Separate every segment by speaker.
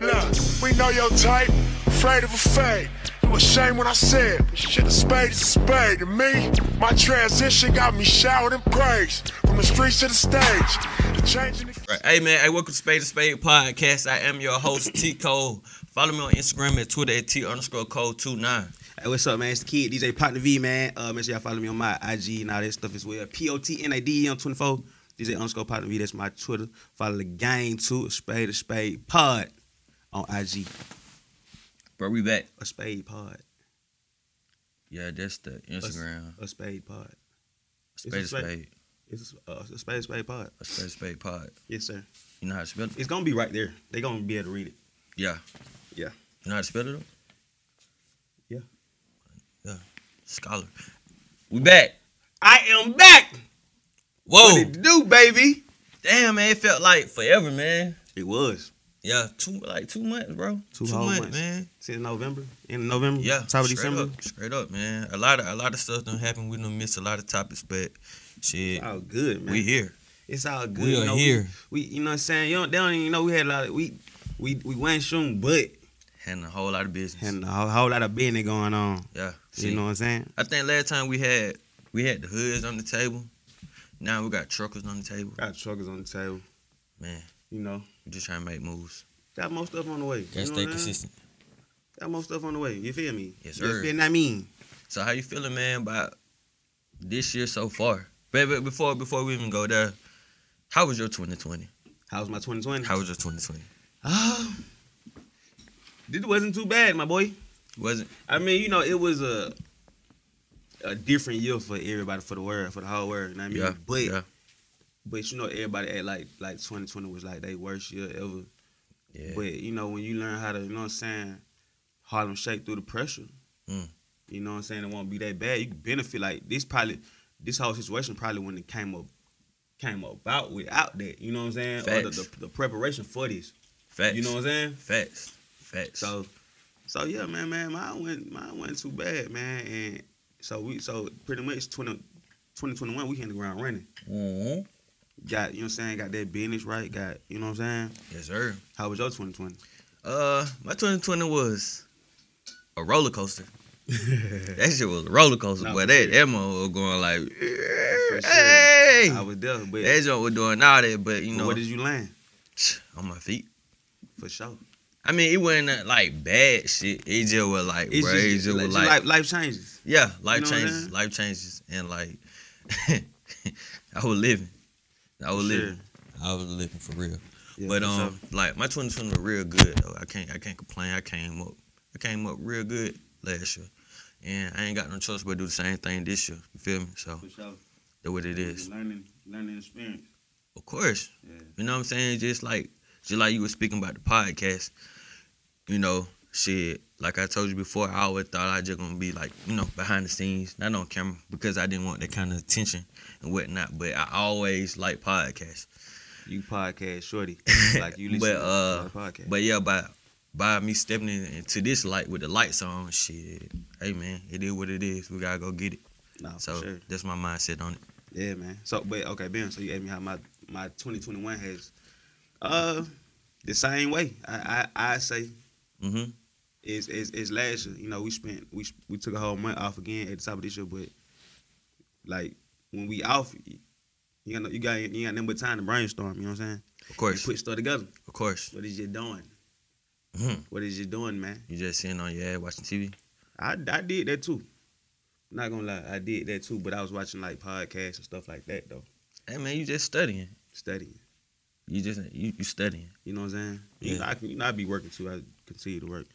Speaker 1: Look, we know your type, afraid of a fade. You ashamed when I said, it. shit, a spade is a spade. To me, my transition got me showered in praise. From the streets to the stage, the change in the.
Speaker 2: Right. Hey man, hey, welcome to Spade to Spade Podcast. I am your host, T Cole. Follow me on Instagram and Twitter at T underscore code 29.
Speaker 3: Hey, what's up, man? It's the kid, DJ Partner V, man. Uh, make sure y'all follow me on my IG and all that stuff as well. P O T N A D E on 24. DJ underscore Partner V, that's my Twitter. Follow the game too, Spade to Spade Pod on IG.
Speaker 2: Bro, we back.
Speaker 3: A Spade Pod.
Speaker 2: Yeah, that's the
Speaker 3: A s-
Speaker 2: Instagram.
Speaker 3: A Spade Pod.
Speaker 2: Spade to
Speaker 3: it's a spade.
Speaker 2: Spade.
Speaker 3: It's a, a Spade to Spade Pod.
Speaker 2: A Spade to Spade Pod.
Speaker 3: Yes, sir.
Speaker 2: You know how to spell it?
Speaker 3: It's going to be right there. they going to be able to read it.
Speaker 2: Yeah.
Speaker 3: Yeah.
Speaker 2: You know how to spell it? though?
Speaker 3: Yeah.
Speaker 2: Yeah. Scholar. We back.
Speaker 3: I am back.
Speaker 2: Whoa.
Speaker 3: What it do, baby?
Speaker 2: Damn, man. It felt like forever, man.
Speaker 3: It was.
Speaker 2: Yeah, two like two months, bro.
Speaker 3: Two whole months.
Speaker 2: man.
Speaker 3: Since November. In November.
Speaker 2: Yeah,
Speaker 3: Top of
Speaker 2: straight
Speaker 3: December.
Speaker 2: Up, straight up, man. A lot of a lot of stuff done happen. We done missed a lot of topics, but shit,
Speaker 3: Oh, good, man.
Speaker 2: we here.
Speaker 3: It's all good.
Speaker 2: We
Speaker 3: you
Speaker 2: are
Speaker 3: know,
Speaker 2: here.
Speaker 3: We, you know what I'm saying? You don't, they don't even know we had a lot of we we we went shooting, but
Speaker 2: Handling a whole lot of business.
Speaker 3: had a whole, whole lot of business going on.
Speaker 2: yeah,
Speaker 3: You
Speaker 2: shit.
Speaker 3: know what I'm saying?
Speaker 2: I think last time we had we had the hoods on the table. Now we got truckers on the table.
Speaker 3: Got truckers on the table.
Speaker 2: Man,
Speaker 3: You know,
Speaker 2: we just trying to make moves.
Speaker 3: got more stuff on the way.
Speaker 2: Gotta
Speaker 3: you
Speaker 2: stay
Speaker 3: know what I'm saying?
Speaker 2: consistent.
Speaker 3: Got more stuff on the way. You feel me?
Speaker 2: Yes,
Speaker 3: You
Speaker 2: sir.
Speaker 3: feel what I mean?
Speaker 2: So how you feeling, man, about this year so far? But, but before before we even go there, how was your 2020?
Speaker 3: How's my 2020?
Speaker 2: How was your 2020?
Speaker 3: Oh, this wasn't too bad, my boy.
Speaker 2: Wasn't
Speaker 3: I mean, you know, it was a a different year for everybody, for the world, for the whole world. You know what I mean?
Speaker 2: yeah,
Speaker 3: but
Speaker 2: yeah,
Speaker 3: but you know, everybody act like like 2020 was like they worst year ever.
Speaker 2: yeah.
Speaker 3: But you know, when you learn how to, you know what I'm saying, Harlem shake through the pressure.
Speaker 2: Mm.
Speaker 3: You know what I'm saying? It won't be that bad. You can benefit like this probably this whole situation probably when it came up came about without that. You know what I'm saying? Or the,
Speaker 2: Facts.
Speaker 3: the, the preparation for this.
Speaker 2: facts.
Speaker 3: You know what I'm saying?
Speaker 2: Facts. Facts.
Speaker 3: So so yeah, man, man, mine went mine went too bad, man. And so we so pretty much 20, 2021 we hit the ground running. Mm-hmm.
Speaker 2: Mhm.
Speaker 3: Got you know what I'm saying, got that business right, got you know what I'm saying?
Speaker 2: Yes, sir.
Speaker 3: How was your 2020?
Speaker 2: Uh, my 2020 was a roller coaster. That shit was a roller coaster,
Speaker 3: Nah,
Speaker 2: but
Speaker 3: for
Speaker 2: that
Speaker 3: sure.
Speaker 2: that mother was going like,
Speaker 3: For sure.
Speaker 2: hey,
Speaker 3: I was there, but
Speaker 2: that joint was doing all that, but you
Speaker 3: But
Speaker 2: know,
Speaker 3: what did you land?
Speaker 2: on my feet.
Speaker 3: For sure.
Speaker 2: I mean, it wasn't uh, like bad shit. It just was like,
Speaker 3: It's
Speaker 2: bruh, it
Speaker 3: just,
Speaker 2: just
Speaker 3: like,
Speaker 2: was
Speaker 3: just
Speaker 2: like,
Speaker 3: life, life changes.
Speaker 2: yeah, life
Speaker 3: know what I'm
Speaker 2: changes,
Speaker 3: saying?
Speaker 2: life changes, and like, I was living, I was
Speaker 3: For sure.
Speaker 2: living, I was living for real.
Speaker 3: Yeah,
Speaker 2: but
Speaker 3: for
Speaker 2: um,
Speaker 3: sure.
Speaker 2: like my 2020 was real good though. I can't I can't complain. I came up I came up real good last year, and I ain't got no choice but do the same thing this year. You feel me? So
Speaker 3: For sure.
Speaker 2: that's what it
Speaker 3: It's
Speaker 2: is.
Speaker 3: a Learning, learning experience.
Speaker 2: Of course,
Speaker 3: Yeah.
Speaker 2: you know what I'm saying. Just like just like you were speaking about the podcast, you know, shit. Like I told you before, I always thought I just gonna be like you know behind the scenes, not on camera, because I didn't want that kind of attention and whatnot. But I always like podcasts.
Speaker 3: You podcast shorty, like you
Speaker 2: but
Speaker 3: listen
Speaker 2: uh,
Speaker 3: to our podcast.
Speaker 2: but yeah, by by me stepping in, into this light with the lights on, shit. Hey man, it is what it is. We gotta go get it.
Speaker 3: no, Oh, for
Speaker 2: So
Speaker 3: sure.
Speaker 2: that's my mindset on it.
Speaker 3: Yeah, man. So, but okay, Ben. So you asked me how my my 2021 has. Uh, the same way. I I, I say
Speaker 2: Mm-hmm.
Speaker 3: is is is last year. You know, we spent we we took a whole month off again at the top of this year, but like when we off, you got no- you got you ain't got nothing but time to brainstorm. You know what I'm saying?
Speaker 2: Of
Speaker 3: And
Speaker 2: course,
Speaker 3: put stuff together.
Speaker 2: of course.
Speaker 3: What is you doing?
Speaker 2: Mhm.
Speaker 3: What is you doing, man?
Speaker 2: You just sitting on your ass watching TV.
Speaker 3: I, I did that too. Not gonna lie, I did that too. But I was watching like podcasts and stuff like that though,
Speaker 2: Hey man, you just studying.
Speaker 3: studying.
Speaker 2: You just you, you studying.
Speaker 3: You know what I'm saying? You
Speaker 2: Yeah.
Speaker 3: know, I can, you know, I be working too. I continue to work.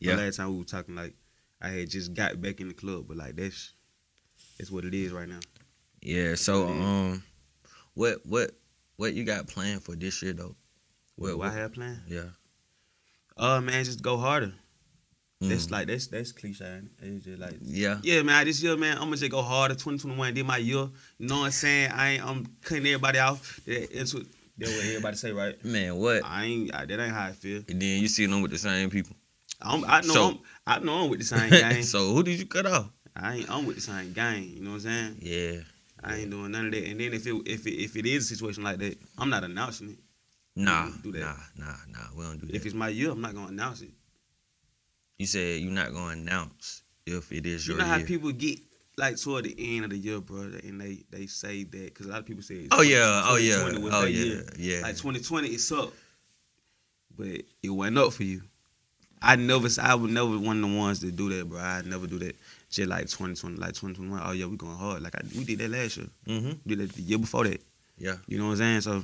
Speaker 2: Yeah.
Speaker 3: The last time we were talking, like I had just got back in the club, but like that's that's what it is right now.
Speaker 2: Yeah. So
Speaker 3: Yeah.
Speaker 2: um, what what what you got planned for this year though? What,
Speaker 3: What, I have planned?
Speaker 2: Yeah.
Speaker 3: Uh man, just go harder. That's
Speaker 2: Mhm.
Speaker 3: like that's that's cliche. ain't it? It's just like
Speaker 2: yeah.
Speaker 3: Yeah, man, this year, man, I'm gonna just go harder. 2021 did my year. You know what I'm saying? I ain't, I'm cutting everybody off. That- That's what, that's what everybody say, right?
Speaker 2: Man, what?
Speaker 3: I ain't, I, that ain't how I feel.
Speaker 2: And then you see them with the same people.
Speaker 3: I'm, I know,
Speaker 2: So-
Speaker 3: I'm, I know I'm with the same gang.
Speaker 2: so who did you cut off?
Speaker 3: I ain't, I'm with the same gang. You know what I'm saying?
Speaker 2: Yeah.
Speaker 3: I ain't doing none of that. And then if it, if it, if it is a situation like that, I'm not announcing it.
Speaker 2: Nah,
Speaker 3: do that.
Speaker 2: nah, nah, nah. We don't do that.
Speaker 3: If it's my year, I'm not gonna announce it.
Speaker 2: you said you're not gonna announce if it is
Speaker 3: You
Speaker 2: your
Speaker 3: know how
Speaker 2: year.
Speaker 3: people get like toward the end of the year, bro, and they they say that because a lot of people say, it's
Speaker 2: oh yeah, oh yeah,
Speaker 3: 2020 was
Speaker 2: oh
Speaker 3: their
Speaker 2: yeah,
Speaker 3: year.
Speaker 2: yeah.
Speaker 3: Like 2020, it's up, but it went up for you. I never, I was never one of the ones to do that, bro. I never do that. Shit like 2020, like 2021. Oh yeah, we going hard. Like I, we did that last year.
Speaker 2: mm-hmm.
Speaker 3: We did that the year before that.
Speaker 2: Yeah.
Speaker 3: You know what I'm saying? So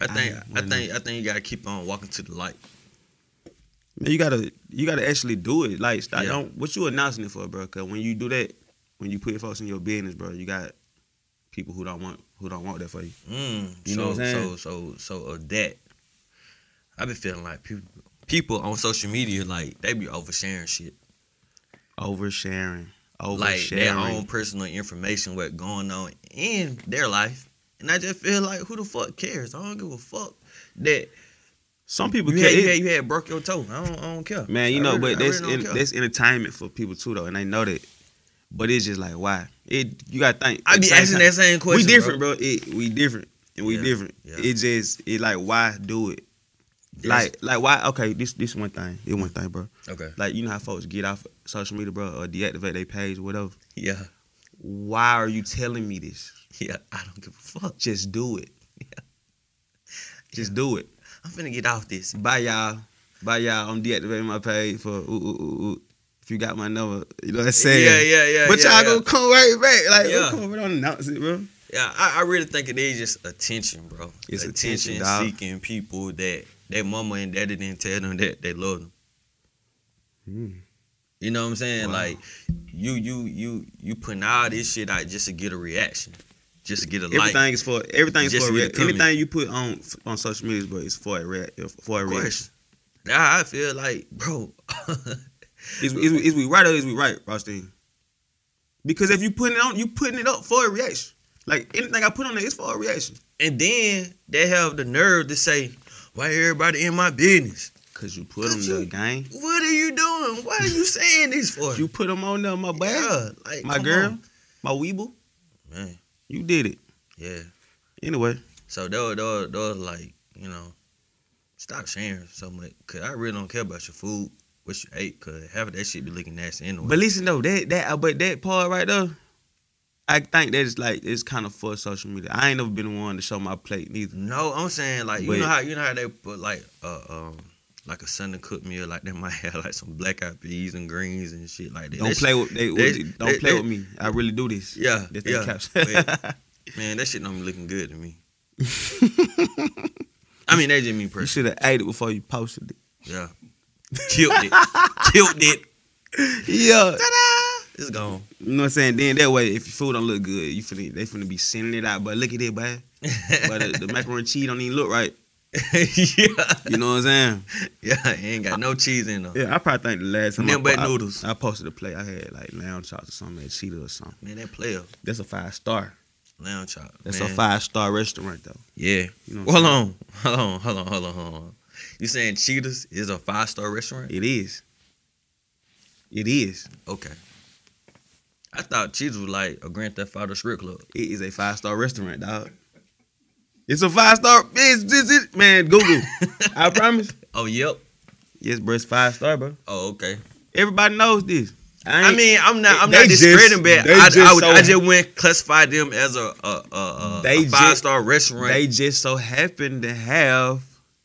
Speaker 2: I think
Speaker 3: I-
Speaker 2: I,
Speaker 3: why
Speaker 2: think I think you gotta keep on walking to the light.
Speaker 3: Man, you gotta you gotta actually do it. Like, stop,
Speaker 2: Yeah.
Speaker 3: don't what you announcing it for, bro? Cause when you do that, when you put folks in your business, bro, you got people who don't want who don't want that for you.
Speaker 2: Mm.
Speaker 3: You
Speaker 2: so,
Speaker 3: know what
Speaker 2: so
Speaker 3: I'm
Speaker 2: so so of that. I've been feeling like people people on social media like they be oversharing shit.
Speaker 3: Oversharing,
Speaker 2: like
Speaker 3: oversharing.
Speaker 2: their own personal information what going on in their life. And I just feel like who the fuck cares? I don't give a fuck that
Speaker 3: Some people
Speaker 2: you
Speaker 3: care.
Speaker 2: had, you
Speaker 3: It-
Speaker 2: had you had broke your toe. I don't I don't care.
Speaker 3: Man, you
Speaker 2: I
Speaker 3: know,
Speaker 2: really-
Speaker 3: but
Speaker 2: I
Speaker 3: that's
Speaker 2: really don't
Speaker 3: en-
Speaker 2: care.
Speaker 3: that's entertainment for people too, though, and they know that. But it's just like why it you gotta think.
Speaker 2: I be
Speaker 3: at the
Speaker 2: asking
Speaker 3: same time-
Speaker 2: that same question.
Speaker 3: We different, bro. It, we different, and we
Speaker 2: Yeah,
Speaker 3: different.
Speaker 2: yeah.
Speaker 3: It just it like why do it? Like like why? Okay, this this one thing. It one thing, bro.
Speaker 2: okay,
Speaker 3: Like you know how folks get off social media, bro, or deactivate their page, whatever.
Speaker 2: yeah,
Speaker 3: Why are you telling me this?
Speaker 2: yeah. I don't give a fuck.
Speaker 3: Just do it. Just do it.
Speaker 2: I'm finna get off this.
Speaker 3: Bye y'all. Bye y'all. I'm deactivating my page for ooh ooh ooh. ooh. If you got my number, you know what I'm saying.
Speaker 2: Yeah, yeah, yeah.
Speaker 3: But
Speaker 2: yeah,
Speaker 3: y'all
Speaker 2: yeah.
Speaker 3: gonna come right back. Like,
Speaker 2: Yeah.
Speaker 3: oh, come on, we don't announce it, bro.
Speaker 2: Yeah, I, I really think it is just attention, bro.
Speaker 3: It's attention,
Speaker 2: attention
Speaker 3: dawg.
Speaker 2: seeking people that their mama and daddy didn't tell them that they love them.
Speaker 3: Mm.
Speaker 2: You know what I'm saying?
Speaker 3: Wow.
Speaker 2: Like you you you you putting all this shit out just to get a reaction. Just to get a
Speaker 3: Everything
Speaker 2: like.
Speaker 3: is for everything's
Speaker 2: Just
Speaker 3: for a
Speaker 2: need to
Speaker 3: rea-
Speaker 2: come in.
Speaker 3: anything you put on on social media, bro, is for a rea- for a
Speaker 2: Of
Speaker 3: reaction.
Speaker 2: course. Now I feel like, bro,
Speaker 3: Is, is, we- is we right or is we right, Rothstein? Because if you putting it on, you putting it up for a reaction. Like anything I put on there is for a reaction.
Speaker 2: and then they have the nerve to say, why everybody in my business?
Speaker 3: Cause you put
Speaker 2: 'Cause
Speaker 3: them there,
Speaker 2: you-
Speaker 3: gang.
Speaker 2: What are you doing? Why are you saying this for?
Speaker 3: You put them on there, my boy,
Speaker 2: Yeah, like,
Speaker 3: Oh, my
Speaker 2: come
Speaker 3: girl,
Speaker 2: on.
Speaker 3: my weeble.
Speaker 2: Man,
Speaker 3: You did it
Speaker 2: yeah.
Speaker 3: anyway.
Speaker 2: So they were, they were, they were like, you know, stop sharing so much. Cause I really don't care about your food, what you ate, cause half of that shit be looking nasty anyway.
Speaker 3: But listen though, that that uh, but that part right there, I think that is like it's kind of for social media. I ain't never been one to show my plate neither.
Speaker 2: no, I'm saying like you
Speaker 3: But-
Speaker 2: know how you know how they put like uh um like a Sunday cooked meal like they might have like some black eyed peas and greens and shit like that.
Speaker 3: Don't
Speaker 2: That
Speaker 3: play with they,
Speaker 2: they-
Speaker 3: don't
Speaker 2: they-
Speaker 3: play
Speaker 2: they-
Speaker 3: with me. I really do this.
Speaker 2: Yeah,
Speaker 3: That's
Speaker 2: yeah.
Speaker 3: their caps.
Speaker 2: But- shit, man, that shit don't be looking good to me. I mean, that just me
Speaker 3: you
Speaker 2: personally.
Speaker 3: should have ate it before you posted it.
Speaker 2: Yeah, killed it, killed it.
Speaker 3: Yeah.
Speaker 2: It's gone.
Speaker 3: You know what I'm saying? Then that way, if your food don't look good, you finna they finna be sending it out. But look at it, boy. But the, the macaroni and cheese don't even look right.
Speaker 2: yeah,
Speaker 3: You know what I'm saying?
Speaker 2: yeah. It ain't got no cheese in them.
Speaker 3: Yeah, I probably think the last time
Speaker 2: Them
Speaker 3: I,
Speaker 2: bad
Speaker 3: I-
Speaker 2: noodles.
Speaker 3: I, posted a plate. I had like lamb chops or something, at Cheetah or something.
Speaker 2: Man, that player.
Speaker 3: That's a five star.
Speaker 2: Lamb chop.
Speaker 3: That's
Speaker 2: man.
Speaker 3: a five Mm-hmm. star restaurant though.
Speaker 2: Yeah.
Speaker 3: You know what
Speaker 2: Hold on. Hold on. Hold on. Hold on. Hold on. You saying Cheetahs is a five star restaurant?
Speaker 3: It is. It is.
Speaker 2: Okay. I thought Cheetahs was like a Grand Theft Auto strip club.
Speaker 3: It is a five star restaurant, dog. It's a five star. It's, it's, it's, man, Google. I promise.
Speaker 2: Oh, yep.
Speaker 3: Yes, bro. It's five star, bro.
Speaker 2: Oh, okay.
Speaker 3: Everybody knows this.
Speaker 2: I
Speaker 3: ain't-
Speaker 2: mean, I'm not. I'm
Speaker 3: they
Speaker 2: not
Speaker 3: just-
Speaker 2: discrediting, but
Speaker 3: they
Speaker 2: I, I,
Speaker 3: just
Speaker 2: would-
Speaker 3: so-
Speaker 2: I just went classify them as a a, a,
Speaker 3: They ju-
Speaker 2: five star restaurant.
Speaker 3: They just so happen to have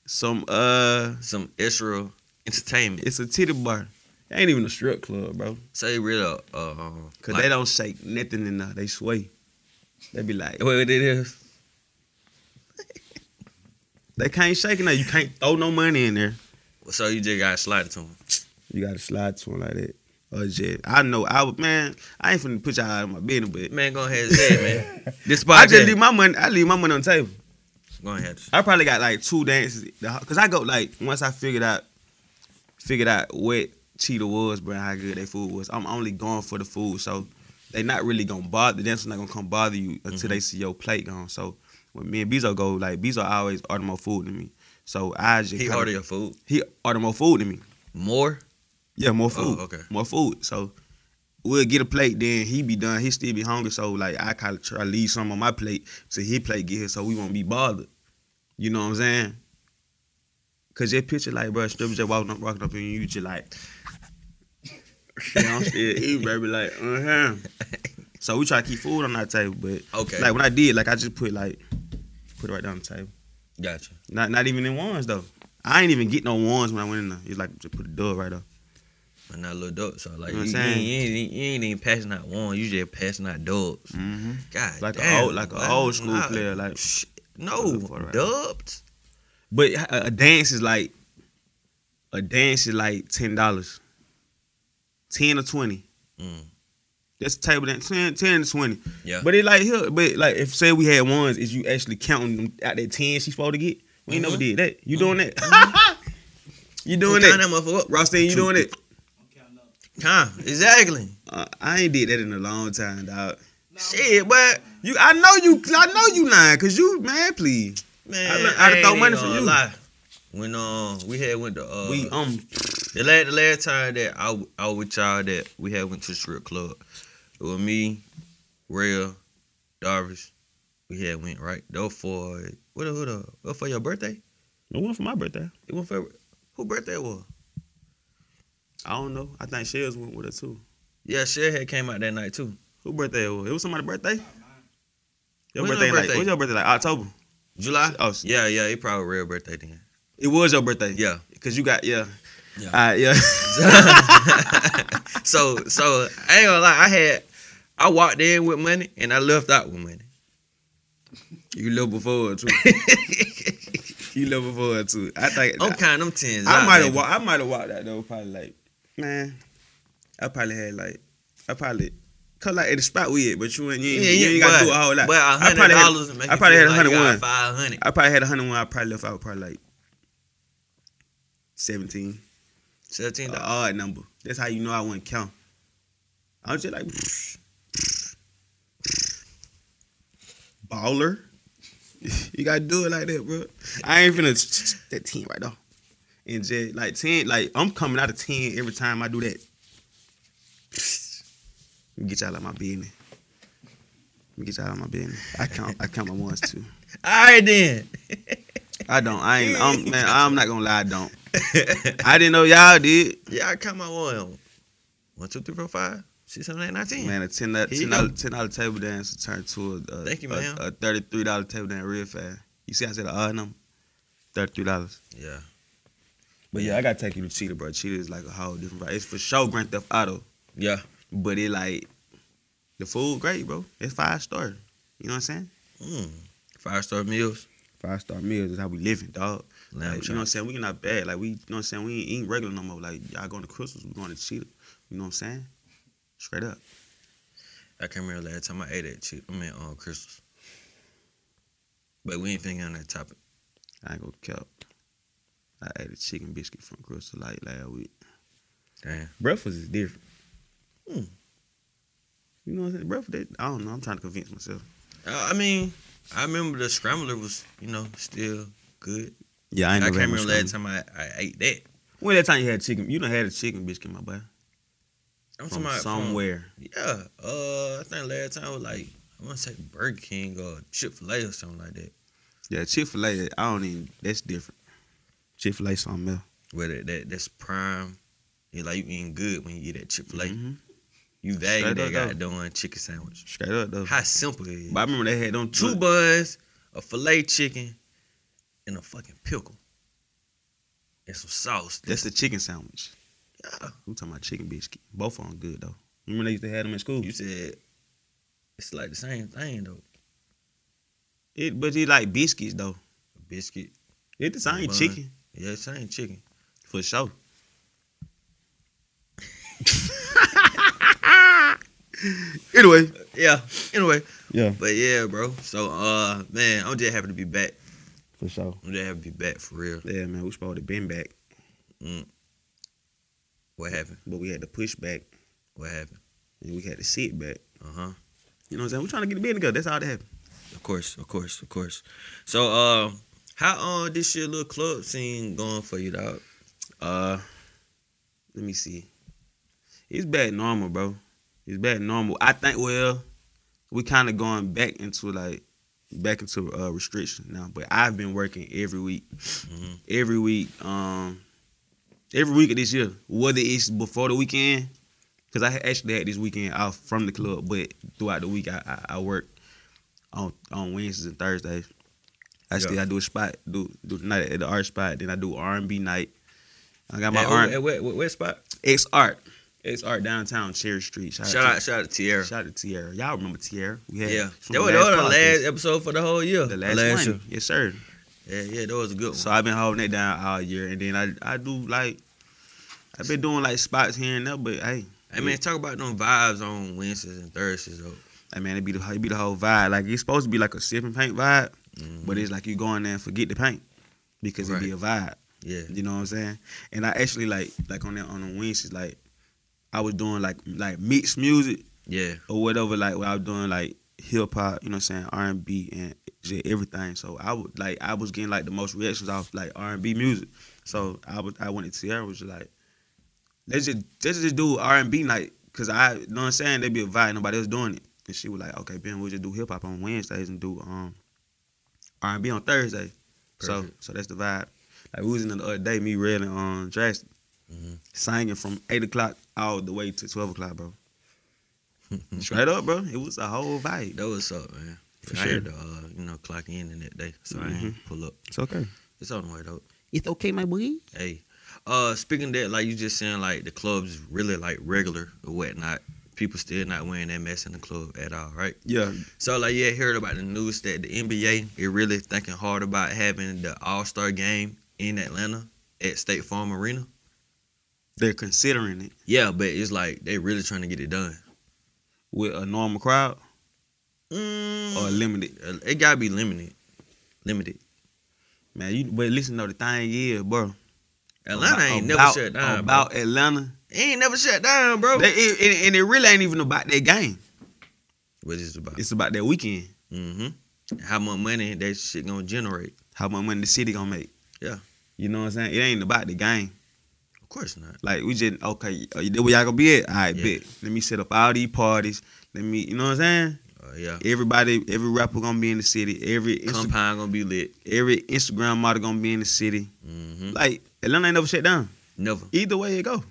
Speaker 3: some uh
Speaker 2: Some extra entertainment.
Speaker 3: it's a titty bar. It ain't even a strip club, bro.
Speaker 2: Say real. Uh, um,
Speaker 3: Cause
Speaker 2: like-
Speaker 3: they don't shake nothing in there. They sway. They be like, "Oh,
Speaker 2: Wait, what it is?
Speaker 3: they can't shake in there. You can't throw no money in there.
Speaker 2: So you just got slide to them.
Speaker 3: You gotta slide to them like that. Or just I know I would man, I ain't finna put y'all out of my business, but
Speaker 2: Man, go ahead and say it, man. This
Speaker 3: I just leave
Speaker 2: podcast.
Speaker 3: my money I leave my money on the table.
Speaker 2: Go ahead.
Speaker 3: I probably got like two dances. Cause I go like once I figured out figured out what Cheetah was, bro, and how good their food was. I'm only going for the food, so they not really gonna bother. The dancer's not gonna come bother you until
Speaker 2: Mm-hmm.
Speaker 3: they see your plate gone. So when me and Bezo go, like Bezo always order more food than me. So I just
Speaker 2: He
Speaker 3: kinda-
Speaker 2: order your food.
Speaker 3: he order more food than me.
Speaker 2: More?
Speaker 3: Yeah, more
Speaker 2: Oh,
Speaker 3: food.
Speaker 2: okay.
Speaker 3: More food. So we'll get a plate, then he be done. He still be hungry. So like I kinda try to leave some on my plate so his plate get here so we won't be bothered. You know what I'm saying? Cause that picture, like, bro, strippers just walking up, rocking up, and you just like, you know, I'm still eating, baby, like, uh huh. So we try to keep food on our table, but
Speaker 2: Okay.
Speaker 3: like when I did, like I just put like, put it right down the table.
Speaker 2: Gotcha.
Speaker 3: Not not even in ones though. I ain't even get no ones when I went in there. It's like just put a dub right up.
Speaker 2: I'm not a little dope, so like
Speaker 3: You
Speaker 2: you,
Speaker 3: know
Speaker 2: you,
Speaker 3: what I'm
Speaker 2: ain't, you, ain't, you ain't even passing out one. You just passing out dubs.
Speaker 3: Mm-hmm.
Speaker 2: God
Speaker 3: Like a
Speaker 2: damn,
Speaker 3: old- like a
Speaker 2: boy.
Speaker 3: old school
Speaker 2: Nah,
Speaker 3: player, like-
Speaker 2: sh- no
Speaker 3: Look for it right
Speaker 2: dubbed.
Speaker 3: But a, a dance is like a dance is like ten dollars, ten or twenty.
Speaker 2: Mm.
Speaker 3: That's the table dance, 10, 10 to twenty.
Speaker 2: Yeah,
Speaker 3: But it like here, but like if say we had ones, is you actually counting them out that ten she's supposed to get? We ain't never
Speaker 2: Mhm.
Speaker 3: did that. You doing that?
Speaker 2: Mm-hmm.
Speaker 3: you doing
Speaker 2: Count
Speaker 3: that?
Speaker 2: that motherfucker up.
Speaker 3: Rostein, you doing it?
Speaker 2: Huh, exactly.
Speaker 3: Uh, I ain't did that in a long time, dog.
Speaker 2: Shit, but
Speaker 3: You, I know you, I know you lying, cause you man, please.
Speaker 2: man,
Speaker 3: I
Speaker 2: I,
Speaker 3: learned-
Speaker 2: ain't
Speaker 3: I done throw
Speaker 2: even
Speaker 3: money from
Speaker 2: gonna
Speaker 3: you.
Speaker 2: lie. When um we had went to uh
Speaker 3: we um,
Speaker 2: the last the last time that I w- I was with y'all that we had went to the strip club, it was me, Real, Darvish. We had went right. Though for what who the what for your birthday?
Speaker 3: it was for my birthday.
Speaker 2: It went for who birthday it was?
Speaker 3: I don't know. I think Shells went with her too.
Speaker 2: Yeah, Cher had came out that night too.
Speaker 3: Who birthday it was? It was somebody's birthday. Your
Speaker 2: When
Speaker 3: birthday,
Speaker 2: your
Speaker 3: like
Speaker 2: birthday?
Speaker 3: when's your birthday? Like October.
Speaker 2: July.
Speaker 3: Oh, s-
Speaker 2: Yeah, yeah, it probably real birthday then.
Speaker 3: It was your birthday.
Speaker 2: Yeah.
Speaker 3: Cause you got yeah.
Speaker 2: Yeah.
Speaker 3: All right, yeah.
Speaker 2: so so I ain't gonna lie, I had I walked in with money and I left out with money.
Speaker 3: you live before it too. you live before it too. I think
Speaker 2: I'm kind of tens.
Speaker 3: I,
Speaker 2: out,
Speaker 3: might have
Speaker 2: baby.
Speaker 3: walked. I might have walked that though. Probably like man. I probably had like I probably. Cause like at the spot we at, but you ain't you ain't,
Speaker 2: Yeah,
Speaker 3: you
Speaker 2: yeah,
Speaker 3: ain't gotta
Speaker 2: but-
Speaker 3: do a whole lot.
Speaker 2: But a
Speaker 3: I
Speaker 2: hundred
Speaker 3: probably had-
Speaker 2: dollars. make
Speaker 3: I
Speaker 2: you
Speaker 3: probably
Speaker 2: feel
Speaker 3: had
Speaker 2: like you got
Speaker 3: 101.
Speaker 2: Five hundred.
Speaker 3: I probably had a hundred one. I probably left out probably like seventeen.
Speaker 2: Seventeen
Speaker 3: An
Speaker 2: dollars.
Speaker 3: odd number. That's how you know I wouldn't count. I was just like baller. you gotta do it like that, bro. I ain't finna that ten right now. And just like ten, like I'm coming out of ten every time I do that. Let me get y'all out of my business. Let me get y'all out of my business. I count. I count my ones too.
Speaker 2: All right then.
Speaker 3: I don't. I ain't. I'm, man, I'm not gonna lie. I don't. I didn't know y'all did.
Speaker 2: yeah, I count my one. One, two, three, four, five, six, seven, eight, nineteen.
Speaker 3: Man, a ten dollar
Speaker 2: Here you
Speaker 3: ten
Speaker 2: go.
Speaker 3: dollar ten dollar table dance turned to a, a
Speaker 2: Thank you,
Speaker 3: a-
Speaker 2: ma'am.
Speaker 3: a, thirty three dollar table dance real fast. You see, I said an odd number, thirty three dollars.
Speaker 2: Yeah.
Speaker 3: But yeah, I gotta take you to Cheetah, bro. Cheetah is like a whole different. Vibe. It's for sure Grand Theft Auto,
Speaker 2: Yeah.
Speaker 3: but it like the food great, bro. It's five star. You know what I'm saying?
Speaker 2: Mm. Five star meals.
Speaker 3: Five star meals is how we living, dog.
Speaker 2: Lamb
Speaker 3: Like, you know what I'm saying? We not bad. Like we, you know what I'm saying? We ain't eating regular no more. Like y'all going to Christmas, we going to Cheetah. You know what I'm saying? Straight up.
Speaker 2: I can't remember last time I ate that chip. I mean, on Christmas. But we ain't thinking on that topic.
Speaker 3: I ain't gonna cap. I ate a chicken biscuit from Crystal Light last week.
Speaker 2: Damn.
Speaker 3: Breakfast is different.
Speaker 2: Hmm.
Speaker 3: You know what I'm saying? Breakfast, they, I don't know. I'm trying to convince myself.
Speaker 2: Uh, I mean, I remember the scrambler was, you know, still good.
Speaker 3: Yeah,
Speaker 2: I, can't remember last time I, I ate that.
Speaker 3: When that time you had chicken, you done had a chicken biscuit, my boy.
Speaker 2: I'm
Speaker 3: From
Speaker 2: talking about from-
Speaker 3: somewhere.
Speaker 2: yeah. Uh, I think last time was like I want to say Burger King or Chick Fil A or something like that.
Speaker 3: Yeah, Chick Fil A. I don't even. That's different. Chick Fil A something else.
Speaker 2: Where that, that that's prime. It's like you eating good when you eat that Chick Fil A.
Speaker 3: Mhm.
Speaker 2: You value
Speaker 3: Straight up,
Speaker 2: that
Speaker 3: though.
Speaker 2: goddamn chicken sandwich.
Speaker 3: Straight up though.
Speaker 2: How simple it is.
Speaker 3: But I remember they had them
Speaker 2: two buns,
Speaker 3: bucks.
Speaker 2: a filet chicken, and a fucking pickle, and some sauce.
Speaker 3: That's the chicken sandwich.
Speaker 2: Yeah.
Speaker 3: We talking about chicken biscuit. Both of them good though. Remember they used to have them in school.
Speaker 2: You said it's like the same thing though.
Speaker 3: It, but it like biscuits though.
Speaker 2: Biscuit,
Speaker 3: It the same
Speaker 2: Bun.
Speaker 3: chicken
Speaker 2: yeah, same chicken.
Speaker 3: for sure. anyway,
Speaker 2: Uh, Yeah. Anyway,
Speaker 3: yeah,
Speaker 2: but yeah, bro. So uh, man, I'm just happy to be back.
Speaker 3: for sure.
Speaker 2: I'm just happy to be back for real.
Speaker 3: Yeah, man, we supposed to been back,
Speaker 2: What happened?
Speaker 3: but we had to push back
Speaker 2: What happened?
Speaker 3: and we had to sit back.
Speaker 2: Uh huh.
Speaker 3: You know what I'm saying? We're trying to get the business together. That's all that happened.
Speaker 2: Of course, of course, of course. So uh, how on this your little club scene going for you, dog?
Speaker 3: Uh, let me see. It's back normal, bro. It's back normal. I think. Well, we kind of going back into like back into uh, restriction now. But I've been working every week,
Speaker 2: Mm-hmm.
Speaker 3: every week, um, every week of this year. Whether it's before the weekend, because I had- actually had this weekend off from the club, but throughout the week I I, I work on on Wednesdays and Thursdays. I still
Speaker 2: Yeah.
Speaker 3: I do a spot do do the night at the art spot. Then I do R and B night. I got my
Speaker 2: At-
Speaker 3: R
Speaker 2: at what- what- what spot?
Speaker 3: X Art. X Art downtown Cherry Street.
Speaker 2: Shout out, shout out to Tierra.
Speaker 3: Shout out to Tierra. Y'all remember Tierra? We
Speaker 2: Yeah,
Speaker 3: had it's from
Speaker 2: that was that was the
Speaker 3: podcast.
Speaker 2: last episode for the whole year.
Speaker 3: the last, one. Yes, sir.
Speaker 2: year. Yeah, yeah, that was a good one.
Speaker 3: So I've been holding it down all year, and then I I do like I've been doing like spots here and there, but hey,
Speaker 2: Hey man, talk about them vibes on Wednesdays and Thursdays though.
Speaker 3: hey man, it be the it be the whole vibe. Like it's supposed to be like a sip and paint vibe,
Speaker 2: Mm-hmm.
Speaker 3: but it's like you go in there and forget the paint because it be a vibe.
Speaker 2: Yeah,
Speaker 3: You know what I'm saying? And I actually like like on that on the Wednesdays like I was doing like like mixed music.
Speaker 2: yeah,
Speaker 3: or whatever, like what I was doing, like hip hop, you know what I'm saying, R and B and just everything. So I would like I was getting like the most reactions off like R and B music. So I was I went to Tierra was just like, let's just let's just do R and B night, cause I you know what I'm saying, they be a vibe, nobody else doing it. And she was like, okay, Ben, we'll just do hip hop on Wednesdays and do um R and B on Thursday. So
Speaker 2: Perfect.
Speaker 3: so that's the vibe. Like we was in there the other day, me reading on um, Drastic,
Speaker 2: Mhm.
Speaker 3: singing from eight o'clock all the way to twelve o'clock, bro. Straight up, bro. It was a whole vibe.
Speaker 2: that was up, man.
Speaker 3: For
Speaker 2: I had
Speaker 3: sure.
Speaker 2: to, uh, you know, clock in in that day, so I
Speaker 3: Mhm.
Speaker 2: didn't pull up.
Speaker 3: It's okay.
Speaker 2: It's on the way though.
Speaker 3: It's okay, my boy.
Speaker 2: Hey, uh, speaking of that, like you just saying, like the clubs really like regular or whatnot. People still not wearing that mess in the club at all, right?
Speaker 3: Yeah.
Speaker 2: So like yeah, heard about the news that the NBA is really thinking hard about having the All Star game in Atlanta at State Farm Arena.
Speaker 3: They're considering it
Speaker 2: Yeah, but it's like they really trying to get it done.
Speaker 3: with a normal crowd
Speaker 2: Mm,
Speaker 3: or limited.
Speaker 2: uh, it gotta be limited. Limited.
Speaker 3: Man, you but listen though, the thing is, bro.
Speaker 2: Atlanta
Speaker 3: about-
Speaker 2: ain't
Speaker 3: about-
Speaker 2: never shut down.
Speaker 3: About
Speaker 2: bro.
Speaker 3: Atlanta.
Speaker 2: It ain't never shut down, bro.
Speaker 3: They, it, it- and it really ain't even about that game.
Speaker 2: what is it about?
Speaker 3: It's about that weekend.
Speaker 2: Mm-hmm. How much money that shit gonna generate?
Speaker 3: How much money the city gonna make.
Speaker 2: Yeah.
Speaker 3: You know what I'm saying? It ain't about the game.
Speaker 2: Of course not.
Speaker 3: Like we just okay, uh, that where y'all gonna be at? All right,
Speaker 2: Yeah.
Speaker 3: bet. Let me set up all these parties. Let me, you know what I'm saying?
Speaker 2: Uh, yeah.
Speaker 3: Everybody, every rapper gonna be in the city. Every Insta-
Speaker 2: Compound gonna be lit.
Speaker 3: every Instagram model gonna be in the city.
Speaker 2: Mm-hmm.
Speaker 3: Like Atlanta ain't never shut down.
Speaker 2: Never.
Speaker 3: Either way it go,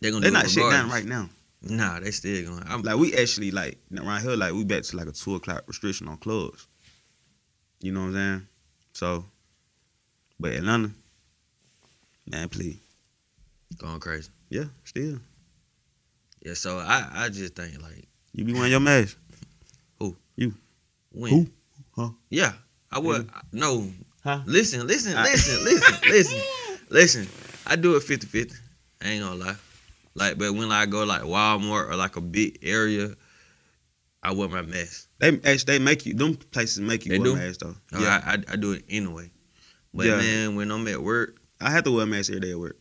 Speaker 2: They gonna.
Speaker 3: they
Speaker 2: do it
Speaker 3: not shut down
Speaker 2: regardless.
Speaker 3: right now.
Speaker 2: Nah, they still gonna. I'm,
Speaker 3: Like we actually like around here, like we back to like a two o'clock restriction on clubs. You know what I'm saying? So, but Atlanta, man, please,
Speaker 2: going crazy.
Speaker 3: yeah, still
Speaker 2: Yeah. So I, I just think like
Speaker 3: you be wearing your mask.
Speaker 2: when.
Speaker 3: Who? Huh?
Speaker 2: Yeah. I would. I- No.
Speaker 3: Huh?
Speaker 2: Listen. Listen.
Speaker 3: I-
Speaker 2: Listen. listen. Listen. Listen. I do it 50-50. I ain't gonna lie. Like, but when I go like Walmart or like a big area, I wear my mask.
Speaker 3: They actually they make you. Them places make you
Speaker 2: They
Speaker 3: wear a
Speaker 2: do?
Speaker 3: mask though.
Speaker 2: No,
Speaker 3: yeah,
Speaker 2: I, I I do it anyway. But
Speaker 3: Yeah.
Speaker 2: man, when I'm at work,
Speaker 3: I, have to wear a mask every day at work.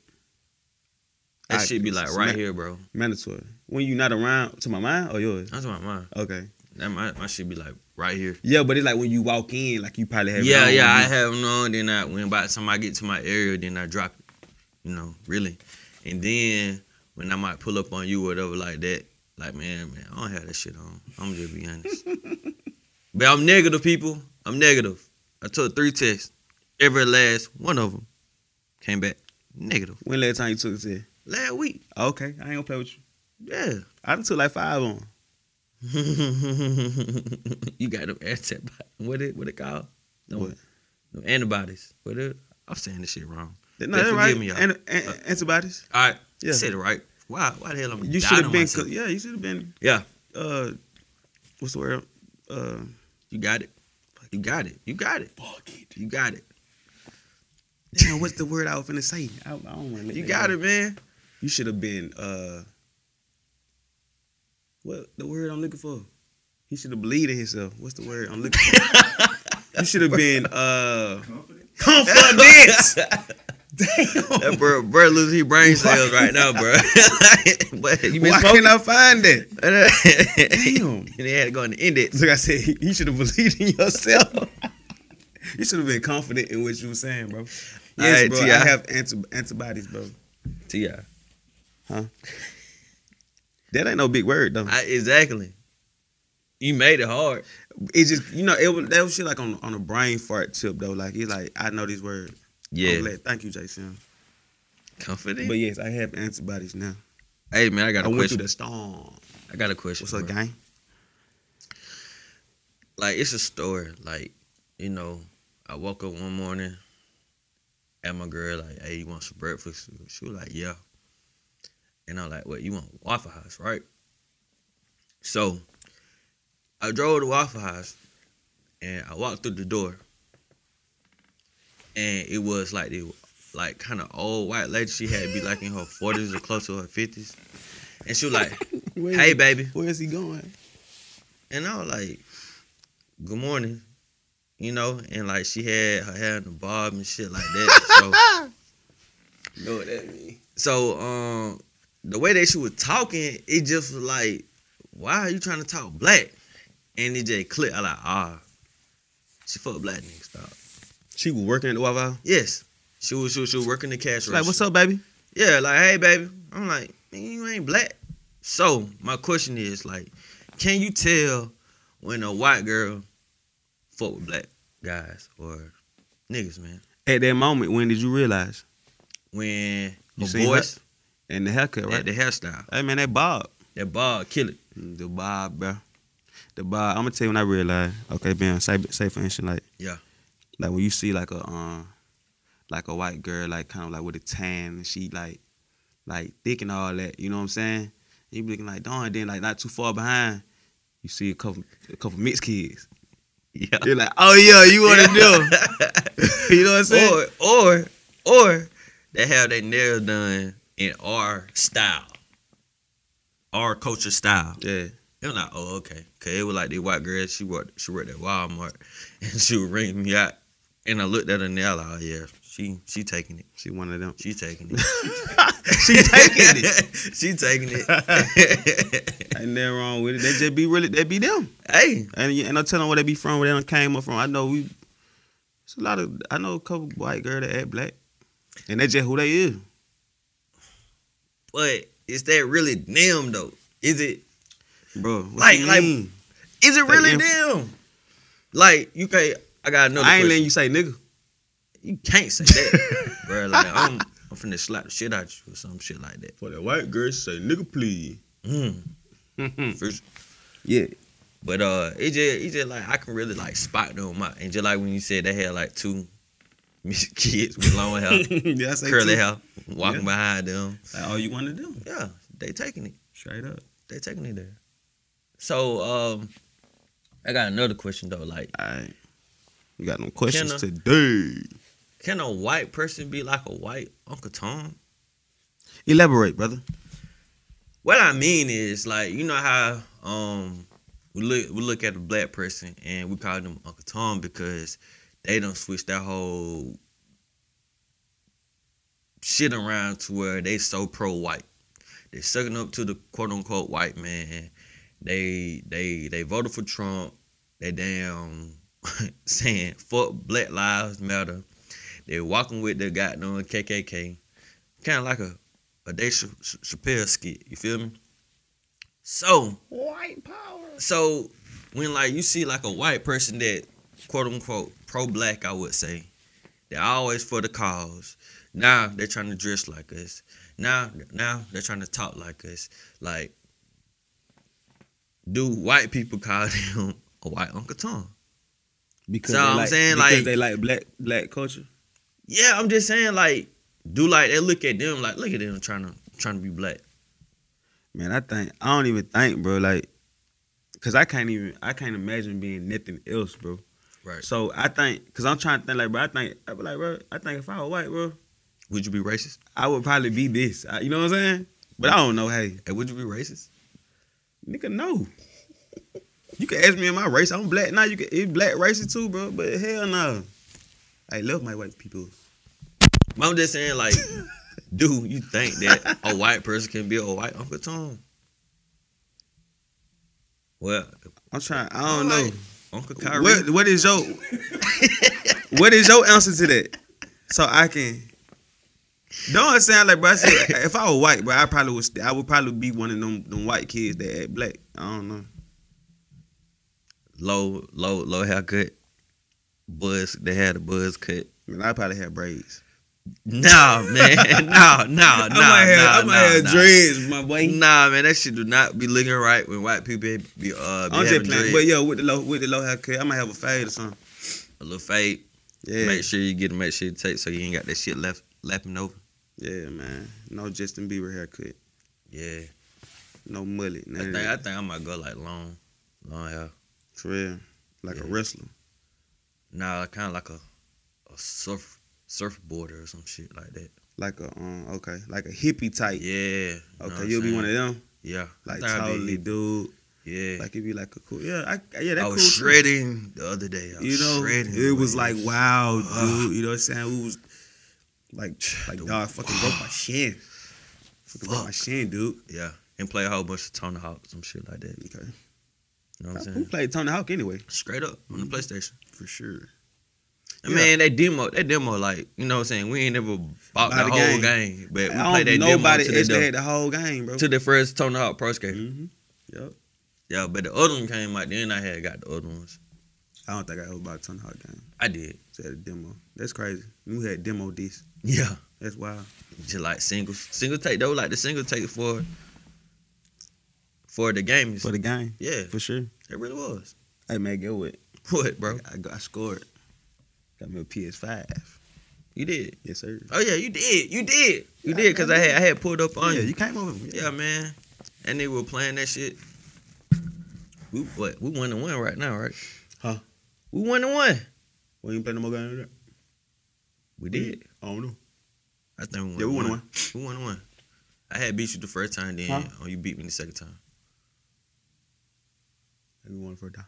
Speaker 2: that
Speaker 3: I-
Speaker 2: should be like
Speaker 3: it's
Speaker 2: right
Speaker 3: ma-
Speaker 2: here, bro.
Speaker 3: mandatory. When you not around, to my mind or yours?
Speaker 2: That's my mind.
Speaker 3: Okay.
Speaker 2: That my my should be like right here.
Speaker 3: Yeah, but it's like when you walk in, like you probably have. it
Speaker 2: yeah,
Speaker 3: on
Speaker 2: yeah, I
Speaker 3: when you-
Speaker 2: have none. Then I when by the time I get to my area, then I drop it. You know, really. And then when I might pull up on you or whatever like that, like man, man, I don't have that shit on. I'm just be honest. but I'm negative, people. I'm negative. I took three tests. Every last one of them came back negative.
Speaker 3: When last time you took this? here?
Speaker 2: Last week,
Speaker 3: Okay, I ain't gonna play with you.
Speaker 2: yeah.
Speaker 3: I done took like five on.
Speaker 2: you got them antibodies. What it what it called? Them-
Speaker 3: What?
Speaker 2: Them antibodies. What it? I'm saying this shit wrong.
Speaker 3: No,
Speaker 2: They
Speaker 3: that's
Speaker 2: forgive
Speaker 3: right.
Speaker 2: me, y'all.
Speaker 3: An- an- antibodies.
Speaker 2: All right.
Speaker 3: Yeah.
Speaker 2: Said it right. Why? Why the hell am I?
Speaker 3: You should
Speaker 2: doubting
Speaker 3: have been.
Speaker 2: myself?
Speaker 3: Yeah, you should have been.
Speaker 2: yeah.
Speaker 3: Uh, what's the word? Uh,
Speaker 2: You got it. You got it. You got it.
Speaker 3: fuck it.
Speaker 2: You got it.
Speaker 3: Damn, what's the word I was finna say? I, I don't want to.
Speaker 2: You got it, man.
Speaker 3: You should have been. Uh, what the word I'm looking for? He should have believed in himself. What's the word I'm looking for? you should have been. Uh, confidence. Damn.
Speaker 2: That bro, bro, losing his brain cells right now, bro. but you been
Speaker 3: Why
Speaker 2: smoking.
Speaker 3: can't I find that?
Speaker 2: Damn.
Speaker 3: Damn.
Speaker 2: and they had to go in the index.
Speaker 3: Like I said, you should have believed in yourself. you should have been confident in what you were saying, bro. Yes,
Speaker 2: right,
Speaker 3: bro.
Speaker 2: T.I.
Speaker 3: I have anti- antibodies, bro.
Speaker 2: Ti.
Speaker 3: That ain't no big word, though.
Speaker 2: I- Exactly. You made it hard.
Speaker 3: It's just you know it was that was shit like on on a brain fart tip though. Like he's like I know these words. I'm
Speaker 2: Yeah,
Speaker 3: glad. Thank you, Jason.
Speaker 2: confident.
Speaker 3: But yes, I have antibodies now.
Speaker 2: hey man, I got
Speaker 3: I
Speaker 2: a
Speaker 3: went through
Speaker 2: question.
Speaker 3: the storm.
Speaker 2: I got a question.
Speaker 3: What's up,
Speaker 2: bro.
Speaker 3: gang?
Speaker 2: like it's a story. Like, you know, I woke up one morning and my girl like, hey, you want some breakfast? She was like, yeah. And I'm like, what, you want Waffle House, right? So I drove to Waffle House and I walked through the door. And it was like the like kind of old white lady. She had to be like in her forties or close to her fifties. And she was like,
Speaker 3: Where-
Speaker 2: Hey baby.
Speaker 3: where is he going?
Speaker 2: And I was like, good morning, you know? And like she had her hair in a bob and shit like that.
Speaker 3: You know what that means?
Speaker 2: So, so um, the way that she was talking, it just was like, why are you trying to talk black? And it just clicked. I like, ah, she fuck black niggas, dog.
Speaker 3: She was working at the Wawa.
Speaker 2: Yes. She was, she was, she was working the cash
Speaker 3: She's
Speaker 2: register.
Speaker 3: like, what's up, baby?
Speaker 2: Yeah, like, hey, baby. I'm like, man, you ain't black. So my question is, like, can you tell when a white girl fuck with black guys or niggas, man?
Speaker 3: At that moment, when did you realize?
Speaker 2: When
Speaker 3: You
Speaker 2: her
Speaker 3: seen
Speaker 2: voice,
Speaker 3: And the haircut,
Speaker 2: that
Speaker 3: right?
Speaker 2: the hairstyle,
Speaker 3: hey man, that bob.
Speaker 2: that bald kill it.
Speaker 3: The bob, bro. The bob. I'm gonna tell you when I realized. Okay, Ben, say say for instance, like
Speaker 2: Yeah.
Speaker 3: like when you see like a um like a white girl, like kind of like with a tan, and she like like thick and all that. You know what I'm saying? You be looking like darn, then like not too far behind. You see a couple a couple mixed kids.
Speaker 2: Yeah.
Speaker 3: You're like, oh yeah, you wanna do? you know what I'm saying?
Speaker 2: or or or they have their nails done in our style, our culture style.
Speaker 3: yeah.
Speaker 2: And I'm like, oh, okay. Cause it was like the white girl, she worked she worked at Walmart and she would ring me out. And I looked at her and I like, oh yeah, she she taking it.
Speaker 3: She one of them.
Speaker 2: She taking it.
Speaker 3: she taking it.
Speaker 2: she taking it.
Speaker 3: Ain't nothing wrong with it. They just be really they be them.
Speaker 2: hey.
Speaker 3: And you- and I tell them where they be from, where they done came up from. I know we. It's a lot of I know a couple white girl that act black, and that's just who they is.
Speaker 2: But is that really them though? Is it
Speaker 3: Bro, what
Speaker 2: Like-
Speaker 3: you
Speaker 2: like-
Speaker 3: mean?
Speaker 2: is it
Speaker 3: They
Speaker 2: really
Speaker 3: inf-
Speaker 2: them? Like, you can't I got another
Speaker 3: I ain't
Speaker 2: question.
Speaker 3: letting you say nigga.
Speaker 2: You can't say that. Bro, like I'm I'm finna slap the shit out you or some shit like that.
Speaker 3: For that white girl, say nigga, please.
Speaker 2: Mm. For
Speaker 3: yeah,
Speaker 2: But uh, it just it just like I can really like spot them out, and just like when you said they had like two kids with long hair,
Speaker 3: yeah, I say
Speaker 2: curly
Speaker 3: too.
Speaker 2: hair, walking behind them.
Speaker 3: Like, all you want to do,
Speaker 2: Yeah, they taking it.
Speaker 3: straight up.
Speaker 2: They taking it there. So um, I got another question though. Like,
Speaker 3: All right, you got no questions
Speaker 2: Kenna.
Speaker 3: today.
Speaker 2: can a white person be like a white Uncle Tom?
Speaker 3: Elaborate, brother.
Speaker 2: What I mean is like you know how um we look we look at a black person and we call them Uncle Tom because they don't switch that whole shit around to where they so pro white. They sucking up to the quote unquote white man. They they they voted for Trump. They damn saying fuck Black Lives Matter. They walking with the goddamn KKK, kind of like a a Dave Ch- Ch- Chappelle skit. You feel me? So
Speaker 3: White power.
Speaker 2: so when like you see like a white person that quote unquote pro black, I would say they're always for the cause. Now they're trying to dress like us. Now now they're trying to talk like us. Like do white people call them a white Uncle Tom?
Speaker 3: Because
Speaker 2: So
Speaker 3: they
Speaker 2: I'm
Speaker 3: like,
Speaker 2: saying,
Speaker 3: because
Speaker 2: like-
Speaker 3: they like black black culture.
Speaker 2: Yeah, I'm just saying like do like they look at them like look at them trying to trying to be black.
Speaker 3: Man, I think I don't even think, bro. Like, cause I can't even I can't imagine being nothing else, bro.
Speaker 2: Right.
Speaker 3: So I think, cause I'm trying to think, like, bro. I think I be like, bro. I think if I were white, bro,
Speaker 2: Would you be racist?
Speaker 3: I would probably be this. I, you know what I'm saying? But I don't know. Hey,
Speaker 2: Hey, would you be racist?
Speaker 3: nigga, no. You can ask me in my race. I'm black now. You can it's black racist too, bro. But hell no. I love my white people.
Speaker 2: But I'm just saying, like, do you think that a white person can be a white Uncle Tom? Well,
Speaker 3: I'm trying. I don't
Speaker 2: I'm
Speaker 3: know.
Speaker 2: like, Uncle Kyrie.
Speaker 3: What what is your what is your answer to that? So I can don't sound like bro. I said if I were white, bro, I probably would. I would probably be one of them them white kids that act black. I don't know.
Speaker 2: low, low, low haircut. Buzz, they had a buzz cut.
Speaker 3: Man, I probably had braids.
Speaker 2: Nah, man, nah, nah, nah,
Speaker 3: I might
Speaker 2: nah,
Speaker 3: have, I might
Speaker 2: nah,
Speaker 3: have
Speaker 2: nah.
Speaker 3: dreads, my boy.
Speaker 2: Nah, man, that shit do not be looking right when white people be uh be
Speaker 3: I'm
Speaker 2: having
Speaker 3: just
Speaker 2: dreads.
Speaker 3: playing, but yo, with the low, with the low haircut, I might have a fade or something.
Speaker 2: a little fade.
Speaker 3: Yeah,
Speaker 2: Make sure you get it. Make sure you take so you ain't got that shit left lapping over.
Speaker 3: yeah, man. No Justin Bieber haircut,
Speaker 2: Yeah,
Speaker 3: no mullet,
Speaker 2: I
Speaker 3: none of
Speaker 2: think I
Speaker 3: that.
Speaker 2: think I might go like long, long hair.
Speaker 3: For real, like
Speaker 2: Yeah.
Speaker 3: a wrestler.
Speaker 2: Nah, kind of like a a surf surfboarder or some shit like that.
Speaker 3: like a um okay, like a hippie type.
Speaker 2: Yeah. know
Speaker 3: okay,
Speaker 2: what I'm
Speaker 3: you'll be
Speaker 2: saying?
Speaker 3: one of them.
Speaker 2: Yeah. I
Speaker 3: Like
Speaker 2: think I'd be-
Speaker 3: totally dude.
Speaker 2: Yeah.
Speaker 3: Like it'd be like a cool yeah, I yeah, that
Speaker 2: I
Speaker 3: cool.
Speaker 2: was
Speaker 3: too.
Speaker 2: shredding the other day. I was
Speaker 3: You know,
Speaker 2: shredding
Speaker 3: it was
Speaker 2: boy.
Speaker 3: like wow,
Speaker 2: Ugh.
Speaker 3: dude. You know what I'm saying? We was like like
Speaker 2: The-
Speaker 3: dog fucking broke my shin. Fucking broke my
Speaker 2: Fuck.
Speaker 3: shin, dude.
Speaker 2: Yeah. And play a whole bunch of Tony Hawk, some shit like that. You
Speaker 3: Okay.
Speaker 2: know what I'm
Speaker 3: Who
Speaker 2: saying?
Speaker 3: played Tony Hawk anyway?
Speaker 2: Straight up on the PlayStation.
Speaker 3: For sure.
Speaker 2: And
Speaker 3: Mm-hmm. Yeah.
Speaker 2: Man, that demo, that demo, like, you know what I'm saying? We ain't never bought
Speaker 3: Buy
Speaker 2: the,
Speaker 3: the
Speaker 2: whole
Speaker 3: game.
Speaker 2: game, but we
Speaker 3: I
Speaker 2: played that
Speaker 3: don't nobody
Speaker 2: demo to
Speaker 3: actually
Speaker 2: the,
Speaker 3: had the whole game, bro.
Speaker 2: to the first Tony Hawk Pro Skater.
Speaker 3: mm-hmm. Yep.
Speaker 2: Yeah, but the other one came out, then I had got the other ones.
Speaker 3: I don't think I ever bought a Tony Hawk game.
Speaker 2: I did.
Speaker 3: Just had a demo. That's crazy. You had demo this.
Speaker 2: Yeah.
Speaker 3: That's wild.
Speaker 2: Just like singles. Single take, they were like the single take for for the game.
Speaker 3: For the game.
Speaker 2: yeah,
Speaker 3: For sure.
Speaker 2: it really was.
Speaker 3: Hey man, get with. it.
Speaker 2: What, bro?
Speaker 3: I, got, I scored. Got me a PS5.
Speaker 2: You did.
Speaker 3: Yes, sir.
Speaker 2: Oh yeah, you did. You did. You
Speaker 3: Yeah,
Speaker 2: did because
Speaker 3: I
Speaker 2: I had I had pulled up on
Speaker 3: yeah,
Speaker 2: you.
Speaker 3: you came over. me.
Speaker 2: Yeah, man. And they were playing that shit. We what? We one to one right now, right?
Speaker 3: Huh?
Speaker 2: We one to one.
Speaker 3: We ain't playing no more games. than
Speaker 2: We
Speaker 3: that.
Speaker 2: did.
Speaker 3: I don't know.
Speaker 2: I think we won.
Speaker 3: Yeah, we won to one.
Speaker 2: We one to one. I had beat you the first time, then
Speaker 3: Huh?
Speaker 2: oh, you beat me the second time.
Speaker 3: Maybe one for a time.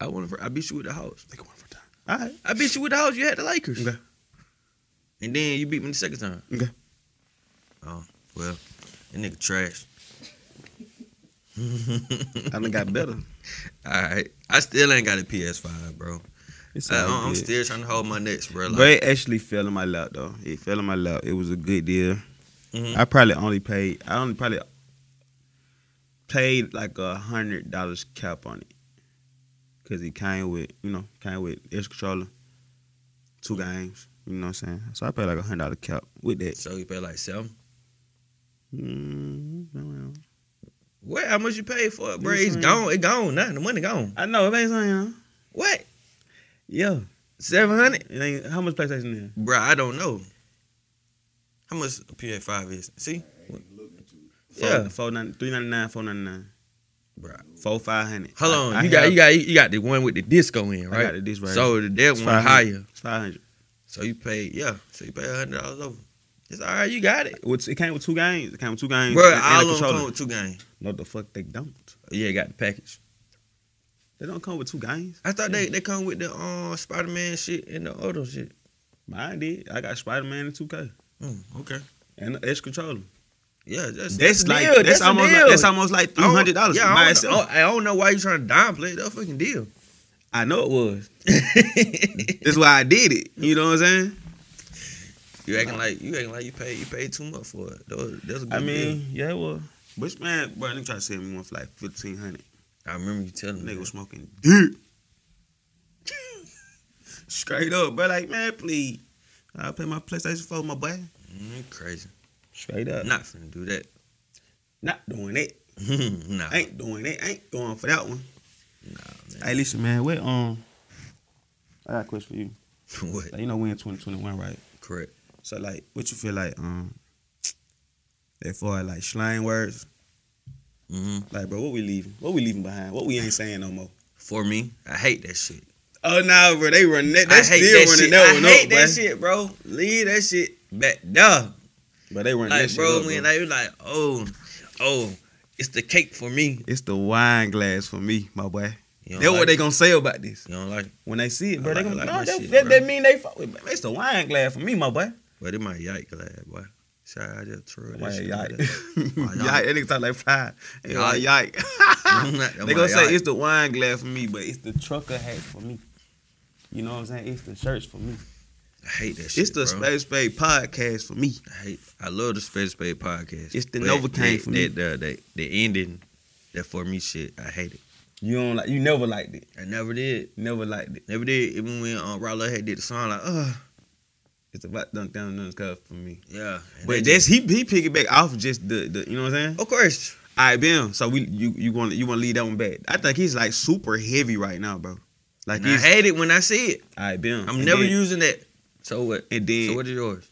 Speaker 2: I won. For, I beat you with the house.
Speaker 3: Think one for a time. All right.
Speaker 2: I beat you with the house. You had the Lakers.
Speaker 3: Okay.
Speaker 2: And then you beat me the second time.
Speaker 3: Okay.
Speaker 2: Oh well, that nigga trash.
Speaker 3: I done got better.
Speaker 2: All right, I still ain't got a PS5, bro.
Speaker 3: It's
Speaker 2: I,
Speaker 3: all
Speaker 2: I'm I'm
Speaker 3: good.
Speaker 2: still trying to hold my nuts, bro. Like,
Speaker 3: But it actually fell in my lap though. It fell in my lap. It was a good deal.
Speaker 2: Mhm.
Speaker 3: I probably only paid. I only probably paid like a hundred dollars cap on it, cause it came with you know came with extra controller, two games. You know what I'm saying? So I paid like a hundred dollar cap with that.
Speaker 2: So you pay like seven.
Speaker 3: Mm, I don't know.
Speaker 2: What? How much you paid for it, bro?
Speaker 3: Yes,
Speaker 2: It's
Speaker 3: ma'am.
Speaker 2: gone. It gone. Nothing. The money gone.
Speaker 3: I know it ain't something. huh?
Speaker 2: What?
Speaker 3: Yeah.
Speaker 2: Seven hundred,
Speaker 3: It ain't, how much PlayStation is?
Speaker 2: bro? I don't know. How much a PS5 is? See, Yeah.
Speaker 3: Four, four nine, three ninety nine, four ninety nine,
Speaker 2: bro.
Speaker 3: four five hundred.
Speaker 2: Hold on.
Speaker 3: I, I
Speaker 2: you got you got you got the one with the disco in, right?
Speaker 3: got the disc right
Speaker 2: So that one higher.
Speaker 3: Five hundred.
Speaker 2: So you paid, yeah. So you paid hundred dollars over. It's all right. You got it,
Speaker 3: What's- It came with two games. It came with two games.
Speaker 2: bro.
Speaker 3: and- and a
Speaker 2: All of them
Speaker 3: controller.
Speaker 2: come with two games.
Speaker 3: No, the fuck they don't.
Speaker 2: Yeah, got the package.
Speaker 3: They don't come with two games.
Speaker 2: I thought they, they come with the uh, Spider Man shit and the other shit.
Speaker 3: Mine did. I got Spider Man and 2K
Speaker 2: Mm, okay.
Speaker 3: and an extra controller.
Speaker 2: Yeah, that's
Speaker 3: Oh, That's
Speaker 2: a
Speaker 3: like
Speaker 2: deal,
Speaker 3: that's, almost
Speaker 2: a
Speaker 3: like,
Speaker 2: deal.
Speaker 3: that's almost like
Speaker 2: I
Speaker 3: three
Speaker 2: don't-
Speaker 3: hundred dollars.
Speaker 2: Yeah, I don't, know- I don't know why you trying to downplay that fucking deal.
Speaker 3: I know it was. That's why I did it. You know what I'm saying?
Speaker 2: you acting like you acting like you paid you paid too much for it. That was- That's a good
Speaker 3: I
Speaker 2: deal.
Speaker 3: mean, yeah, it was. Which man, bro, nigga tried to sell me one for like fifteen hundred.
Speaker 2: I remember you telling me.
Speaker 3: Nigga was
Speaker 2: that.
Speaker 3: smoking dick. Straight up, bro. Like, man, please. I play my PlayStation 4, my boy.
Speaker 2: Mm, you crazy.
Speaker 3: Straight up.
Speaker 2: I'm not finna do that.
Speaker 3: Not doing that.
Speaker 2: nah,
Speaker 3: Ain't doing that. Ain't going for that one.
Speaker 2: nah, man.
Speaker 3: Hey, listen, man. What um, I got a question for you.
Speaker 2: what?
Speaker 3: Like, you know, we in twenty twenty one, right?
Speaker 2: Correct.
Speaker 3: So, like, what you feel like um, as far as like slang words,
Speaker 2: hmm
Speaker 3: like, bro, what we leaving? What we leaving behind? What we ain't saying no more?
Speaker 2: For me, I hate that shit.
Speaker 3: Oh nah, bro, they running that. They
Speaker 2: I hate
Speaker 3: still
Speaker 2: that
Speaker 3: running
Speaker 2: shit.
Speaker 3: that
Speaker 2: I
Speaker 3: one
Speaker 2: hate
Speaker 3: up,
Speaker 2: that
Speaker 3: bro.
Speaker 2: shit, bro. Leave that shit back. Duh.
Speaker 3: But they running that
Speaker 2: Like,
Speaker 3: shit
Speaker 2: bro,
Speaker 3: up, bro.
Speaker 2: when they was like, oh, oh, it's the cake for me.
Speaker 3: It's the wine glass for me, my boy.
Speaker 2: You don't
Speaker 3: That's what
Speaker 2: like
Speaker 3: they
Speaker 2: it?
Speaker 3: gonna say about this
Speaker 2: You don't like it?
Speaker 3: when they see it,
Speaker 2: I
Speaker 3: bro.
Speaker 2: like-
Speaker 3: they
Speaker 2: I
Speaker 3: gonna
Speaker 2: like
Speaker 3: no,
Speaker 2: my
Speaker 3: that,
Speaker 2: shit,
Speaker 3: that,
Speaker 2: bro.
Speaker 3: that mean they fuck with. It's the wine glass for me, my boy.
Speaker 2: But it might yike glad, boy. Shout out to Troy.
Speaker 3: Why
Speaker 2: shit.
Speaker 3: yike?
Speaker 2: Why
Speaker 3: Yike.
Speaker 2: yike?
Speaker 3: That nigga talk like five. Hey, why yike?
Speaker 2: That
Speaker 3: They
Speaker 2: why
Speaker 3: gonna say
Speaker 2: yike.
Speaker 3: it's the wine glass for me, but it's the trucker hat for me. You know what I'm saying? It's the shirts for me.
Speaker 2: I hate that shit.
Speaker 3: It's the
Speaker 2: bro.
Speaker 3: Space Spade podcast for me.
Speaker 2: I hate. I love the Space Spade podcast.
Speaker 3: It's the
Speaker 2: but
Speaker 3: Novocaine
Speaker 2: they-
Speaker 3: for me.
Speaker 2: That, that, that, the ending, that for me shit. I hate it.
Speaker 3: You don't like. You never liked it.
Speaker 2: I never did.
Speaker 3: Never liked it.
Speaker 2: Never did. Even when um, Raul had did the song, like, uh,
Speaker 3: It's about dunk down in the cup for me.
Speaker 2: yeah. And
Speaker 3: But
Speaker 2: they Oh.
Speaker 3: that's he he pick it back off just the, the you know what I'm saying.
Speaker 2: just- of course,
Speaker 3: All right, bam. So we you you want to you want to leave that one back? I think he's like super heavy right now, bro. Like
Speaker 2: and I
Speaker 3: he's all
Speaker 2: hate it when I see it.
Speaker 3: right, bam.
Speaker 2: I'm
Speaker 3: And
Speaker 2: never
Speaker 3: then-
Speaker 2: using that. So what?
Speaker 3: And then
Speaker 2: So what is yours?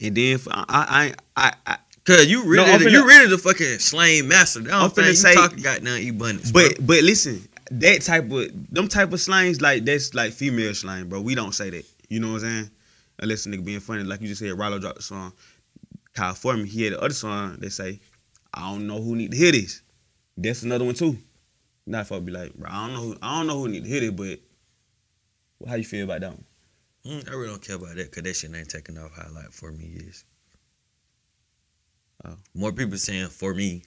Speaker 3: and then for, I I I, I
Speaker 2: Cause you really,
Speaker 3: I'm
Speaker 2: you
Speaker 3: finna-
Speaker 2: really the fucking slain master. I don't
Speaker 3: I'm
Speaker 2: think
Speaker 3: finna
Speaker 2: you
Speaker 3: say-
Speaker 2: talking goddamn abundance.
Speaker 3: but
Speaker 2: bro.
Speaker 3: but listen, that type of them type of slangs like that's like female slang, bro. We don't say that. You know what I'm saying? Unless the nigga being funny, like you just said, Rollo dropped the song. Kyle Foreman, he had the other song that say, I don't know who need to hear this. That's another one too. Not for be like, bro, I don't know, who, I don't know who need to hear it, but how you feel about that one?
Speaker 2: Mm, I really don't care about that because that shit ain't taking off how like for me is.
Speaker 3: Oh.
Speaker 2: More people saying for me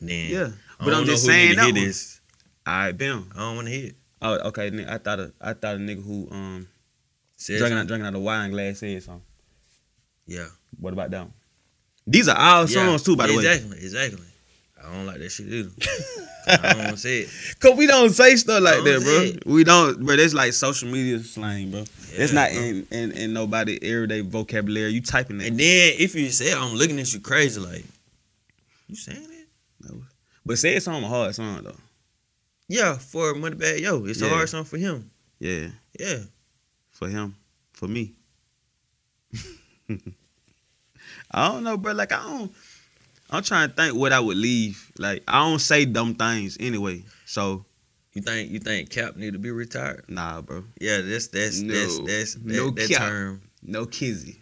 Speaker 2: than
Speaker 3: Yeah,
Speaker 2: I
Speaker 3: but
Speaker 2: don't
Speaker 3: I'm
Speaker 2: know
Speaker 3: just
Speaker 2: who need
Speaker 3: saying
Speaker 2: to
Speaker 3: that
Speaker 2: hear
Speaker 3: one.
Speaker 2: this.
Speaker 3: All right, bam.
Speaker 2: I don't want to hear. it.
Speaker 3: Oh, okay. nigga, I thought a, I thought a nigga who um
Speaker 2: Says-
Speaker 3: drinking out drinking out a wine glass said something.
Speaker 2: Yeah.
Speaker 3: What about that? One? These are all
Speaker 2: Yeah,
Speaker 3: songs too, by the way.
Speaker 2: exactly, Exactly, I don't like that shit either. I don't want to say it.
Speaker 3: Cause we don't say stuff like
Speaker 2: Don't
Speaker 3: that, bro.
Speaker 2: say it.
Speaker 3: We don't, bro. That's like social media slang, bro. That's
Speaker 2: Yeah,
Speaker 3: not
Speaker 2: bro.
Speaker 3: in, in in nobody everyday vocabulary. You typing that,
Speaker 2: And then if you say it, I'm looking at you crazy, like you saying it?
Speaker 3: but say it's on a hard song though.
Speaker 2: Yeah, for money bag, yo, it's
Speaker 3: Yeah.
Speaker 2: a hard song for him.
Speaker 3: Yeah,
Speaker 2: Yeah,
Speaker 3: for him, for me. I don't know, bro. Like I don't. I'm trying to think what I would leave. Like I don't say dumb things anyway. So
Speaker 2: you think you think Cap need to be retired?
Speaker 3: nah, bro.
Speaker 2: Yeah, that's that's that's
Speaker 3: No.
Speaker 2: that's that,
Speaker 3: No
Speaker 2: that
Speaker 3: cap.
Speaker 2: term.
Speaker 3: No kizzy.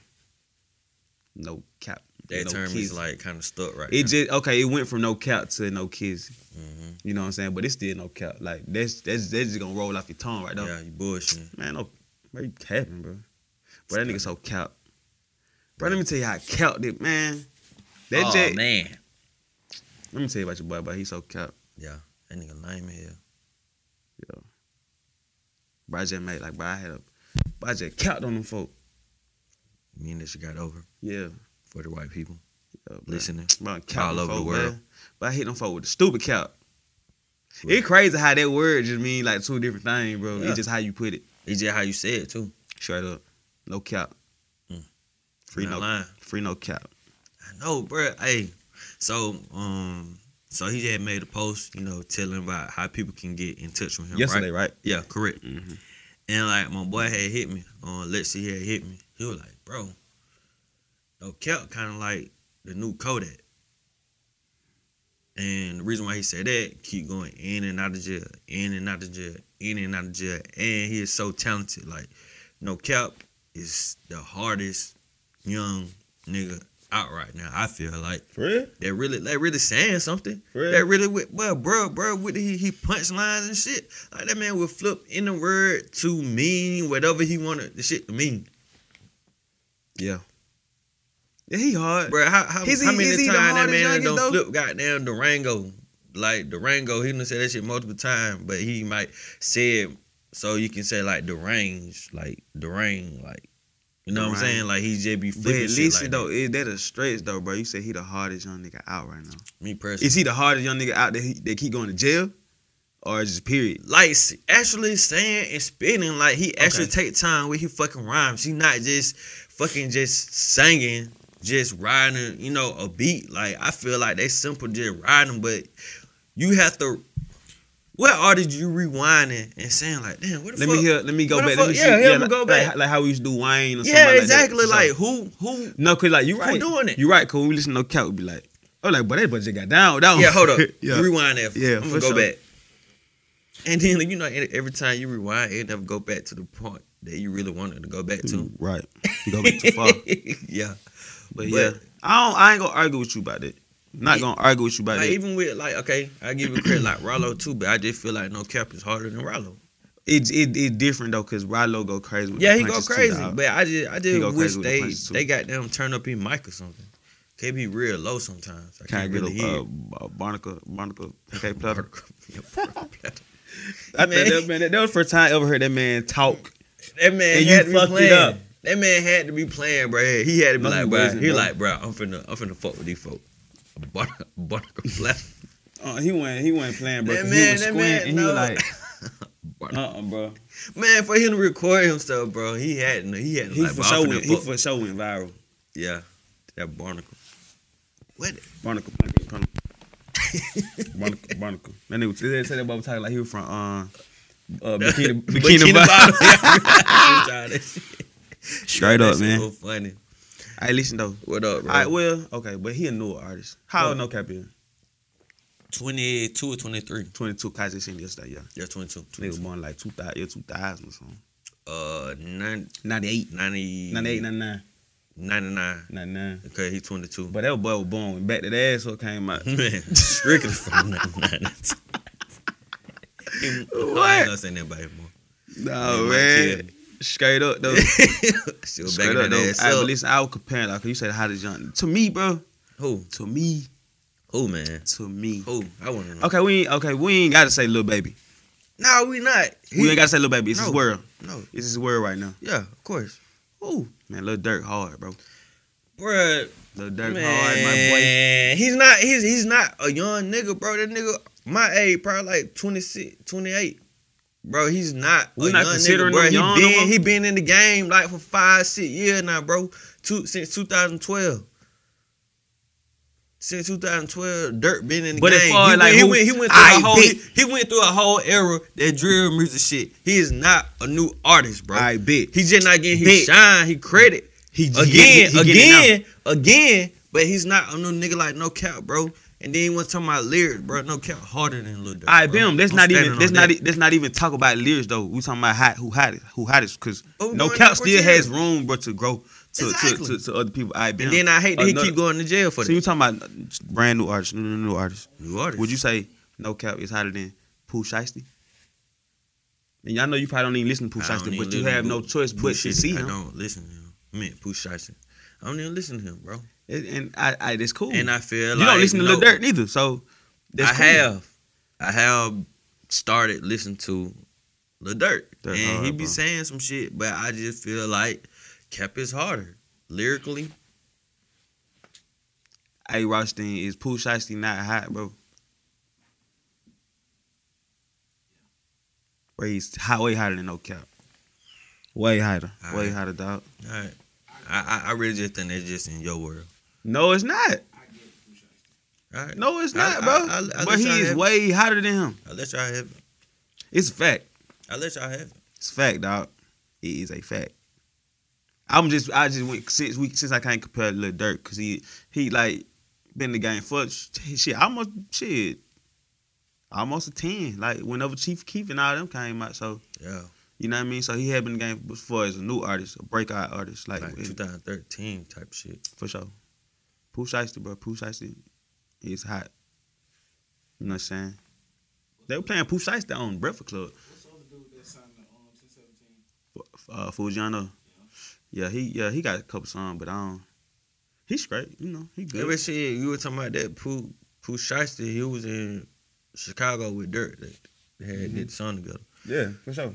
Speaker 3: No cap.
Speaker 2: That
Speaker 3: no
Speaker 2: term
Speaker 3: kizzy.
Speaker 2: is like kind of stuck right
Speaker 3: it
Speaker 2: now.
Speaker 3: just okay. It went from no cap to no kizzy.
Speaker 2: Mhm.
Speaker 3: You know what I'm saying? But it's still no cap. Like that's that's that's just gonna roll off your tongue right now.
Speaker 2: Yeah, you bullshitting.
Speaker 3: Man, no, bro, you capping, bro. Bro, that nigga so cap. Bro, let me tell you how cap it, man. That
Speaker 2: oh
Speaker 3: jet.
Speaker 2: man,
Speaker 3: Let me tell you about your boy, but he's so cap.
Speaker 2: that nigga lame here.
Speaker 3: Bro, I just made like, bro, I had a, bro, I just capped on them folk.
Speaker 2: Me and this shit got over
Speaker 3: Yeah.
Speaker 2: for the white people
Speaker 3: yeah, bro.
Speaker 2: listening.
Speaker 3: Bro, cap
Speaker 2: All over
Speaker 3: them
Speaker 2: the
Speaker 3: folk,
Speaker 2: world.
Speaker 3: Man. But I hit them folk with the stupid cap.
Speaker 2: Yeah.
Speaker 3: It crazy how that word just mean like two different things, bro.
Speaker 2: Yeah.
Speaker 3: It's just how you put it.
Speaker 2: It's just how you say it too.
Speaker 3: Straight up. No cap.
Speaker 2: Mm.
Speaker 3: Free
Speaker 2: Not
Speaker 3: no
Speaker 2: lying.
Speaker 3: free no cap.
Speaker 2: I know, bro. Hey, so um, so he had made a post, you know, telling about how people can get in touch with him.
Speaker 3: Yesterday,
Speaker 2: right?
Speaker 3: right?
Speaker 2: Yeah, correct.
Speaker 3: Mhm.
Speaker 2: And like my boy had hit me on Let's See had hit me. He was like, bro, no Kelp kind of like the new Kodak. And the reason why he said that, keep going in and out of jail, in and out of jail, in and out of jail. And he is so talented. Like, no cap is the hardest young nigga out right now. I feel like
Speaker 3: For real?
Speaker 2: that really that really saying something.
Speaker 3: For real?
Speaker 2: That really with well, bro, bro, with he he punchlines and shit. Like that man would flip in the word to mean whatever he wanted the shit to mean.
Speaker 3: Yeah, he hard.
Speaker 2: Bro, how how,
Speaker 3: Is he-
Speaker 2: how
Speaker 3: is
Speaker 2: many
Speaker 3: he the
Speaker 2: times that
Speaker 3: hardest
Speaker 2: man
Speaker 3: youngest,
Speaker 2: done
Speaker 3: though?
Speaker 2: flip goddamn Durango? Like Durango, he done said that shit multiple times, but he might say it so you can say like deranged, like deranged, like you know what I'm
Speaker 3: Deranged.
Speaker 2: saying? Like he just be
Speaker 3: But
Speaker 2: flipping shit
Speaker 3: listen
Speaker 2: like
Speaker 3: though,
Speaker 2: that.
Speaker 3: is that a stretch though, bro? You say he the hardest young nigga out right now.
Speaker 2: Me personally.
Speaker 3: Is he the hardest young nigga out that he, that keep going to jail, or is just period?
Speaker 2: like s- actually saying and spitting. Like he actually take time with his fucking rhymes. He not just fucking just singing, just riding, you know, a beat. Like I feel like they simple just riding, but you have to. What artist you rewinding and saying like, damn, what the fuck?
Speaker 3: Let me hear. Let me go
Speaker 2: What the
Speaker 3: back. Let
Speaker 2: fuck?
Speaker 3: me
Speaker 2: Yeah, hear him
Speaker 3: like,
Speaker 2: go
Speaker 3: like-
Speaker 2: back.
Speaker 3: Like, how we used to do Wayne or
Speaker 2: yeah,
Speaker 3: somebody
Speaker 2: exactly.
Speaker 3: Like,
Speaker 2: Like,
Speaker 3: that. So-
Speaker 2: who who
Speaker 3: no, cause like you right.
Speaker 2: doing it?
Speaker 3: You right. Cause when we listen to Cap, we be like, oh, like, but that budget got down. That one.
Speaker 2: Yeah, hold up.
Speaker 3: Oh. yeah.
Speaker 2: Rewind that.
Speaker 3: Yeah,
Speaker 2: I'm gonna
Speaker 3: for
Speaker 2: go
Speaker 3: sure.
Speaker 2: back. And then you know, e, every time you rewind, it never go back to the point that you really wanted to go back to.
Speaker 3: Right. You go back too far. But,
Speaker 2: yeah, but
Speaker 3: yeah, I don't. I ain't gonna argue with you about that. Not gonna argue with you about
Speaker 2: Like,
Speaker 3: that.
Speaker 2: even with like, okay, I give you credit like Rollo too, but I just feel like no cap is harder than Rollo.
Speaker 3: It's it, it different though, cause Rilo go crazy. With
Speaker 2: Yeah,
Speaker 3: the
Speaker 2: he go
Speaker 3: punches, too,
Speaker 2: crazy,
Speaker 3: dawg.
Speaker 2: but I just I
Speaker 3: He go
Speaker 2: just
Speaker 3: crazy
Speaker 2: wish
Speaker 3: with the
Speaker 2: they
Speaker 3: punches, too.
Speaker 2: they got them turn up in mic or something. They be real low sometimes. I
Speaker 3: Can I
Speaker 2: can't
Speaker 3: get
Speaker 2: really
Speaker 3: a,
Speaker 2: hear.
Speaker 3: uh, b- a Barnacle, Barnacle PK platter?
Speaker 2: that
Speaker 3: I
Speaker 2: Man.
Speaker 3: think that, man, that, that was the first time I ever heard that man talk.
Speaker 2: man
Speaker 3: And you
Speaker 2: had to be
Speaker 3: fucked it
Speaker 2: playing.
Speaker 3: up.
Speaker 2: That man had to be playing, bro. He had to be
Speaker 3: No, he
Speaker 2: like, bro.
Speaker 3: wasn't,
Speaker 2: He
Speaker 3: bro.
Speaker 2: like, bro. I'm finna, I'm finna fuck with these folk. Barnacle flat.
Speaker 3: Uh, he wasn't. He wasn't playing, bro.
Speaker 2: That
Speaker 3: 'cause
Speaker 2: man-
Speaker 3: he was
Speaker 2: that
Speaker 3: squinting,
Speaker 2: man,
Speaker 3: and he was
Speaker 2: no.
Speaker 3: like, uh, uh bro.
Speaker 2: Man, for him to record himself, bro, he hadn't. He hadn't.
Speaker 3: He
Speaker 2: like,
Speaker 3: for
Speaker 2: bought
Speaker 3: sure.
Speaker 2: that
Speaker 3: Went, he
Speaker 2: book.
Speaker 3: for sure went viral.
Speaker 2: yeah, that barnacle. What?
Speaker 3: Barnacle, barnacle, barnacle. barnacle, barnacle. That nigga they said that boy was talking like he was from uh, uh Bikini, Bikini, Bottom.
Speaker 2: bottom.
Speaker 3: Straight
Speaker 2: That
Speaker 3: up,
Speaker 2: shit
Speaker 3: man.
Speaker 2: So funny.
Speaker 3: I listen though.
Speaker 2: What up,
Speaker 3: All
Speaker 2: bro?
Speaker 3: right, well, okay, but he a newer artist. How old no cap is?
Speaker 2: 22 or 23.
Speaker 3: Twenty two. Kaiser seen yesterday, yeah.
Speaker 2: Yeah, 22.
Speaker 3: Nigga born like two thousand, year two thousand or something.
Speaker 2: Uh, nine,
Speaker 3: 98.
Speaker 2: 90,
Speaker 3: 98, 99,
Speaker 2: 99.
Speaker 3: 99.
Speaker 2: Okay, he 22.
Speaker 3: But that boy was born when back to the asshole came out.
Speaker 2: man, Rick is from 99. I ain't gonna say nobody more.
Speaker 3: No,
Speaker 2: They might
Speaker 3: Oh, man.
Speaker 2: kill
Speaker 3: Straight up though.
Speaker 2: she was
Speaker 3: Straight
Speaker 2: banging that
Speaker 3: up though.
Speaker 2: ass
Speaker 3: I,
Speaker 2: up.
Speaker 3: but listen, I would compare like you said how this young to me, bro.
Speaker 2: Who?
Speaker 3: To me,
Speaker 2: Who, man?
Speaker 3: to me.
Speaker 2: Who? I want to know.
Speaker 3: Okay, we ain't okay, we ain't gotta say little baby.
Speaker 2: No, we not.
Speaker 3: We ain't gotta say little baby. It's his
Speaker 2: No.
Speaker 3: world.
Speaker 2: No.
Speaker 3: It's his world right now.
Speaker 2: Yeah, of course.
Speaker 3: Ooh. Man, little dirt hard, bro.
Speaker 2: Bruh,
Speaker 3: Little dirt hard,
Speaker 2: man, he's not he's he's not a young nigga, bro. That nigga my age, probably like 26, 28. Bro, he's not
Speaker 3: We
Speaker 2: a
Speaker 3: not
Speaker 2: young
Speaker 3: considering
Speaker 2: nigga, bro.
Speaker 3: him
Speaker 2: He
Speaker 3: young no more?
Speaker 2: been he been in the game like for five, six years now, bro. Two since 2012. Since 2012, Dirt been in the
Speaker 3: But as
Speaker 2: game.
Speaker 3: far
Speaker 2: he,
Speaker 3: as, like,
Speaker 2: went,
Speaker 3: who-
Speaker 2: he went he went through
Speaker 3: I
Speaker 2: a whole
Speaker 3: bet.
Speaker 2: he, he went through a whole era that drill music shit. He is not a new artist, bro.
Speaker 3: my boy. I bet.
Speaker 2: He's just not getting
Speaker 3: Bet.
Speaker 2: his shine, he credit
Speaker 3: He, he
Speaker 2: again,
Speaker 3: get it- he get it now.
Speaker 2: again, again. But he's not a new nigga like no cap, bro. And then he was talking about lyrics, bro. No cap harder than Lil Durk.
Speaker 3: All right,
Speaker 2: bro.
Speaker 3: bam. Let's
Speaker 2: I'm
Speaker 3: not
Speaker 2: standing
Speaker 3: even
Speaker 2: on
Speaker 3: let's not
Speaker 2: that.
Speaker 3: e- let's not even talk about lyrics though. We talking about hot, who hottest, who hottest, because
Speaker 2: Oh,
Speaker 3: no
Speaker 2: going
Speaker 3: cap
Speaker 2: back
Speaker 3: still
Speaker 2: to
Speaker 3: has room, bro, to grow to
Speaker 2: Exactly.
Speaker 3: to, to, to other people. All right, bam.
Speaker 2: And then I hate that he
Speaker 3: Another-
Speaker 2: keep going to jail for
Speaker 3: So you
Speaker 2: that.
Speaker 3: talking about brand new artists, new, new, new artists?
Speaker 2: New artist.
Speaker 3: Would you say no cap is hotter than Pooh Shiesty? And y'all know you probably don't even listen to Pooh
Speaker 2: I don't
Speaker 3: Shiesty,
Speaker 2: even
Speaker 3: but you
Speaker 2: listen
Speaker 3: have
Speaker 2: to
Speaker 3: no
Speaker 2: Pooh-
Speaker 3: choice
Speaker 2: Pooh
Speaker 3: but to
Speaker 2: Shiesty.
Speaker 3: see
Speaker 2: I
Speaker 3: him.
Speaker 2: don't listen to him. I mean, Pooh Shiesty. I don't even listen to him, bro.
Speaker 3: And, and I, I, that's cool.
Speaker 2: And I feel
Speaker 3: you
Speaker 2: like
Speaker 3: don't listen to Lil
Speaker 2: no,
Speaker 3: Durk neither, so that's
Speaker 2: I
Speaker 3: cool.
Speaker 2: have, I have started listening to Lil Durk,
Speaker 3: Durk
Speaker 2: and he
Speaker 3: hard,
Speaker 2: be
Speaker 3: bro.
Speaker 2: saying some shit, but I just feel like Cap is harder lyrically.
Speaker 3: Hey, Rothstein, is Pooh Shiesty not hot, bro? Bro, he's hot, way hotter than no cap. Way hotter.
Speaker 2: All
Speaker 3: way
Speaker 2: right.
Speaker 3: hotter, dog.
Speaker 2: All right. I, I I really just think that's just in your world.
Speaker 3: No, it's not.
Speaker 2: All right.
Speaker 3: No, it's
Speaker 2: I-
Speaker 3: not,
Speaker 2: I-
Speaker 3: bro.
Speaker 2: I- I
Speaker 3: but
Speaker 2: let
Speaker 3: he
Speaker 2: y'all
Speaker 3: is
Speaker 2: have it.
Speaker 3: way hotter than him.
Speaker 2: I let y'all have it.
Speaker 3: It's a fact.
Speaker 2: I let y'all have it.
Speaker 3: It's a fact, dog. It is a fact. I'm just, I just went since we since I can't compare Lil Durk because he he like been in the game for shit almost shit almost a ten like whenever Chief Keef and all them came out so.
Speaker 2: Yeah.
Speaker 3: You know what I mean? So he had been in the game before as a new artist, a breakout artist, like,
Speaker 2: Like
Speaker 3: it-
Speaker 2: 2013 type shit.
Speaker 3: for sure. Pooh Shiesty, bro. Pooh Shiesty is hot. You know what I'm saying? They were playing Pooh Shiesty on Breakfast Club. F- Uh, Fujiano. Yeah, he yeah he got a couple songs, but I don't. He's great, you know. He
Speaker 2: Every
Speaker 3: good.
Speaker 2: shit you were talking about that Pooh Pooh Shiesty, he was in Chicago with Dirt. They, they had
Speaker 3: Mm-hmm.
Speaker 2: that song together,
Speaker 3: Yeah, for sure.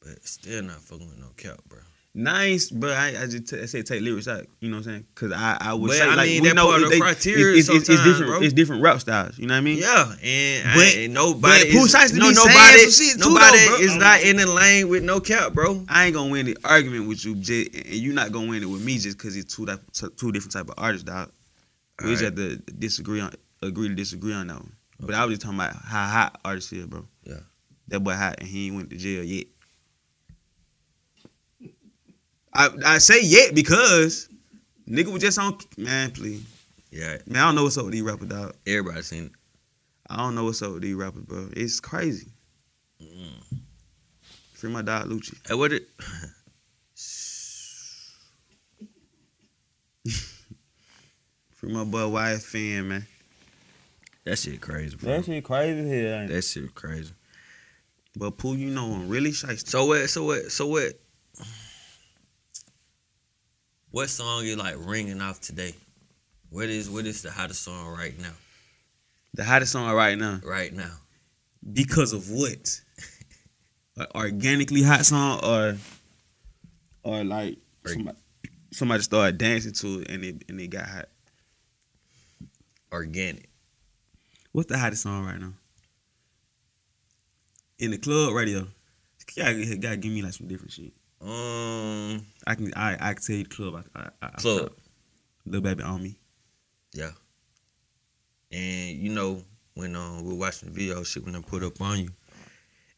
Speaker 2: but still not fucking with no cap, bro.
Speaker 3: Nice, but I, I just t- I said take lyrics out. You know what I'm saying? Cause I I would
Speaker 2: But,
Speaker 3: say
Speaker 2: I
Speaker 3: like
Speaker 2: mean,
Speaker 3: we
Speaker 2: that
Speaker 3: know
Speaker 2: part of the
Speaker 3: they-
Speaker 2: criteria
Speaker 3: it's, it's, it's
Speaker 2: sometimes,
Speaker 3: different.
Speaker 2: bro.
Speaker 3: It's different rap styles. You know what I mean?
Speaker 2: Yeah, and, I-
Speaker 3: But-
Speaker 2: and nobody,
Speaker 3: but Pooh
Speaker 2: is,
Speaker 3: Shiesty
Speaker 2: no,
Speaker 3: be saying
Speaker 2: nobody,
Speaker 3: some shit too, though,
Speaker 2: nobody
Speaker 3: bro.
Speaker 2: is not in the lane with no cap, bro.
Speaker 3: I ain't gonna win the argument with you, J and you're not gonna win it with me just because it's two type, t- two different type of artists, dog. We just have
Speaker 2: Alright.
Speaker 3: to disagree on, agree to disagree on that one. But I was just talking about how hot artists is, bro.
Speaker 2: Yeah.
Speaker 3: that boy hot, and he ain't went to jail yet. I I say yet because nigga was just on man, please,
Speaker 2: Yeah,
Speaker 3: man. I don't know what's up with these rappers, dog.
Speaker 2: everybody seen it.
Speaker 3: I don't know what's up with these rappers, bro. It's crazy.
Speaker 2: Mm.
Speaker 3: Free my dog Lucci.
Speaker 2: Hey, what it?
Speaker 3: Free my boy YFN, man.
Speaker 2: That shit crazy, bro.
Speaker 3: That shit crazy here. Ain't it?
Speaker 2: That shit crazy.
Speaker 3: But Pooh, you know him really shiesty.
Speaker 2: So what? So what? So what? What song is like ringing off today? What is what is the hottest song right now?
Speaker 3: The hottest song right now.
Speaker 2: Right now,
Speaker 3: Because of what? An organically hot song or or like
Speaker 2: Or-
Speaker 3: somebody, somebody started dancing to it and it and it got hot.
Speaker 2: organic.
Speaker 3: What's the hottest song right now? In the club radio. You gotta, you gotta give me like some different shit.
Speaker 2: Um,
Speaker 3: I can I I can tell you the club. I, I, I I-
Speaker 2: Club.
Speaker 3: Lil baby on me.
Speaker 2: yeah. And you know when um we were watching the video shit when I put up on you,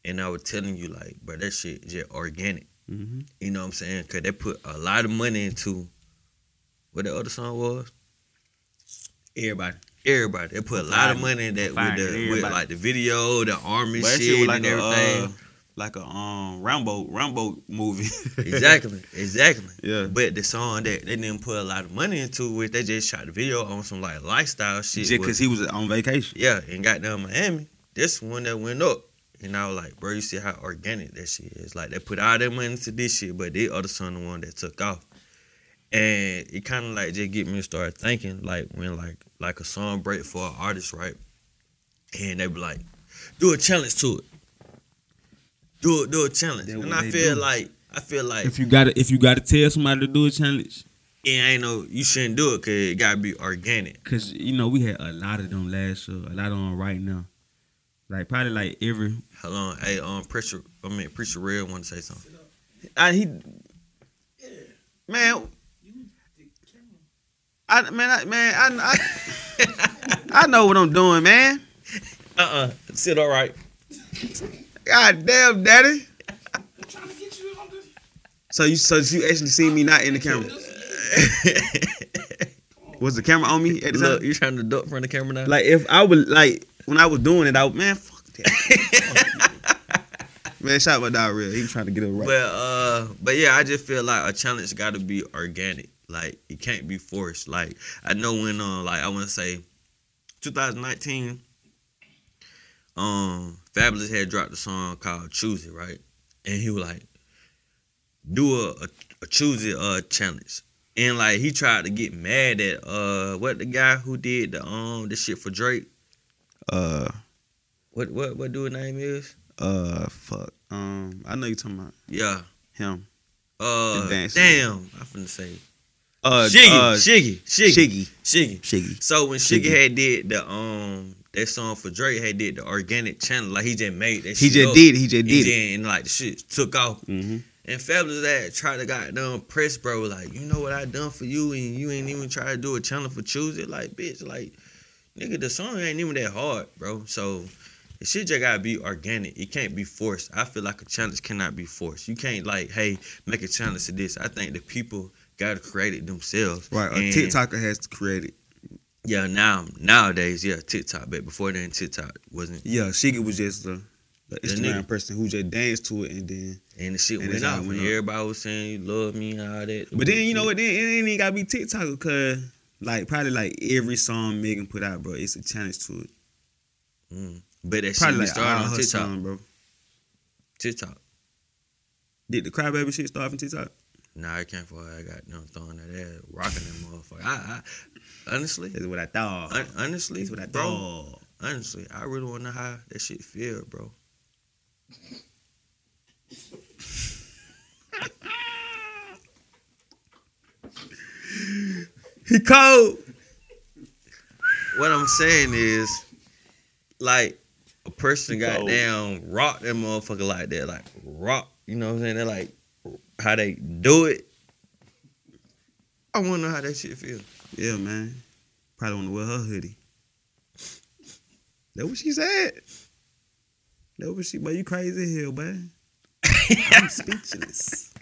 Speaker 2: and I was telling you like, bro, that shit just organic.
Speaker 3: Mm-hmm.
Speaker 2: You know what I'm saying? Cause they put a lot of money into what the other song was.
Speaker 3: Everybody.
Speaker 2: Everybody, they put a lot of
Speaker 3: Finding-
Speaker 2: money in that with
Speaker 3: finding
Speaker 2: the with
Speaker 3: everybody.
Speaker 2: like the video, the army
Speaker 3: But that
Speaker 2: shit,
Speaker 3: shit was like
Speaker 2: and
Speaker 3: a,
Speaker 2: everything.
Speaker 3: uh, like a um Rambo Rambo movie.
Speaker 2: exactly, exactly.
Speaker 3: Yeah.
Speaker 2: But the song that they didn't put a lot of money into it, they just shot the video on some like lifestyle shit.
Speaker 3: Just
Speaker 2: with-
Speaker 3: because he was on vacation.
Speaker 2: yeah, and got down Miami. This one that went up. And I was like, bro, you see how organic that shit is. Like they put all their money into this shit, but the other son the one that took off. And it kind of like just get me to start thinking, like when like like a song break for an artist, right? And they be like, do a challenge to it. Do a, do a challenge.
Speaker 3: That
Speaker 2: and
Speaker 3: what
Speaker 2: I
Speaker 3: they
Speaker 2: feel
Speaker 3: do.
Speaker 2: like I feel like
Speaker 3: you gotta if you gotta tell somebody to do a challenge,
Speaker 2: it ain't no you shouldn't do it because it gotta be organic.
Speaker 3: cause you know we had a lot of them last year, a lot of them right now. Like probably like every
Speaker 2: Hold on, hey, um, preacher, I mean preacher, real want to say something. Ah,
Speaker 3: I he man. I man I, man I, I I know what I'm doing man.
Speaker 2: Uh uh sit all right.
Speaker 3: God damn daddy. So you so you actually seen me not in the camera? Was the camera on me at the
Speaker 2: Look,
Speaker 3: time?
Speaker 2: you trying to duck from the camera now?
Speaker 3: Like if I would like when I was doing it, I would, man fuck that. man, shout my dog real. He was trying to get it right.
Speaker 2: but uh, but yeah, I just feel like a challenge got to be organic. Like it can't be forced. Like I know when uh, like I want to say, 2019, um, Fabulous had dropped a song called "Choose It," right? And he was like, do a a, a choose it uh challenge. And like he tried to get mad at uh what the guy who did the um the shit for Drake.
Speaker 3: uh
Speaker 2: What what what dude name is?
Speaker 3: uh fuck. Um I know you talking about
Speaker 2: Yeah.
Speaker 3: him.
Speaker 2: Uh,
Speaker 3: Advanced.
Speaker 2: damn, I'm finna say
Speaker 3: Uh
Speaker 2: Shiggy,
Speaker 3: uh,
Speaker 2: Shiggy, Shiggy,
Speaker 3: Shiggy.
Speaker 2: Shiggy.
Speaker 3: Shiggy.
Speaker 2: So when Shiggy,
Speaker 3: Shiggy.
Speaker 2: had did the um that song for Drake had did the organic channel, like he just made that.
Speaker 3: He
Speaker 2: shit
Speaker 3: just
Speaker 2: up.
Speaker 3: did it, he just
Speaker 2: He
Speaker 3: did it.
Speaker 2: just- and like the shit took off.
Speaker 3: Mm-hmm.
Speaker 2: And Fabulous that tried to goddamn press, bro. Like you know what I done for you, and you ain't even try to do a channel for choose it. Like bitch, like nigga, the song ain't even that hard, bro. So. The shit just gotta be organic. It can't be forced. I feel like a challenge cannot be forced. You can't like, hey, make a challenge to this. I think the people gotta create it themselves.
Speaker 3: Right. A
Speaker 2: And-
Speaker 3: TikToker has to create it.
Speaker 2: yeah, now nowadays, yeah, TikTok, but before then TikTok wasn't
Speaker 3: Yeah, Shiggy was just the, the Instagram
Speaker 2: nigga.
Speaker 3: person who just danced to it and then
Speaker 2: and the shit
Speaker 3: And
Speaker 2: went
Speaker 3: that's how
Speaker 2: out
Speaker 3: it
Speaker 2: when
Speaker 3: went up.
Speaker 2: everybody was saying you love me and all that.
Speaker 3: But then you know what? Then it ain't gotta be TikTok, cause like probably like every song Megan put out, bro, it's a challenge to it.
Speaker 2: Mm. But that shit
Speaker 3: Probably
Speaker 2: be
Speaker 3: like
Speaker 2: started
Speaker 3: all
Speaker 2: on
Speaker 3: her
Speaker 2: TikTok.
Speaker 3: song, bro.
Speaker 2: TikTok.
Speaker 3: Did the Crybaby shit start from TikTok?
Speaker 2: Nah, I can't for I got them throwing that ass, rocking that motherfucker. I, I honestly,
Speaker 3: That's what I thought.
Speaker 2: hon- honestly,
Speaker 3: That's what I
Speaker 2: bro,
Speaker 3: thought.
Speaker 2: honestly, I really wanna know how that shit feel, bro.
Speaker 3: He cold.
Speaker 2: What I'm saying is, like, a person got
Speaker 3: Yo.
Speaker 2: down, rock that motherfucker like that, like rock. You know what I'm saying? They're like how they do it. I wanna know how that shit feel.
Speaker 3: Yeah, man. Probably wanna wear her hoodie. That what she said. That what she. But you crazy as hell, man. I'm speechless.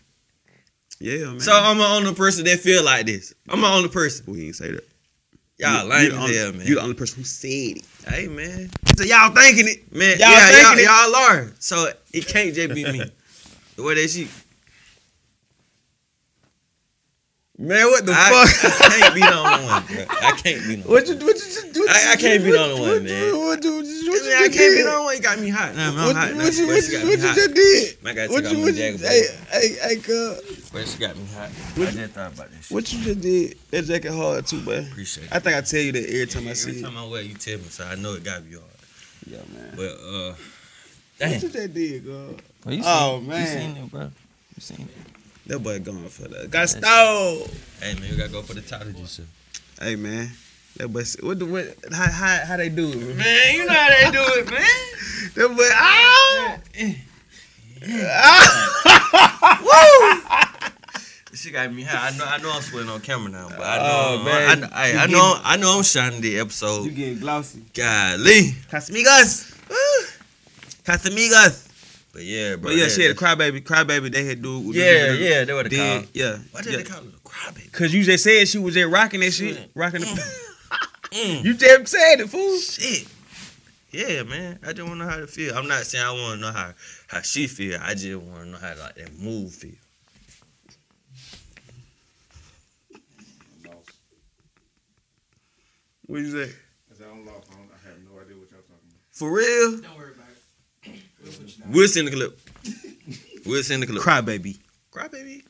Speaker 3: Yeah, man.
Speaker 2: So I'm the only person that feel like this. I'm the only person.
Speaker 3: we ain't say that.
Speaker 2: Y'all
Speaker 3: You-
Speaker 2: lame
Speaker 3: you the
Speaker 2: as
Speaker 3: only-
Speaker 2: hell, man.
Speaker 3: You the only person who said it.
Speaker 2: hey man,
Speaker 3: So y'all thinking it.
Speaker 2: man,
Speaker 3: Y'all
Speaker 2: yeah, y'all,
Speaker 3: thinking it-
Speaker 2: y'all are. So it can't just be me. The way that she,
Speaker 3: Man, what the
Speaker 2: I,
Speaker 3: fuck?
Speaker 2: I can't be the only one. Bro. I can't be the only one.
Speaker 3: What you, what you just do?
Speaker 2: I- I can't be the only one, man.
Speaker 3: What
Speaker 2: I,
Speaker 3: you, what you, what
Speaker 2: mean,
Speaker 3: you
Speaker 2: I
Speaker 3: just
Speaker 2: can't be
Speaker 3: did?
Speaker 2: the only one. You got me hot. Nah, man, I'm hot.
Speaker 3: What,
Speaker 2: Nah,
Speaker 3: what, you,
Speaker 2: boy,
Speaker 3: what,
Speaker 2: she
Speaker 3: you,
Speaker 2: got me
Speaker 3: what you
Speaker 2: hot.
Speaker 3: just did?
Speaker 2: Man, I gotta
Speaker 3: What
Speaker 2: take out
Speaker 3: you,
Speaker 2: my
Speaker 3: what you,
Speaker 2: jacket,
Speaker 3: hey,
Speaker 2: boy.
Speaker 3: hey, hey, girl,
Speaker 2: Boy, she got me hot. I
Speaker 3: What-
Speaker 2: just thought about this. Shit.
Speaker 3: what you just did? That jacket hard too, man.
Speaker 2: Appreciate it.
Speaker 3: I think I tell you that every time I
Speaker 2: Every
Speaker 3: see
Speaker 2: time I wear, it, you tell me, so I know it gotta be hard.
Speaker 3: it. Yeah, man.
Speaker 2: But uh,
Speaker 3: What you
Speaker 2: damn.
Speaker 3: just did, girl?
Speaker 2: Well, you
Speaker 3: Oh,
Speaker 2: seen-
Speaker 3: man.
Speaker 2: you seen it, bro? You seen it?
Speaker 3: That boy gone for that. Got stole.
Speaker 2: Hey man, you gotta go for the title, you said.
Speaker 3: Hey, man. That boy, said- what the what? How how, how they do it? Man?
Speaker 2: Man, you know how they do it, man.
Speaker 3: That boy, ah,
Speaker 2: She got me high. I know. I know I'm sweating on camera now, but I
Speaker 3: Oh,
Speaker 2: know.
Speaker 3: man.
Speaker 2: I, I,
Speaker 3: You
Speaker 2: I, know. I know. I'm shining the
Speaker 3: you
Speaker 2: episode.
Speaker 3: getting glossy.
Speaker 2: Golly,
Speaker 3: Casamigos, Woo. Casamigos.
Speaker 2: but yeah, bro.
Speaker 3: But yeah, she had a
Speaker 2: that-
Speaker 3: crybaby. Crybaby, they had do.
Speaker 2: Yeah, yeah, they were the
Speaker 3: Then,
Speaker 2: call.
Speaker 3: yeah.
Speaker 2: Why did
Speaker 3: yeah.
Speaker 2: they call it a crybaby?
Speaker 3: Cause you just said she was just rocking that shit,
Speaker 2: Shit.
Speaker 3: rocking the.
Speaker 2: Mm,
Speaker 3: you just said it, fool.
Speaker 2: shit. Yeah, man. I just want to know how to feel. I'm not saying I want to know how how she feel. I just want to know how like that move feel.
Speaker 3: What you say?
Speaker 4: Cause I don't love, I, don't, I have no idea what y'all talking about.
Speaker 2: For real?
Speaker 5: Don't worry about it. We'll put you down.
Speaker 2: We'll send the clip. We'll send the clip.
Speaker 3: Crybaby.
Speaker 2: Crybaby.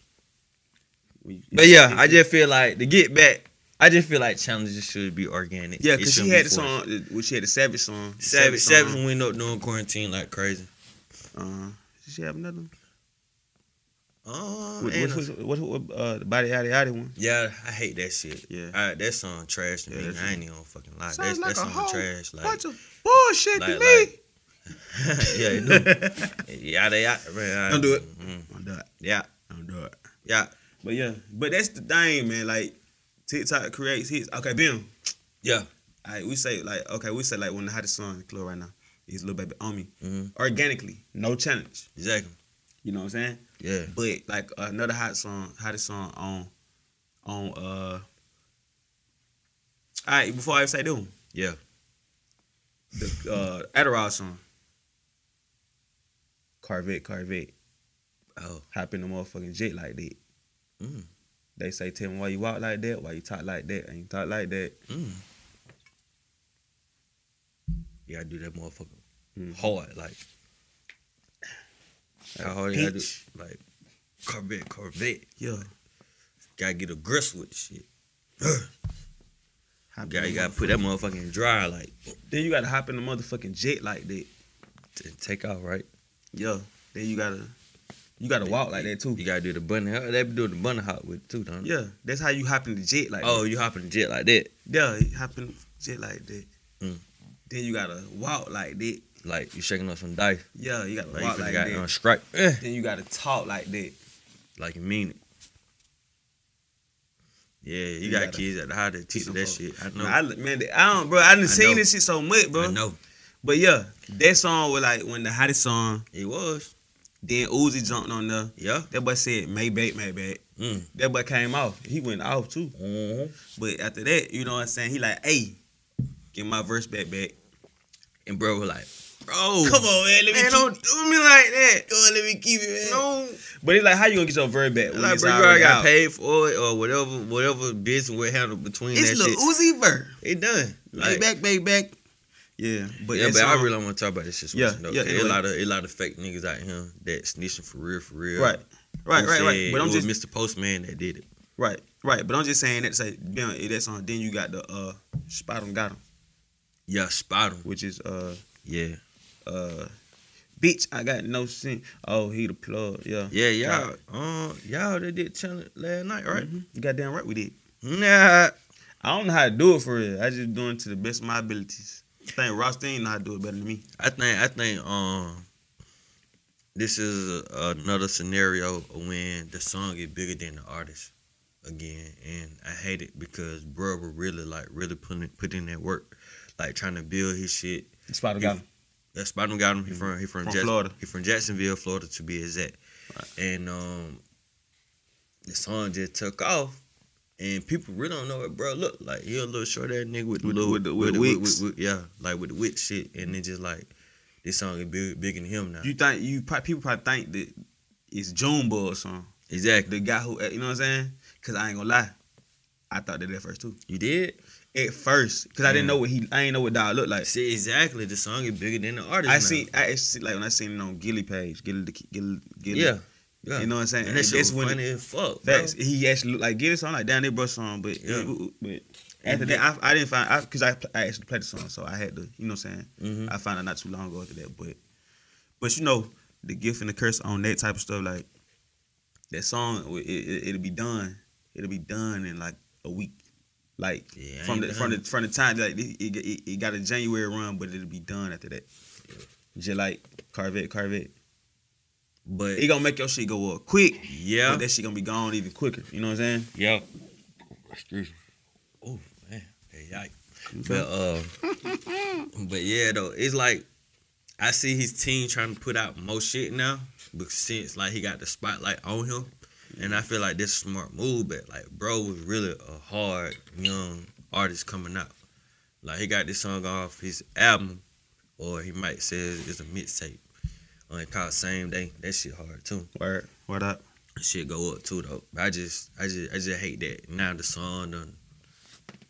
Speaker 2: But yeah, I just feel like to get back. I just feel like challenges should be organic.
Speaker 3: Yeah,
Speaker 2: It
Speaker 3: cause she
Speaker 2: shouldn't
Speaker 3: had
Speaker 2: be
Speaker 3: the
Speaker 2: forced.
Speaker 3: song. Well, she had the Savage song.
Speaker 2: Savage,
Speaker 3: song.
Speaker 2: Savage went up doing quarantine like crazy.
Speaker 3: Uh, did she have another one?
Speaker 2: Oh,
Speaker 3: What,
Speaker 2: and-
Speaker 3: what, what, what, what, uh, the body yada yada one?
Speaker 2: yeah, I hate that shit.
Speaker 3: Yeah.
Speaker 2: I, that song trash to
Speaker 3: Yeah,
Speaker 2: me.
Speaker 3: that's-
Speaker 2: I ain't even gonna fucking lie.
Speaker 3: Sounds
Speaker 2: That's,
Speaker 3: like
Speaker 2: that
Speaker 3: a
Speaker 2: song
Speaker 3: whole
Speaker 2: trash. Like,
Speaker 3: Bunch of bullshit
Speaker 2: like,
Speaker 3: to me.
Speaker 2: like- yeah, it do. yada yada. Man, I-
Speaker 3: Don't do it.
Speaker 2: Mm,
Speaker 3: Don't do it.
Speaker 2: yeah,
Speaker 3: Don't do it.
Speaker 2: yeah,
Speaker 3: But yeah, but that's the thing, man. Like TikTok creates hits. Okay, boom.
Speaker 2: yeah.
Speaker 3: I we say like okay, we say like when the hottest song in the club right now is Lil Baby on me.
Speaker 2: Mhm.
Speaker 3: Organically, no challenge.
Speaker 2: Exactly.
Speaker 3: You know what I'm saying?
Speaker 2: Yeah.
Speaker 3: But like another hot song, hottest song on on uh all right, before I even say them.
Speaker 2: Yeah.
Speaker 3: The uh Adderall song. Corvette, Corvette.
Speaker 2: Oh.
Speaker 3: Hop in the motherfucking jet like that.
Speaker 2: Mm.
Speaker 3: They say tell me why you walk like that, why you talk like that, and you talk like that.
Speaker 2: Mm. You gotta do that motherfucker
Speaker 3: Mhm.
Speaker 2: hard, like. How hard you gotta do? Like Corvette, Corvette.
Speaker 3: Yeah.
Speaker 2: Gotta get a grist with the shit.
Speaker 3: Hop in
Speaker 2: Gotta,
Speaker 3: the
Speaker 2: you gotta put that motherfucking dry, like,
Speaker 3: Then you gotta hop in the motherfucking jet like that.
Speaker 2: and take off, right?
Speaker 3: Yeah. Then you gotta you gotta walk like that too.
Speaker 2: You gotta do the bunny hop. They be doing the bunny hop with it too, don't they?
Speaker 3: Yeah. That's how you hop in the jet like
Speaker 2: Oh, you hopping the jet like that.
Speaker 3: that. Yeah, hop in the jet like that.
Speaker 2: Mm.
Speaker 3: Then you gotta walk like that.
Speaker 2: Like you shaking up some dice.
Speaker 3: Yeah, you gotta
Speaker 2: Like
Speaker 3: walk
Speaker 2: you
Speaker 3: like
Speaker 2: got
Speaker 3: that.
Speaker 2: on strike. Eh,
Speaker 3: Then you gotta talk like that.
Speaker 2: Like you mean it. Yeah, you,
Speaker 3: You
Speaker 2: got
Speaker 3: gotta
Speaker 2: kids at the house that teach you
Speaker 3: some
Speaker 2: that
Speaker 3: folk.
Speaker 2: shit. I know.
Speaker 3: Man, I, man, I don't, bro. I done
Speaker 2: I
Speaker 3: seen
Speaker 2: know.
Speaker 3: this shit so much, bro.
Speaker 2: I know.
Speaker 3: But yeah, that song was like when the hottest song.
Speaker 2: It was.
Speaker 3: Then Uzi jumped on there.
Speaker 2: Yeah.
Speaker 3: That boy said Maybach, Maybach.
Speaker 2: Mm.
Speaker 3: That boy came off. He went off too.
Speaker 2: hmm
Speaker 3: But after that, you know what I'm saying? He like, hey, get my verse back back.
Speaker 2: And bro was like,
Speaker 3: Bro,
Speaker 2: come on, man, let me
Speaker 3: man,
Speaker 2: keep,
Speaker 3: don't do me like that.
Speaker 2: let me keep it, man.
Speaker 3: No. But it's like, how you gonna get your verse back? When
Speaker 2: Like,
Speaker 3: it's
Speaker 2: bro, you already
Speaker 3: already
Speaker 2: got
Speaker 3: out?
Speaker 2: paid for it or whatever, whatever business we handle between
Speaker 3: It's
Speaker 2: that
Speaker 3: Lil
Speaker 2: shit.
Speaker 3: Uzi verse.
Speaker 2: It done. Like,
Speaker 3: back, back, back. Yeah, but
Speaker 2: yeah,
Speaker 3: that
Speaker 2: but I
Speaker 3: song-
Speaker 2: really want to talk about this shit.
Speaker 3: Yeah,
Speaker 2: Yeah, though,
Speaker 3: yeah,
Speaker 2: yeah.
Speaker 3: anyway.
Speaker 2: A lot of a lot of fake niggas out here that snitching for real, for real.
Speaker 3: right, right,
Speaker 2: Who
Speaker 3: right, right.
Speaker 2: said
Speaker 3: But I'm
Speaker 2: it was
Speaker 3: just
Speaker 2: Mr. Postman that did it.
Speaker 3: right, right. But I'm just saying that to say, damn, it, that song. Then you got the uh, spot on got 'Em,
Speaker 2: Yeah, spot him.
Speaker 3: which is uh,
Speaker 2: Yeah,
Speaker 3: uh, bitch, I got no sin. Oh, he the plug. Yeah,
Speaker 2: yeah, y'all, um, y'all that did challenge last night, right?
Speaker 3: Mhm. You goddamn right we did.
Speaker 2: Nah,
Speaker 3: I don't know how to do it for real. I just doing it to the best of my abilities. I think Ross Dean know how to do it better than me.
Speaker 2: I think I think um this is a, another scenario when the song is bigger than the artist again, and I hate it because bro were really like really putting putting in that work, like trying to build his shit.
Speaker 3: Spot
Speaker 2: Got 'Em. That's Spider got him. He from he from,
Speaker 3: Mm-hmm. From
Speaker 2: Jackson,
Speaker 3: Florida.
Speaker 2: He from Jacksonville, Florida, to be exact. And um, the song just took off, and people really don't know what bro look like. He a little short ass nigga with the
Speaker 3: With-
Speaker 2: little
Speaker 3: with the- with the wigs.
Speaker 2: with- yeah, like with the wig shit, and then just like this song is big, bigger than him now.
Speaker 3: You think you prob- people probably think that it's Junebug or something.
Speaker 2: exactly.
Speaker 3: the guy who eh, you know what I'm saying? Cause I ain't gonna lie, I thought that at first too.
Speaker 2: You did. Mm.
Speaker 3: At first, cause I didn't know what he, I ain't know what dog looked like.
Speaker 2: See exactly. The song is bigger than the artist.
Speaker 3: I
Speaker 2: now.
Speaker 3: seen, I actually seen- like when I seen it on Gilly page, Gilly, the Ki- Gilly, Gilly.
Speaker 2: Yeah. Yeah.
Speaker 3: You know what I'm saying?
Speaker 2: And that
Speaker 3: And
Speaker 2: shit
Speaker 3: that's
Speaker 2: was
Speaker 3: when-
Speaker 2: funny as fuck. bro.
Speaker 3: Facts. He actually looked like Gilly, so I'm like, damn, they brought song, but
Speaker 2: Yeah.
Speaker 3: but after that, I, I didn't find, I, cause I, pl- I actually played the song, so I had to, you know what I'm saying?
Speaker 2: Mhm.
Speaker 3: I found out not too long ago after that, but, but you know, the gift and the curse on that type of stuff, like that song, it, it, it'll be done, it'll be done in like a week. Like
Speaker 2: Yeah, I
Speaker 3: from
Speaker 2: ain't
Speaker 3: the from the
Speaker 2: done.
Speaker 3: from the time like it, it, it- it got a January run, but it'll be done after that. Just like Carvette, Carvette.
Speaker 2: But
Speaker 3: It gonna make your shit go up quick.
Speaker 2: yeah,
Speaker 3: But that shit gonna be gone even quicker. You know what I'm saying?
Speaker 2: yeah. Excuse me. Oh man, hey, yike. But uh, but yeah though, it's like I see his team trying to put out more shit now, but since like he got the spotlight on him, and I feel like this is a smart move. But like, bro was really a hard young artist coming out. Like he got this song off his album, or he might say it's a mixtape. Uh, it called Same Day. That shit hard too
Speaker 3: Word. Word up.
Speaker 2: shit go up too though. I just I just I just hate that now the song done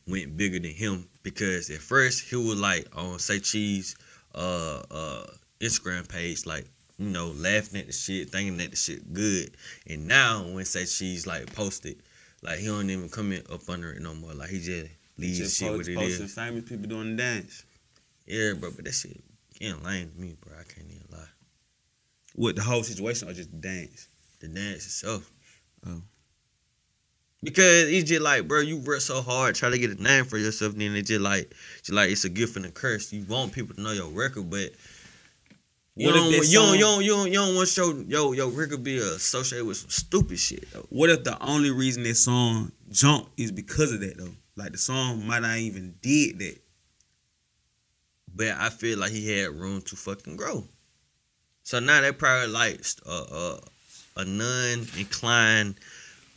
Speaker 2: went bigger than him because at first he was like on say cheese uh uh Instagram page like you know laughing at the shit thinking that the shit good and now when say cheese like posted like he don't even comment up under it no more like he just leaves the
Speaker 3: Just
Speaker 2: shit
Speaker 3: post-
Speaker 2: what it
Speaker 3: posting
Speaker 2: is
Speaker 3: famous people doing the dance.
Speaker 2: yeah bro but that shit getting lame to me bro I can't even lie
Speaker 3: With the whole situation or just dance.
Speaker 2: the dance itself.
Speaker 3: Oh.
Speaker 2: Because it's just like, bro, you work so hard, try to get a name for yourself, then it's just like, just like it's a gift and a curse. You want people to know your record, but you
Speaker 3: What if
Speaker 2: don't,
Speaker 3: that
Speaker 2: want- you, don't,
Speaker 3: song-
Speaker 2: you, don't, you, don't, you don't want your, your, your record be associated with some stupid shit, though.
Speaker 3: What if the only reason that song jumped is because of that though? Like the song might not even did that.
Speaker 2: But I feel like he had room to fucking grow. So now they probably like st- uh, uh, a non-inclined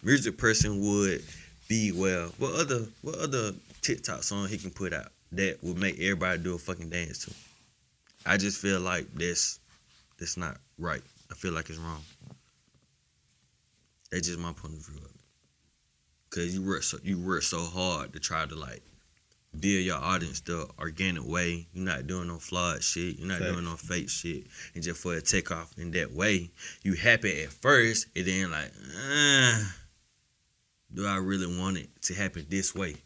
Speaker 2: music person would be well. What other what other TikTok song he can put out that would make everybody do a fucking dance to? I just feel like that's that's not right. I feel like it's wrong. That's just my point of view of it. Cause you work so you work so hard to try to like build your audience the organic way. You're not doing no flawed shit. You're not
Speaker 3: Facts.
Speaker 2: doing no fake shit. And just for a takeoff in that way, you happy at first, and then like, uh, do I really want it to happen this way?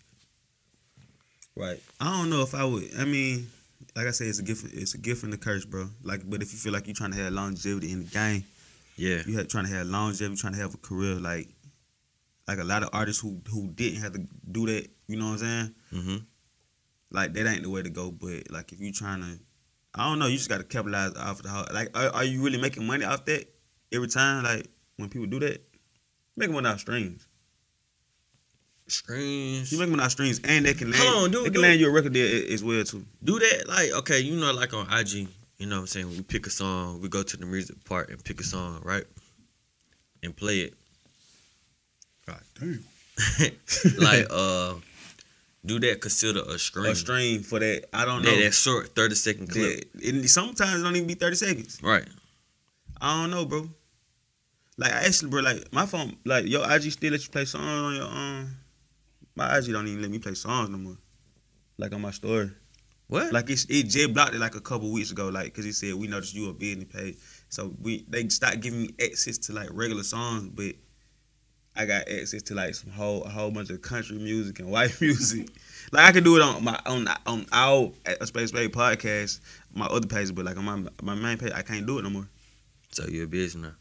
Speaker 3: Right. I don't know if I would. I mean, like I said, it's a gift. It's a gift and a curse, bro. Like, but if you feel like you're trying to have longevity in the game,
Speaker 2: Yeah.
Speaker 3: you have trying to have longevity, trying to have a career. Like, like a lot of artists who who didn't have to do that. You know what I'm saying?
Speaker 2: Mm-hmm.
Speaker 3: Like that ain't the way to go. But like if you trying to, I don't know. You just got to capitalize off the hard. Like, are, are you really making money off that every time? Like when people do that, make money off streams.
Speaker 2: Screens.
Speaker 3: You make money off streams, and they can land.
Speaker 2: Hold on, dude,
Speaker 3: they can
Speaker 2: dude.
Speaker 3: land you a record deal a- as well too.
Speaker 2: do that like okay you know like on ig you know what i'm saying we pick a song we go to the music part and pick a song right and play it
Speaker 3: God damn.
Speaker 2: like uh do that consider a screen
Speaker 3: A stream for that. I don't
Speaker 2: that,
Speaker 3: know.
Speaker 2: that short 30 second clip
Speaker 3: That- and sometimes it don't even be 30 seconds.
Speaker 2: right
Speaker 3: I don't know, bro. Like I actually, bro, like my phone, like your IG still let you play songs on your um. My IG don't even let me play songs no more. Like on my story,
Speaker 2: what like
Speaker 3: like it's it J blocked it like a couple weeks ago, like because he said we noticed you a business page, so we they stopped giving me access to like regular songs, but I got access to like some whole a whole bunch of country music and white music. Like I can do it on my on on our uh, Space Bay podcast, my other page, but like on my my main page, I can't do it no more.
Speaker 2: so you're a business now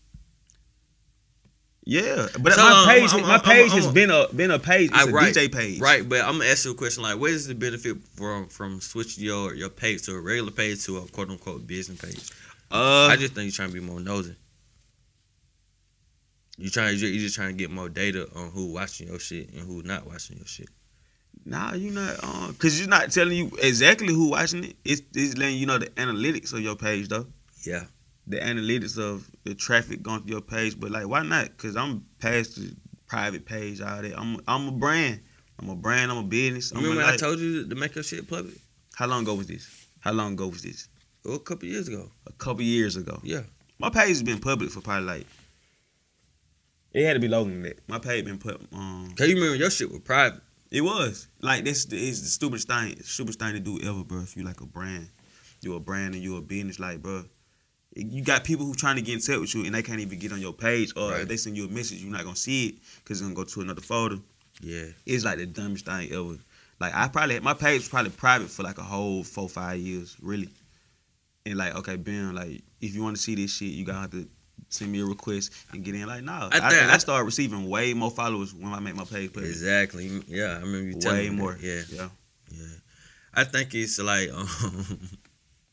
Speaker 3: Yeah, but
Speaker 2: So,
Speaker 3: my
Speaker 2: um,
Speaker 3: page,
Speaker 2: I'm-
Speaker 3: my
Speaker 2: I'm-
Speaker 3: page
Speaker 2: I'm-
Speaker 3: has been a been a page. It's
Speaker 2: I-
Speaker 3: a
Speaker 2: right,
Speaker 3: DJ page,
Speaker 2: right but i'm gonna ask you a question like what is the benefit from from switching your your page to a regular page to a quote-unquote business page
Speaker 3: Uh,
Speaker 2: i just think you're trying to be more nosy you trying you just trying to get more data on who watching your shit and who not watching your shit
Speaker 3: nah, you not, um, cause you're not telling you exactly who watching it. It's it's letting you know the analytics of your page though.
Speaker 2: Yeah.
Speaker 3: the analytics of the traffic going through your page, but like why not? Cause I'm past the private page, all that. I'm I'm a brand. I'm a brand. I'm a business. I'm a
Speaker 2: Remember when I
Speaker 3: like-
Speaker 2: told you to make your shit public?
Speaker 3: How long ago was this? How long ago was this?
Speaker 2: Oh, a couple years ago.
Speaker 3: A couple years ago.
Speaker 2: Yeah.
Speaker 3: My page has been public for probably like. It had to be longer than that. My page been put. Um,
Speaker 2: Cause you remember your shit was private.
Speaker 3: It was like this is the stupidest thing, stupidest thing to do ever, bro. If you like a brand, you a brand and you a business, like, bro, you got people who trying to get in touch with you and they can't even get on your page, or
Speaker 2: Right.
Speaker 3: if they send you a message, you're not gonna see it because it's gonna go to another folder.
Speaker 2: Yeah.
Speaker 3: It's like the dumbest thing ever. Like I probably my page was probably private for like a whole four five years, really. And like, okay, bam, like if you want to see this shit, you gotta have to send me a request and get in. Like, nah,
Speaker 2: I
Speaker 3: I,
Speaker 2: think-
Speaker 3: I, started receiving way more followers when I made my page public.
Speaker 2: Exactly. Yeah, I remember you telling
Speaker 3: Way
Speaker 2: me that.
Speaker 3: more.
Speaker 2: Yeah,
Speaker 3: yeah.
Speaker 2: yeah. I think it's like um,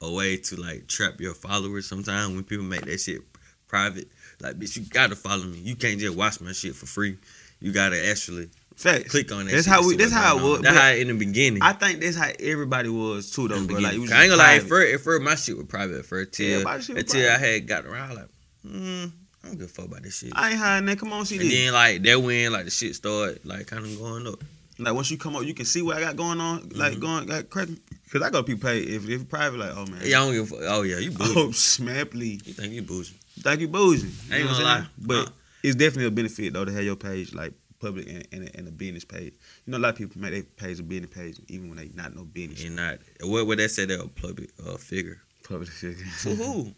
Speaker 2: a way to like trap your followers sometimes when people make that shit private. Like, bitch, you gotta follow me. You can't just watch my shit for free. You gotta actually
Speaker 3: Facts.
Speaker 2: click on that.
Speaker 3: That's
Speaker 2: shit
Speaker 3: how
Speaker 2: to
Speaker 3: we.
Speaker 2: see
Speaker 3: That's
Speaker 2: what's
Speaker 3: how it
Speaker 2: going on.
Speaker 3: was.
Speaker 2: That's
Speaker 3: but
Speaker 2: how in the beginning.
Speaker 3: I think that's how everybody was too, though, bro. Like, it was
Speaker 2: I ain't gonna lie, at
Speaker 3: private.
Speaker 2: first, at first my shit was private at first
Speaker 3: Yeah,
Speaker 2: till,
Speaker 3: my shit was
Speaker 2: until I
Speaker 3: private.
Speaker 2: had got around like, mm, I don't give a fuck about this shit.
Speaker 3: I ain't hiding that. Come on, see
Speaker 2: and
Speaker 3: this.
Speaker 2: then like that when like the shit started like kind of going up.
Speaker 3: Like once you come up, you can see what I got going on.
Speaker 2: Mm-hmm.
Speaker 3: Like going, like cracking. Cause I got people pay if if private. Like, oh man,
Speaker 2: Yeah, I don't give a fuck. Oh yeah, you bougie.
Speaker 3: oh snap, please.
Speaker 2: You think you bougie?
Speaker 3: Thank you, bougie. You
Speaker 2: Ain't
Speaker 3: know what
Speaker 2: gonna
Speaker 3: I'm
Speaker 2: lie.
Speaker 3: but
Speaker 2: Uh.
Speaker 3: it's definitely a benefit though to have your page like public and, and, and a business page. You know, a lot of people make their page a business page even when they not no business.
Speaker 2: And not what would that say? That a public uh, figure.
Speaker 3: Public figure.
Speaker 2: To who?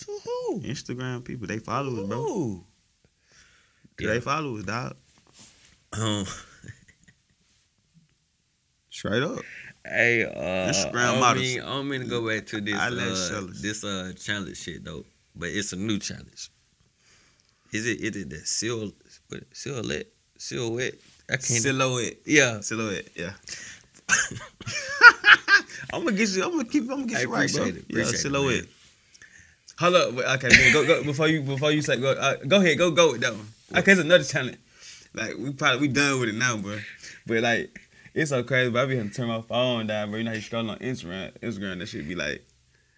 Speaker 2: To who?
Speaker 3: Instagram people, they followers, bro.
Speaker 2: Who?
Speaker 3: They
Speaker 2: Yeah.
Speaker 3: followers, dog.
Speaker 2: Um,
Speaker 3: Straight up.
Speaker 2: hey, uh,
Speaker 3: Instagram
Speaker 2: I don't
Speaker 3: models.
Speaker 2: mean, I don't mean to go back to this
Speaker 3: Eyelash
Speaker 2: uh,
Speaker 3: sellers.
Speaker 2: this uh challenge shit though, but it's a new challenge. Is it? Is it that seal what- silhouette silhouette? I can't.
Speaker 3: Silhouette.
Speaker 2: yeah.
Speaker 3: Silhouette, yeah. I'm gonna get you. I'm gonna keep. I'm gonna get
Speaker 2: I
Speaker 3: you right, bro.
Speaker 2: appreciate it,
Speaker 3: yeah,
Speaker 2: appreciate it,
Speaker 3: silhouette.
Speaker 2: man.
Speaker 3: Hold up. wait, Okay, man, go go before you before you say go. Uh, go ahead. Go go with that one. Okay, it's another challenge. Like we probably we done with it now, bro. But like it's so crazy. But I be having to turn my phone down, bro. You know how you scroll on Instagram. Instagram that shit be like,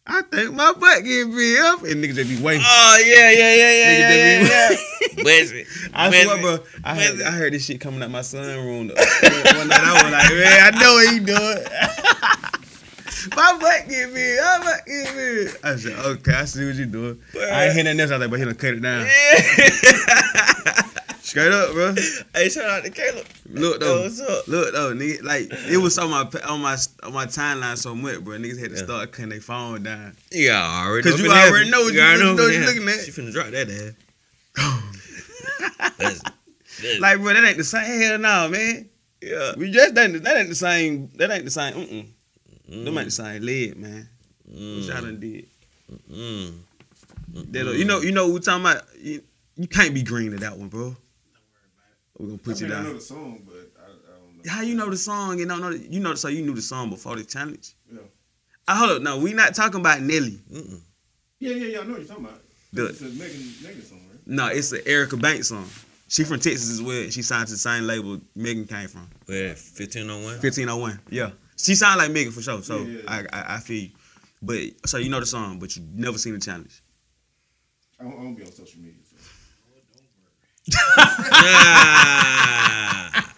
Speaker 3: I think my butt get big up, and niggas just be waiting.
Speaker 2: Oh yeah yeah yeah yeah
Speaker 3: Nigga,
Speaker 2: yeah
Speaker 3: that be-
Speaker 2: yeah. yeah. Listen,
Speaker 3: I
Speaker 2: listen.
Speaker 3: swear, bro. I heard,
Speaker 2: Listen.
Speaker 3: I heard this shit coming out my son's room. the- One night I was like, man, I know what he doing. my butt get big. My butt get big. I said, okay, I see what you doing. I ain't hear nothing else. I was like, but he done cut it down. Straight up, bro.
Speaker 2: Hey, shout out to Caleb.
Speaker 3: Look
Speaker 2: Yo,
Speaker 3: though,
Speaker 2: what's up?
Speaker 3: look though, nigga. Like it was on my on my on my timeline so much, bro. Niggas had to
Speaker 2: Yeah.
Speaker 3: start cutting their phone down.
Speaker 2: Yeah, I already.
Speaker 3: Cause
Speaker 2: know
Speaker 3: you
Speaker 2: finna
Speaker 3: already
Speaker 2: happen.
Speaker 3: know what you-
Speaker 2: already
Speaker 3: you know
Speaker 2: finna
Speaker 3: you
Speaker 2: happen.
Speaker 3: looking at.
Speaker 2: She finna drop that ass. Listen, listen.
Speaker 3: Like, bro, that ain't the same. Hell no, man.
Speaker 2: yeah.
Speaker 3: We just that ain't, that ain't the same. That ain't the same. Mm-mm. Them ain't
Speaker 2: Mm,
Speaker 3: the same lead, man. Which I
Speaker 2: mm,
Speaker 3: done did.
Speaker 2: mm,
Speaker 3: That you know, you know, we talking about. You, you can't be green to that one, bro. We're gonna put
Speaker 4: I
Speaker 3: you
Speaker 4: mean, I know
Speaker 3: down.
Speaker 4: the song, but I, I don't know.
Speaker 3: How you know the song and don't know? The, you know, so you knew the song before the challenge.
Speaker 4: Yeah.
Speaker 3: I hold up. No, we not talking about Nelly.
Speaker 2: mm.
Speaker 4: Yeah, yeah, yeah. I know what you're talking about.
Speaker 3: Good.
Speaker 4: It's a Megan, Megan song, right?
Speaker 3: No, it's the Erica Banks song. She from Texas as well. She signed to the same label Megan came from.
Speaker 2: Where fifteen on one?
Speaker 3: Fifteen oh one. Yeah. She sound like Megan for sure. So
Speaker 4: Yeah, yeah, yeah.
Speaker 3: I, I I feel you. But so you know the song, but you never seen the challenge.
Speaker 4: I don't, I don't be on social media. So.
Speaker 2: Ah.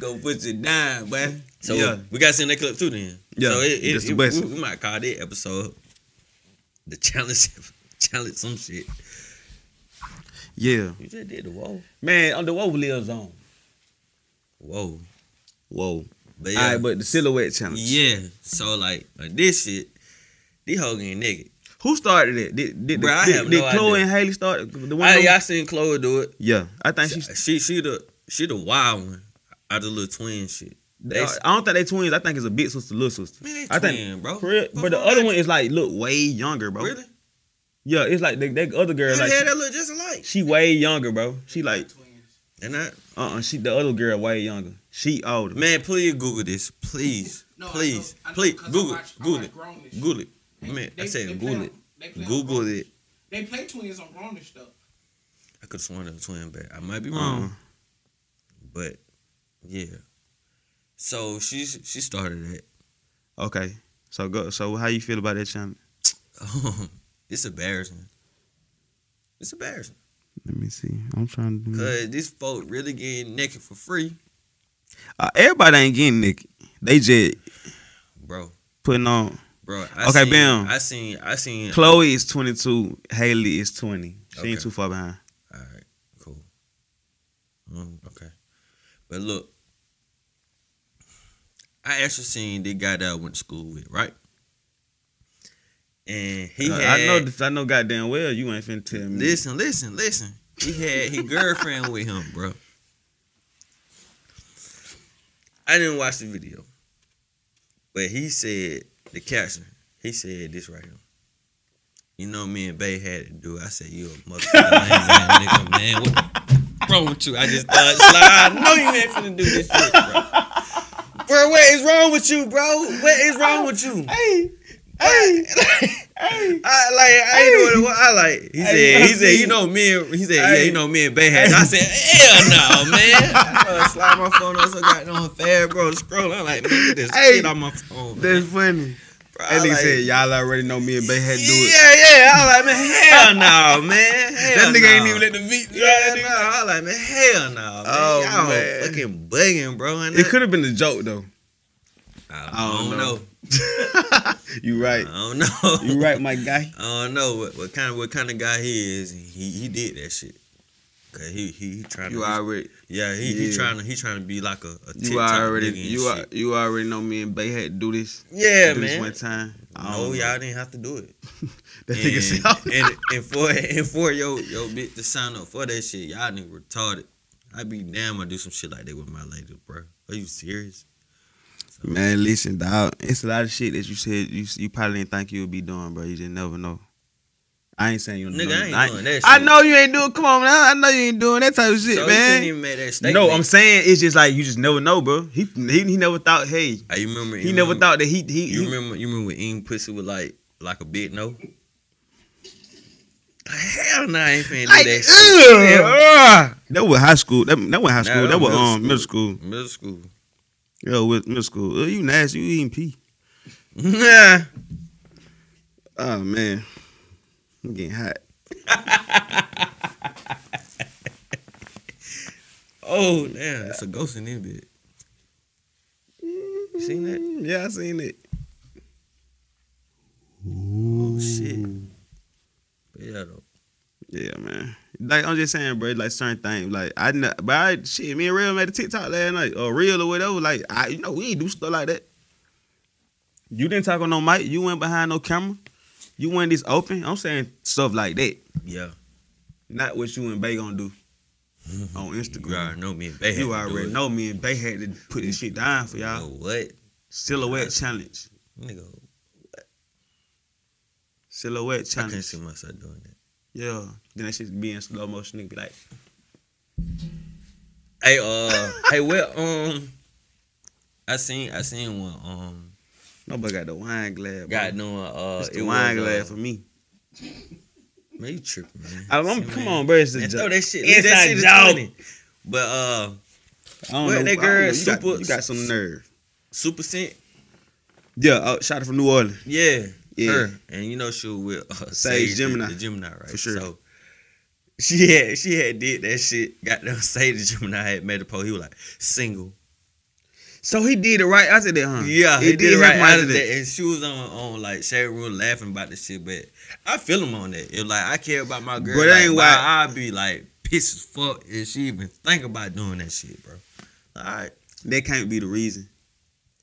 Speaker 3: Go put your dime, boy.
Speaker 2: So
Speaker 3: yeah.
Speaker 2: we got to send that clip too then.
Speaker 3: Yeah,
Speaker 2: So it,
Speaker 3: that's
Speaker 2: it,
Speaker 3: the
Speaker 2: it-
Speaker 3: best.
Speaker 2: we, we might call that episode the challenge challenge some shit.
Speaker 3: Yeah.
Speaker 2: You just did the whoa.
Speaker 3: Man, on the what lives on.
Speaker 2: Whoa.
Speaker 3: Whoa.
Speaker 2: But
Speaker 3: All
Speaker 2: yeah.
Speaker 3: right, but the silhouette challenge.
Speaker 2: yeah. So like, like this shit, these hoes getting naked.
Speaker 3: Who started it? Did did,
Speaker 2: Bruh, I
Speaker 3: did,
Speaker 2: have
Speaker 3: did
Speaker 2: no
Speaker 3: Chloe
Speaker 2: idea.
Speaker 3: and Haley start the one?
Speaker 2: I,
Speaker 3: who-
Speaker 2: yeah, I seen Chloe do it.
Speaker 3: yeah. I think
Speaker 2: She
Speaker 3: she's
Speaker 2: she, she the she the wild one out the little twin shit. They,
Speaker 3: I don't think they twins. I think it's a big sister, little sister.
Speaker 2: man, they
Speaker 3: I
Speaker 2: twin,
Speaker 3: think
Speaker 2: bro.
Speaker 3: For real,
Speaker 2: Fuck
Speaker 3: but the
Speaker 2: wrong
Speaker 3: other
Speaker 2: with
Speaker 3: one is like look way younger, bro.
Speaker 2: you? really,
Speaker 3: Yeah, it's like the, that other girl
Speaker 2: how the
Speaker 3: like
Speaker 2: hell that look just alike?
Speaker 3: she way younger, bro. She like
Speaker 5: twins.
Speaker 2: And I,
Speaker 3: uh uh she the other girl way younger. She older.
Speaker 2: man, please Google this, please,
Speaker 5: No, I
Speaker 2: please,
Speaker 5: know- I know,
Speaker 2: please
Speaker 5: 'cause I
Speaker 2: Google,
Speaker 5: watch- I
Speaker 2: Google
Speaker 5: watch
Speaker 2: it,
Speaker 5: Grownish.
Speaker 2: Google it. Man,
Speaker 5: They-
Speaker 2: I
Speaker 5: they
Speaker 2: said
Speaker 5: play
Speaker 2: Google
Speaker 5: on-
Speaker 2: it,
Speaker 5: they play on
Speaker 2: Google
Speaker 5: Grownish.
Speaker 2: it.
Speaker 5: They play twins on Grownish stuff.
Speaker 2: I could have sworn it was twin, but I might be wrong.
Speaker 3: Uh-uh.
Speaker 2: But yeah, so she she started it.
Speaker 3: Okay, so go. So how you feel about that challenge?
Speaker 2: it's embarrassing. It's embarrassing.
Speaker 3: Let me see. I'm trying to. Do
Speaker 2: Cause these folk really getting naked for free,
Speaker 3: uh, everybody ain't getting naked. They just
Speaker 2: bro.
Speaker 3: putting on.
Speaker 2: Bro, I
Speaker 3: Okay,
Speaker 2: seen,
Speaker 3: bam.
Speaker 2: I seen, I seen.
Speaker 3: Chloe is 22. Haley is 20. She ain't
Speaker 2: Okay.
Speaker 3: too far behind.
Speaker 2: All right, cool. Mm, okay, but look, I actually seen the guy that I went to school with, right? And he
Speaker 3: Uh,
Speaker 2: had.
Speaker 3: I know. this- I know. Goddamn well, you ain't finna tell me.
Speaker 2: Listen, listen, listen. He had his girlfriend with him, bro. I didn't watch the video. But he said the caption. He said this right here. You know me and Bay had to do. it. I said, you a motherfucking lame ass nigga, man. What the wrong with you? I just thought, slide. I know you ain't finna do this shit, bro. Bro, what is wrong with you, bro? What is wrong with you?
Speaker 3: Hey, hey,
Speaker 2: I like I ain't doing what I like. He said he said you know me and he said yeah you know me and Bay had. I said hell no man. Bro, slide my phone on so goddamn fast bro. Scroll. I'm like man get this
Speaker 3: Hey.
Speaker 2: shit on my phone. Man.
Speaker 3: that's funny.
Speaker 2: Bro, I
Speaker 3: At least
Speaker 2: like-
Speaker 3: said y'all already know me and Bay had to do it.
Speaker 2: Yeah, yeah. I was like, man, hell no, man. Hell
Speaker 3: That nigga
Speaker 2: no.
Speaker 3: ain't even let the beat.
Speaker 2: Yeah, no. I was like, man, hell no, man.
Speaker 3: Oh,
Speaker 2: Y'all
Speaker 3: man.
Speaker 2: fucking bugging, bro. And
Speaker 3: It
Speaker 2: that-
Speaker 3: could have been a joke though.
Speaker 2: I don't, know.
Speaker 3: You right.
Speaker 2: I don't know.
Speaker 3: You right, my guy.
Speaker 2: I don't know what, what kind of what kind of guy he is. He he did that shit. Cause he he, he trying
Speaker 3: You
Speaker 2: to
Speaker 3: already.
Speaker 2: yeah he he
Speaker 3: yeah.
Speaker 2: trying to he trying to be like a, a TikTok
Speaker 3: You already.
Speaker 2: nigga and
Speaker 3: You are,
Speaker 2: shit.
Speaker 3: you already know me and Bay had to do this.
Speaker 2: yeah
Speaker 3: do this
Speaker 2: man.
Speaker 3: one time. I
Speaker 2: No,
Speaker 3: don't know.
Speaker 2: y'all didn't have to do it.
Speaker 3: That nigga
Speaker 2: and,
Speaker 3: said. "Oh,
Speaker 2: and, and for and for yo yo bitch to sign up for that shit, y'all nigga retarded. I be damn I do some shit like that with my lady, bro. Are you serious?
Speaker 3: Man, listen, dog. It's a lot of shit that you said you you probably didn't think you would be doing, bro. You just never know. I ain't saying you
Speaker 2: Nigga,
Speaker 3: know,
Speaker 2: I ain't doing that
Speaker 3: I
Speaker 2: shit.
Speaker 3: know you ain't doing. Come on, now. I know you ain't doing that type of shit,
Speaker 2: so you
Speaker 3: man.
Speaker 2: couldn't even make that statement.
Speaker 3: No, I'm saying it's just like you just never know, bro. He he, he never thought. Hey,
Speaker 2: Hey, you remember
Speaker 3: he
Speaker 2: you
Speaker 3: never
Speaker 2: remember,
Speaker 3: thought that he he.
Speaker 2: You
Speaker 3: he
Speaker 2: remember you remember when Eating Pussy was like like a big no? Hell no, I ain't finna do that shit.
Speaker 3: Ugh, ugh. That was high school. That that was high school. that was um middle school.
Speaker 2: Middle school.
Speaker 3: Yo, with middle school. Ugh, you nasty. You eating pee.
Speaker 2: Nah.
Speaker 3: Oh man, I'm getting hot.
Speaker 2: Oh damn, that's a ghost in there, bitch. Seen that?
Speaker 3: Mm, Yeah, I seen it.
Speaker 2: Oh shit. But yeah though.
Speaker 3: Yeah, man. Like I'm just saying, bro. Like certain things, like I, kn- but I shit. Me and Real made a TikTok last night, or Real or whatever. Like I, you know, we ain't do stuff like that. You didn't talk on no mic. You went behind no camera. You went this open. I'm saying stuff like that.
Speaker 2: Yeah.
Speaker 3: Not what you and Bay gonna do on
Speaker 2: Mm-hmm. You
Speaker 3: Instagram.
Speaker 2: already know me and Bay.
Speaker 3: You already know me and Bay had to put this shit down for
Speaker 2: Y'all.
Speaker 3: y'all.
Speaker 2: Know what?
Speaker 3: Silhouette challenge.
Speaker 2: Nigga, I
Speaker 3: Silhouette
Speaker 2: can't
Speaker 3: challenge.
Speaker 2: see myself doing that.
Speaker 3: Yeah. Then that shit be in slow motion. Nigga be like,
Speaker 2: Hey, uh, hey, well, um, I seen, I seen one, um,
Speaker 3: nobody got the wine glass. Bro.
Speaker 2: got no, uh,
Speaker 3: it's the wine
Speaker 2: was,
Speaker 3: glass
Speaker 2: uh,
Speaker 3: for me.
Speaker 2: Man, you tripping, man.
Speaker 3: I'm, I'm-
Speaker 2: See,
Speaker 3: come
Speaker 2: man.
Speaker 3: on, bro. It's a
Speaker 2: Man,
Speaker 3: joke.
Speaker 2: throw that shit.
Speaker 3: Inside
Speaker 2: that shit is
Speaker 3: joke.
Speaker 2: funny. But uh,
Speaker 3: I don't
Speaker 2: What
Speaker 3: know.
Speaker 2: that
Speaker 3: I don't
Speaker 2: girl,
Speaker 3: know. You, got,
Speaker 2: Super-
Speaker 3: you got some nerve.
Speaker 2: Super Scent,
Speaker 3: Yeah, uh, shot it from New Orleans.
Speaker 2: yeah,
Speaker 3: Yeah.
Speaker 2: her. and you know she was with uh, Sage, the-
Speaker 3: Gemini.
Speaker 2: the, Gemini, right?
Speaker 3: For sure.
Speaker 2: So she had, she had did that shit. Got them Sage the Gemini had made a post. He was like single.
Speaker 3: So he did it right after that, huh?
Speaker 2: Yeah,
Speaker 3: he
Speaker 2: he Hmm. did right
Speaker 3: happen
Speaker 2: out of that, and she was on on like Shade Room laughing about this shit. But I feel him on that. If like I care about my girl,
Speaker 3: But that
Speaker 2: like,
Speaker 3: ain't
Speaker 2: why
Speaker 3: why-
Speaker 2: I'd be like pissed as fuck if she even think about doing that shit, bro. All right,
Speaker 3: That can't be the reason.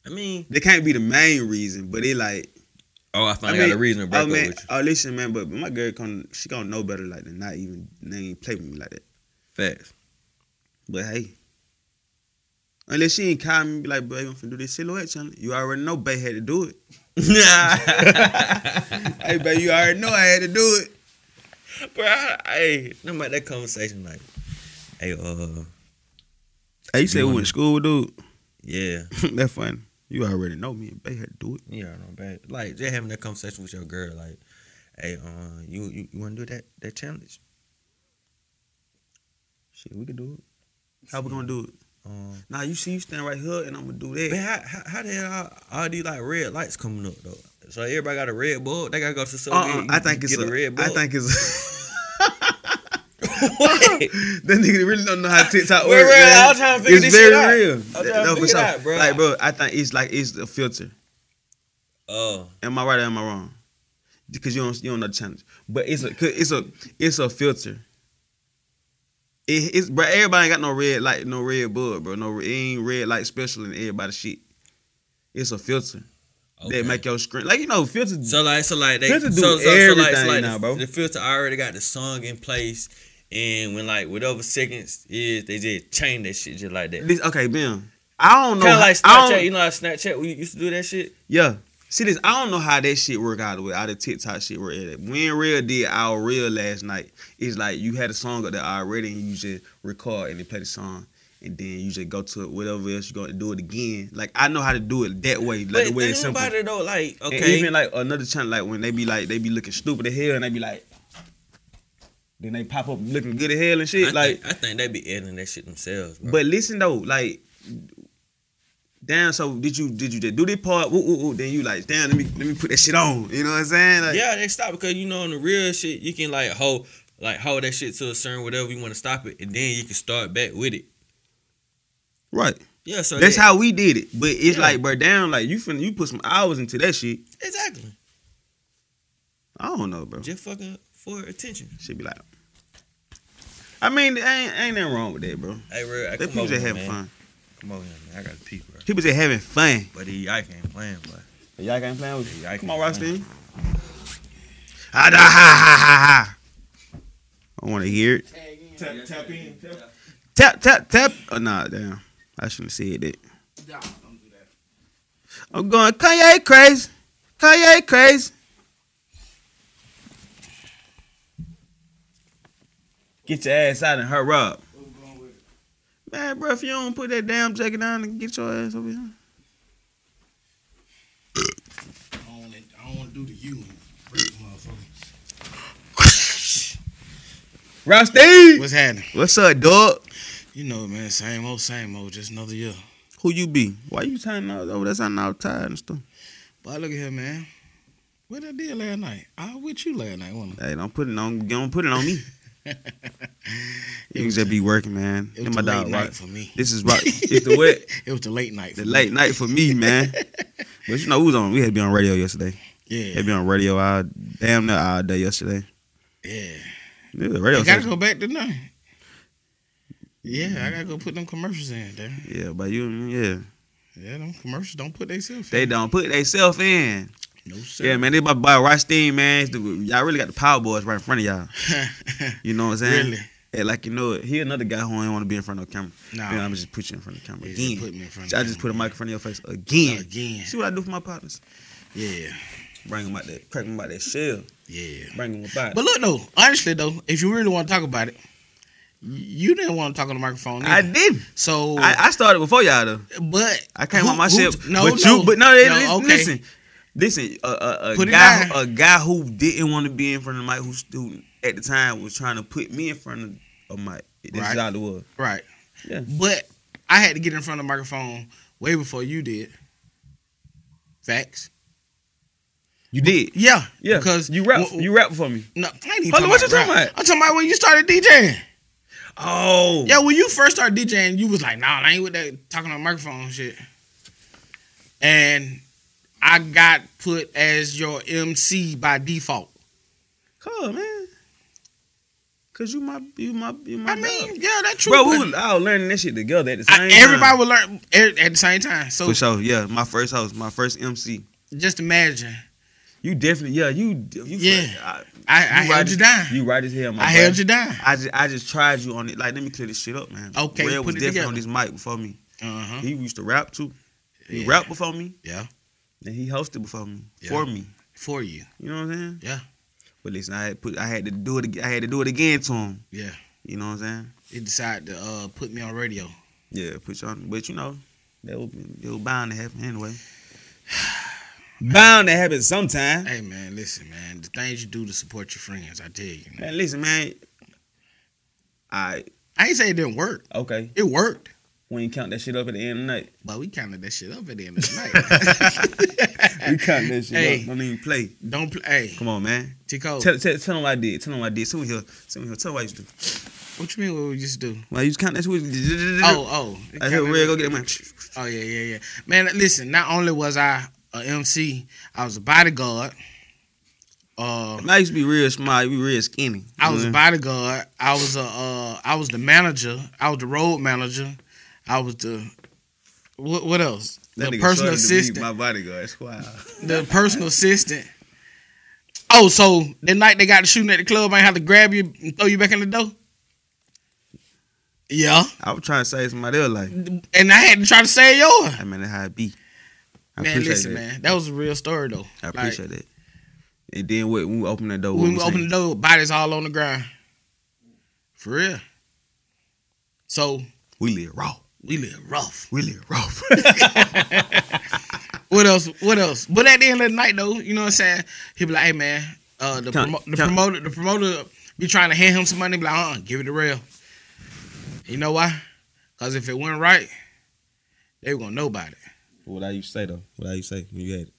Speaker 2: I mean.
Speaker 3: That can't be the main reason. But it like,
Speaker 2: Oh, I finally
Speaker 3: mean,
Speaker 2: got a reason to break
Speaker 3: oh
Speaker 2: up
Speaker 3: man,
Speaker 2: with you.
Speaker 3: oh listen, man. But my girl, come, she gonna know better like than not even they ain't play with me like that.
Speaker 2: Facts.
Speaker 3: But hey, unless she ain't call me and be like, babe, I'm finna do this silhouette challenge. You already know, babe had to do it. hey, babe, you already know I had to do it.
Speaker 2: Bro, I- hey, no matter that conversation, like, hey, uh,
Speaker 3: Hey, you said we went to school, dude.
Speaker 2: yeah,
Speaker 3: That's funny. You already know me and Bay had to do it.
Speaker 2: yeah, no bad. Like, just having that conversation with your girl, like, hey, uh, you you, you want to do that that challenge? Shit, we could do it.
Speaker 3: How we gonna do it?
Speaker 2: Um,
Speaker 3: Now you see you stand right here and I'm gonna do that.
Speaker 2: man, how, how, how the hell all, all these like red lights coming up though? So everybody got a red bulb. They gotta go to so
Speaker 3: Uh-uh, I think it's
Speaker 2: get
Speaker 3: a,
Speaker 2: a red
Speaker 3: I
Speaker 2: bulb.
Speaker 3: think it's
Speaker 2: What?
Speaker 3: that nigga really don't know how TikTok
Speaker 2: Wait,
Speaker 3: works.
Speaker 2: wait,
Speaker 3: man.
Speaker 2: I was trying to figure
Speaker 3: it's
Speaker 2: this
Speaker 3: very
Speaker 2: shit out.
Speaker 3: real.
Speaker 2: I was trying to
Speaker 3: no, for
Speaker 2: figure it
Speaker 3: sure.
Speaker 2: out, bro.
Speaker 3: Like, bro, I think it's like it's a filter.
Speaker 2: Oh,
Speaker 3: Am I right or am I wrong? Because you don't you don't know the challenge, but it's a 'cause it's a it's a filter. It, it's bro. Everybody ain't got no red light, no red bulb, bro. No, it ain't red light special in everybody's shit. It's a filter
Speaker 2: okay.
Speaker 3: that make your screen like you know filter.
Speaker 2: So like, so like they
Speaker 3: Filter do
Speaker 2: so, so, so like, so
Speaker 3: everything
Speaker 2: like
Speaker 3: now,
Speaker 2: the,
Speaker 3: bro.
Speaker 2: the filter already got the song in place, and when like whatever seconds is, they just change that shit just like that.
Speaker 3: This, okay, Ben. I don't know.
Speaker 2: Kind of like
Speaker 3: I don't-
Speaker 2: Snapchat, you know, how Snapchat we used to do that shit.
Speaker 3: yeah, See this, I don't know how that shit work out the way, out of TikTok shit work. at. When Real did our Real last night, it's like you had a song up there already and you just record and they play the song. And then you just go to it, whatever else you're gonna do it again. Like I know how to do it that way, like
Speaker 2: But
Speaker 3: the way it's
Speaker 2: think
Speaker 3: simple.
Speaker 2: about it though, like
Speaker 3: And
Speaker 2: okay,
Speaker 3: even like another channel, like when they be like they be looking stupid as hell and they be like, then they pop up looking good as hell and
Speaker 2: I
Speaker 3: shit.
Speaker 2: think,
Speaker 3: like,
Speaker 2: I think they be editing that shit themselves. Bro.
Speaker 3: but listen though, like, damn. So did you did you just do this part? Ooh, ooh, ooh, then you like, damn. Let me let me put that shit on. You know what I'm saying? Like,
Speaker 2: yeah, they stop because you know on the real shit you can like hold like hold that shit to a certain whatever you want to stop it, and then you can start back with it.
Speaker 3: Right.
Speaker 2: Yeah, so
Speaker 3: That's
Speaker 2: that-
Speaker 3: how we did it. But it's
Speaker 2: Yeah.
Speaker 3: like, bro, damn. Like you finna you put some hours into that shit.
Speaker 2: exactly
Speaker 3: I don't know, bro.
Speaker 2: just fucking for attention.
Speaker 3: Should be like. I mean, ain't ain't nothing wrong with that, bro.
Speaker 2: Hey, real, I
Speaker 3: They
Speaker 2: come
Speaker 3: people
Speaker 2: over
Speaker 3: just
Speaker 2: here,
Speaker 3: having
Speaker 2: man.
Speaker 3: fun.
Speaker 2: Come over here, man. I got to pee, bro.
Speaker 3: People just having fun.
Speaker 2: But he, I can't plan, bro.
Speaker 3: Y'all ain't playing with
Speaker 2: Y'all can't
Speaker 3: Come
Speaker 2: plan.
Speaker 3: on, Rocksteady. Ha Mm. Ah, da ha ha ha ha. I want to hear it.
Speaker 5: Tag in.
Speaker 4: Tap, tap in. Tap.
Speaker 3: Tap tap tap. Oh nah, damn. I shouldn't have said that.
Speaker 5: Nah, don't do that.
Speaker 3: I'm going Kanye crazy. Kanye crazy. Get your ass out and hurry up.
Speaker 5: Where we going with it?
Speaker 3: Man, bro, if you don't put that damn jacket on and get your ass over here.
Speaker 5: I don't wanna- I don't want to do the you. Freak motherfucker.
Speaker 3: Rusty!
Speaker 6: What's happening?
Speaker 3: What's up, dog?
Speaker 6: You know, man, same old, same old, just another year.
Speaker 3: Who you be? Why you turning out over? That's how I'm tired and stuff.
Speaker 6: But look at here, man. What I did last night? I was with you last night, wasn't
Speaker 3: Hey, don't put it on don't put it on me.
Speaker 6: I?
Speaker 3: You can just be working, man.
Speaker 6: It
Speaker 3: And
Speaker 6: was
Speaker 3: my
Speaker 6: the late
Speaker 3: dog,
Speaker 6: night
Speaker 3: Rock.
Speaker 6: for me.
Speaker 3: This is right. It's the wet,
Speaker 6: It was the late night. For
Speaker 3: the
Speaker 6: me.
Speaker 3: late night for me, man. But you know, we was on. We had to be on radio yesterday.
Speaker 6: Yeah.
Speaker 3: Had to be on radio all damn near all day yesterday.
Speaker 6: yeah.
Speaker 3: Yeah, the
Speaker 6: I
Speaker 3: radio.
Speaker 6: gotta
Speaker 3: station.
Speaker 6: go back to nothing. Yeah, I gotta go put them commercials in there.
Speaker 3: Yeah, but you, yeah,
Speaker 6: Yeah, them commercials don't put themselves.
Speaker 3: they
Speaker 6: in.
Speaker 3: don't put themselves in.
Speaker 6: No sir.
Speaker 3: Yeah, man, they about to buy Rothstein, man. It's the- y'all really got the Power Boys right in front of y'all. You know what I'm saying?
Speaker 6: Really?
Speaker 3: Yeah, like you know, it. he another guy who ain't want to be in front of the camera.
Speaker 6: Nah.
Speaker 3: Yeah, I'm just put you in front of the camera
Speaker 6: Yeah,
Speaker 3: again.
Speaker 6: put me in front of
Speaker 3: I
Speaker 6: the
Speaker 3: just put
Speaker 6: camera.
Speaker 3: a mic in front of your face again.
Speaker 6: Again.
Speaker 3: See what I do for my partners?
Speaker 6: Yeah.
Speaker 3: Bring them out that, crack them out that shell.
Speaker 6: Yeah.
Speaker 3: Bring them up out.
Speaker 6: But look though, honestly though, if you really want to talk about it, you didn't want to talk on the microphone.
Speaker 3: I
Speaker 6: either.
Speaker 3: didn't.
Speaker 6: So,
Speaker 3: I, I started before y'all though.
Speaker 6: but
Speaker 3: I came
Speaker 6: oh. who-
Speaker 3: on my
Speaker 6: who-
Speaker 3: ship.
Speaker 6: No,
Speaker 3: but
Speaker 6: no,
Speaker 3: you, but no, they,
Speaker 6: no,
Speaker 3: listen,
Speaker 6: okay.
Speaker 3: listen, listen. A, a, a
Speaker 6: Put it
Speaker 3: guy,
Speaker 6: down.
Speaker 3: a guy who didn't want to be in front of the mic, who stu- at the time was trying to put me in front of a mic. This
Speaker 6: Right.
Speaker 3: is how it was.
Speaker 6: Right.
Speaker 3: Yeah.
Speaker 6: But I had to get in front of the microphone way before you did. Facts.
Speaker 3: You did.
Speaker 6: Yeah.
Speaker 3: Yeah,
Speaker 6: Because
Speaker 3: you rap,
Speaker 6: w-
Speaker 3: you rap for me.
Speaker 6: No, I ain't even
Speaker 3: Hold
Speaker 6: talking
Speaker 3: on, what
Speaker 6: about
Speaker 3: you talking
Speaker 6: rap.
Speaker 3: about?
Speaker 6: I'm talking about when you started DJing.
Speaker 3: Oh,
Speaker 6: Yeah, when you first started DJing, you was like, "Nah, I ain't with that talking on the microphone and shit." And I got put as your MC by default.
Speaker 3: cool, man. Cause you my, you my, you my.
Speaker 6: I mean, yeah, that's true.
Speaker 3: bro, we
Speaker 6: but
Speaker 3: was all learning this shit together at the
Speaker 6: I-
Speaker 3: same time.
Speaker 6: everybody would learn e, at at the same time. So
Speaker 3: For sure, yeah. My first host, my first MC.
Speaker 6: just imagine,
Speaker 3: You definitely, yeah. You, you
Speaker 6: Yeah.
Speaker 3: I,
Speaker 6: I, I held
Speaker 3: right
Speaker 6: you
Speaker 3: as-
Speaker 6: down.
Speaker 3: You right as hell, my
Speaker 6: I
Speaker 3: brother.
Speaker 6: held you down.
Speaker 3: I just, I just tried you on it. Like, let me clear this shit up, man.
Speaker 6: Okay,
Speaker 3: Red was
Speaker 6: put it
Speaker 3: definitely
Speaker 6: together.
Speaker 3: on this mic before me.
Speaker 6: Uh huh.
Speaker 3: He used to rap too. He
Speaker 6: Yeah.
Speaker 3: rapped before me.
Speaker 6: Yeah.
Speaker 3: And he hosted before me.
Speaker 6: Yeah.
Speaker 3: For me.
Speaker 6: for you.
Speaker 3: You know what I'm saying?
Speaker 6: Yeah.
Speaker 3: But listen, I had put, I had to do it. ag- I had to do it again to him.
Speaker 6: Yeah.
Speaker 3: You know what I'm saying?
Speaker 6: He decided to uh, put me on radio.
Speaker 3: Yeah, put you on. But you know, that was, it was bound to happen anyway. bound to happen sometime.
Speaker 6: Hey man, listen, man. The things you do to support your friends, I tell you. Man.
Speaker 3: Man, listen, man. All right,
Speaker 6: I ain't say it didn't work.
Speaker 3: okay.
Speaker 6: It worked.
Speaker 3: We ain't count that shit up at the end of the night.
Speaker 6: But we counted that shit up at the end of the night.
Speaker 3: We count that shit
Speaker 6: Hey.
Speaker 3: up. Oh. Don't even play.
Speaker 6: Don't play. Hey,
Speaker 3: Come on, man.
Speaker 6: Tico,
Speaker 3: Tell, tell, tell them what I did. Tell them what I did. Sit here. Sit here. Tell them what I used to do.
Speaker 6: what you mean what we used to do?
Speaker 3: Why you count that shit?
Speaker 6: Oh, oh. It
Speaker 3: I hear
Speaker 6: kinda-
Speaker 3: Red go get that man.
Speaker 6: Oh yeah, yeah, yeah. Man, listen, not only was I a MC, I was a bodyguard. Uh
Speaker 3: I used to be real small. You be real skinny.
Speaker 6: I was
Speaker 3: Yeah.
Speaker 6: a bodyguard. I was a uh, I was the manager. I was the road manager. I was the what, what else?
Speaker 3: That
Speaker 6: the
Speaker 3: nigga
Speaker 6: personal
Speaker 3: shorter than me,
Speaker 6: assistant.
Speaker 3: My bodyguard. Wow.
Speaker 6: The personal assistant. Oh, so the night they got the shooting at the club, I had to grab you and throw you back in the door. Yeah,
Speaker 3: I was trying to save somebody else. Like,
Speaker 6: and I had to try to save yours.
Speaker 3: I mean, that's how it be. I
Speaker 6: man,
Speaker 3: appreciate
Speaker 6: listen,
Speaker 3: that.
Speaker 6: man, that was a real story though.
Speaker 3: I appreciate that. And then what, when we open that door,
Speaker 6: Like,
Speaker 3: what
Speaker 6: when
Speaker 3: we
Speaker 6: we opened the
Speaker 3: saying?
Speaker 6: door, bodies all on the ground. For real. So
Speaker 3: we live raw.
Speaker 6: we live rough.
Speaker 3: We live rough.
Speaker 6: What else? What else? But at the end of the night, though, you know what I'm saying? He be like, "Hey, man, uh, the,
Speaker 3: Come-
Speaker 6: promo- the
Speaker 3: come-
Speaker 6: promoter, the promoter, be trying to hand him some money. Be like, uh, give it to real. You know why? Cause if it went right, they were gonna know about it.
Speaker 3: what I used to say though? What I used to say when you had it?